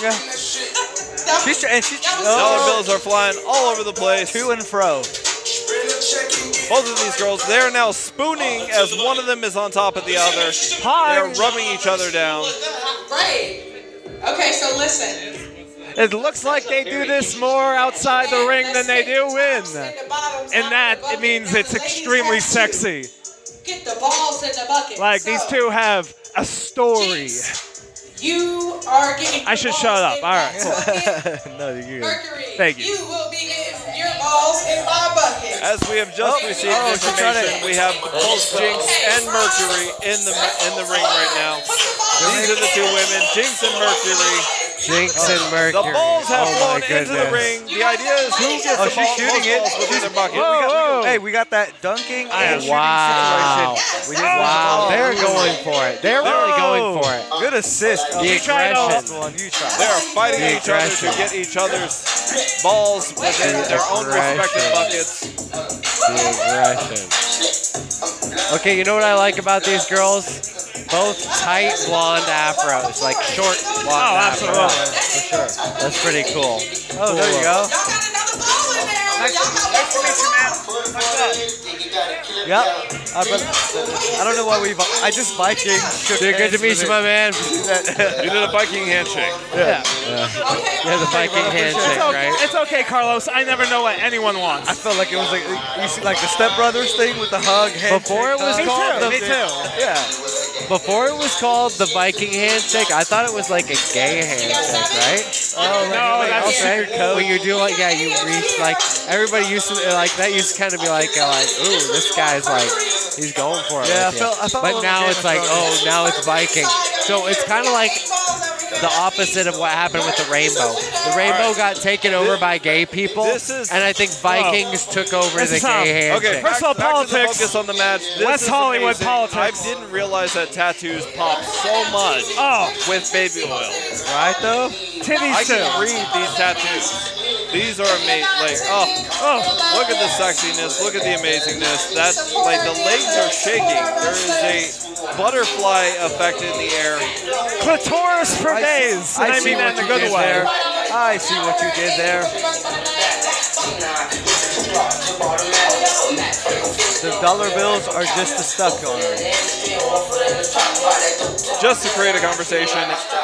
She's tr- and she's Dollar bills are flying all over the place. Oh. To and fro. Both of these girls, they're now spooning as one of them is on top of the other. They're rubbing each other down. Right. Okay, so listen. It looks like they do this more outside the ring than they do in. And that it means it's extremely sexy. Get the balls in the bucket. Like these two have a story. You are getting. I should shut up. All right. no, you're good. Thank you. You will be getting your balls in my bucket. As we have just received oh, she tried information, we have both Jinx and Mercury in the in the ring right now. These are the two women, Jinx and Mercury. Jinx and Mercury. The balls have Oh, my flown into the goodness. ring. The idea is who gets Oh, the she's ball, shooting most it. balls within their bucket. we We got- got, hey, we got that dunking and shooting Wow. situation. We Oh. Oh. Wow, they're going for it. They're really going for it. Good assist. The You tried all- aggression. One, you tried. They are fighting The each other to aggression. get each other's balls within their own respective Aggression. buckets. Okay, you know what I like about these girls? Both tight blonde afros, like short blonde Oh, absolutely. afros. For sure. That's pretty cool. Oh, there you go. Yep. I, bet- I don't know why we. vi- I just Viking. shook Dude, good hands to meet with you, it. my man. You did a Viking handshake. Yeah. Yeah, the Viking handshake, It's okay, right? it's okay, Carlos. I never know what anyone wants. I felt like it was like you see like the Step Brothers thing with the hug. handshake, Before it was hug. called the- Me too. Yeah. Before it was called the Viking handshake, I thought it was like a gay handshake, right? Oh, No, that's okay. When you do like, yeah, you reach like everybody used to like that used to kind of be like, uh, like, ooh, this guy's like, he's going for it. Yeah, I with you. felt- I felt a but little now Game it's of like, Thrones. oh, now it's Viking. So it's kind of like the opposite of what happened with the rainbow. The rainbow got taken over by gay people, This is- and I think Vikings took over This the is how- gay handshake. Okay, First of all, back, back to the politics. focus on the match. This West is Hollywood amazing. politics. I didn't realize that tattoos pop so much Oh, with baby oil. Right though. I can titties too. read these tattoos. These are amazing. Like, oh, Oh, look at the sexiness. Look at the amazingness. That's like the legs are shaking. There is a butterfly effect in the air. clitoris for days. and I, mean that in a good did way. there. I see what you did there. The dollar bills are just a stuck on her. Just to create a conversation,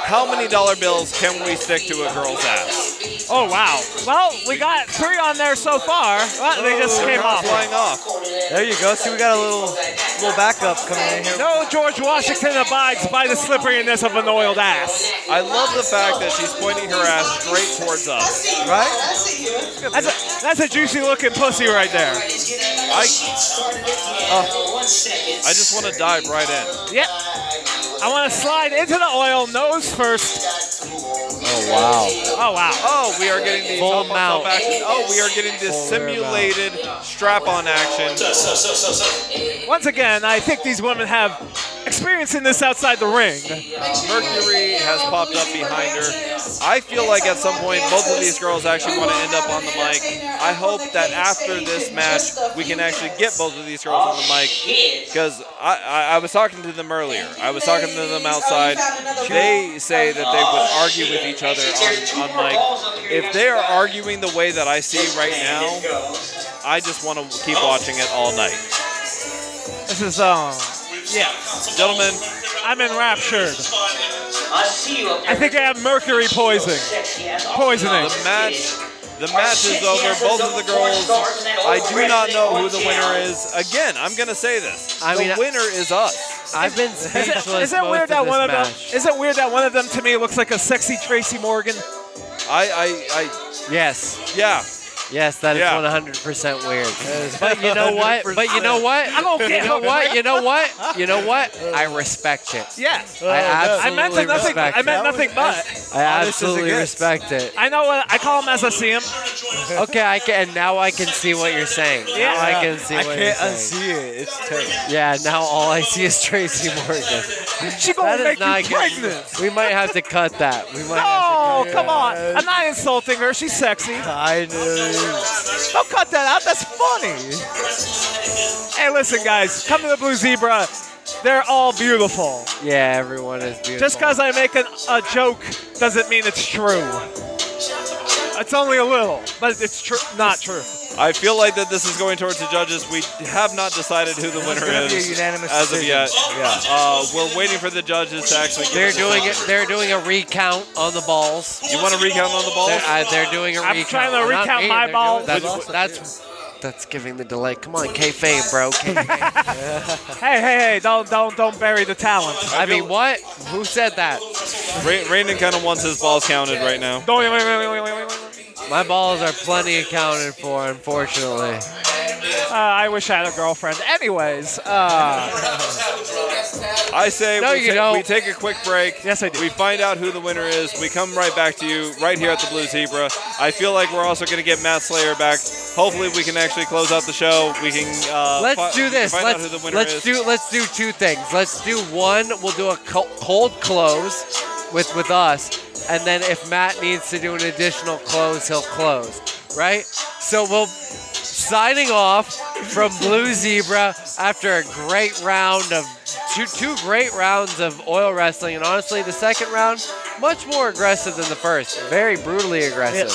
how many dollar bills can we stick to a girl's ass? Oh wow. Well, we got three on there so far. Well, they Oh, just came off. Flying off. There you go. See, we got a little little backup coming in here. No, George Washington abides by the slipperiness of an oiled ass. I love the fact that she's pointing her ass straight towards us. Right? That's a, that's a juicy looking pussy right there. I, Uh. I just want to dive right in. Yep. I want to slide into the oil nose first. Oh Oh wow. Oh, we are getting the Full top on top mount. action. Oh, we are getting this simulated strap-on action. Once again, I think these women have experience in this outside the ring. Mercury has popped up behind her. I feel like at some point both of these girls actually want to end up on the mic. I hope that after this match we can actually get both of these girls on the mic because I, I, I was talking to them earlier. I was talking to them outside. They say that they would argue with each other on, on mic. If they are arguing the way that I see right now, I just want to keep watching it all night. This is um, yeah. Gentlemen, I'm enraptured. I see you up I think I have mercury poisoning. Poisoning. The match, the match is over. Both of the girls. I do not know who the winner is. Again, I'm gonna say this. I mean, the I- winner is us. I've been speechless Is it most weird of that this one of them? match. Is it weird that one of them to me looks like a sexy Tracy Morgan? I, I, I Yes, yeah. yes, that is Yeah. 100% weird. But you know what? But you know what? I don't get You know it. what? You know what? You know what? I respect it. Yeah. I absolutely I meant to nothing. respect I meant it. nothing but. I Oh, this is absolutely a good- respect it. I know what I call him as I see him. Okay, I can. And now I can see what you're saying. Yeah. Now I can see I what can't you're saying. See it. It's terrible. Yeah, now all I see is Tracy Morgan. She gonna That is make you not good. pregnant. We might have to cut that. We might Oh, have to cut come that. on. I'm not insulting her. She's sexy. I know. Don't cut that out. That's funny. Hey, listen, guys. Come to the Blue Zebra. They're all beautiful. Yeah, everyone is beautiful. Just because I make an, a joke doesn't mean it's true. It's only a little, but it's true. Not true. I feel like that this is going towards the judges. We have not decided who the winner gonna is be a unanimous as of decision. yet. Uh, we're waiting for the judges to actually. Give They're us a doing decision. it. They're doing a recount on the balls. You want a recount on the balls? They're, I- they're doing a I'm recount. trying to Not recount me, my they're doing- That's, balls. that's that's giving the delay. Come on, kayfabe, bro. Kayfabe. Hey, hey, hey! Don't, don't, don't bury the talent. I mean, what? Who said that? Ray- Raymond kind of wants his balls counted right now. Don't, wait, wait, wait, wait, wait, wait, wait. My balls are plenty accounted for, unfortunately. Uh, I wish I had a girlfriend. Anyways, uh, I say No, we, you take, don't. we take a quick break. Yes, I do. We find out who the winner is. We come right back to you right here at the Blue Zebra. I feel like we're also going to get Matt Slayer back. Hopefully, we can actually close out the show. We can. Uh, let's fi- we do can this. Find Let's out who the winner let's is. do let's do two things. Let's do one. We'll do a co- cold close with with us, and then if Matt needs to do an additional close, he'll close. Right. So we'll signing off from Blue Zebra after a great round of two two great rounds of oil wrestling, and honestly, the second round much more aggressive than the first. Very brutally aggressive.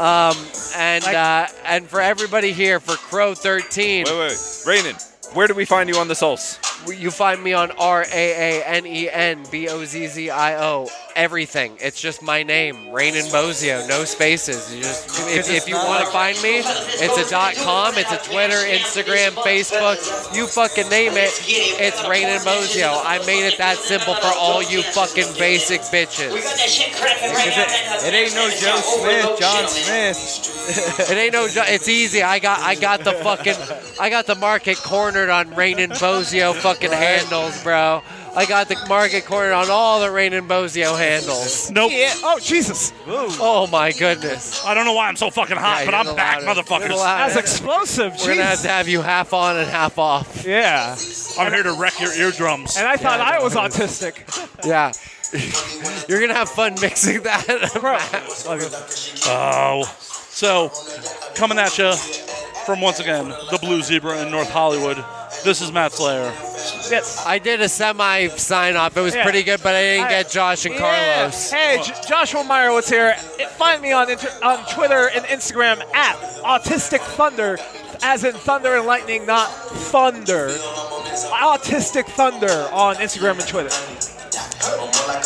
Um, and uh, and for everybody here for Crow 13. Wait, wait, Rainin, where do we find you on the Souls? You find me on R A A N E N B O Z Z I O. Everything. It's just my name, Rainin Bozio. No spaces. You just if, if you want to find me, it's a dot com. It's a Twitter, Instagram, Facebook. You fucking name it. It's Rainin Bozio. I made it that simple for all you fucking basic bitches. It, it ain't no Joe Smith, John Smith. It ain't no. ju- It's easy. I got. I got the fucking. I got the market cornered on Rain and Bozio fucking handles, bro. I got the market cornered on all the Rain and Bozio handles. Nope. Oh Jesus. Oh my goodness. I don't know why I'm so fucking hot, Yeah, but you're I'm the back, loudest. You're the motherfuckers. loudest. explosive. We're gonna have to have you half on and half off. Yeah. I'm here to wreck your eardrums. And I thought Yeah, I was no. autistic. Yeah. You're gonna have fun mixing that, bro. Oh. So, coming at you from once again the Blue Zebra in North Hollywood. This is Matt Slayer. Yes. I did a semi sign off. It was Yeah. pretty good, but I didn't I- get Josh and Yeah. Carlos. Hey, J- Joshua Meyer was here. It- Find me on inter- on Twitter and Instagram at Autistic Thunder, as in thunder and lightning, not thunder. Autistic Thunder on Instagram and Twitter.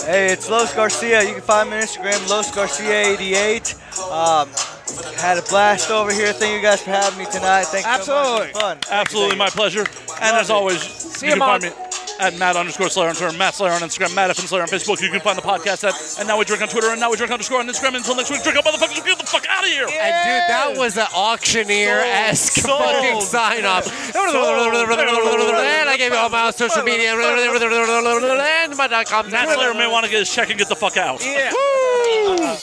Hey, it's Los Garcia. You can find me on Instagram, Los Garcia88. Um, had a blast over here. Thank you guys for having me tonight. Thank you Absolutely. so much. It was fun. Absolutely my pleasure. And as always, you you, can find me Mom. at Matt underscore Slayer on Twitter, Matt Slayer on Instagram, Matt F. Slayer on Facebook. You can find the podcast at And Now We Drink on Twitter, and Now We Drink underscore on Instagram. Until next week, drink up, motherfuckers. Get the fuck out of here. And dude, that was an auctioneer esque Sold. fucking sign off. And I gave you all my social media and my dot com. Matt Slayer may want to get his check and get the fuck out. Yeah.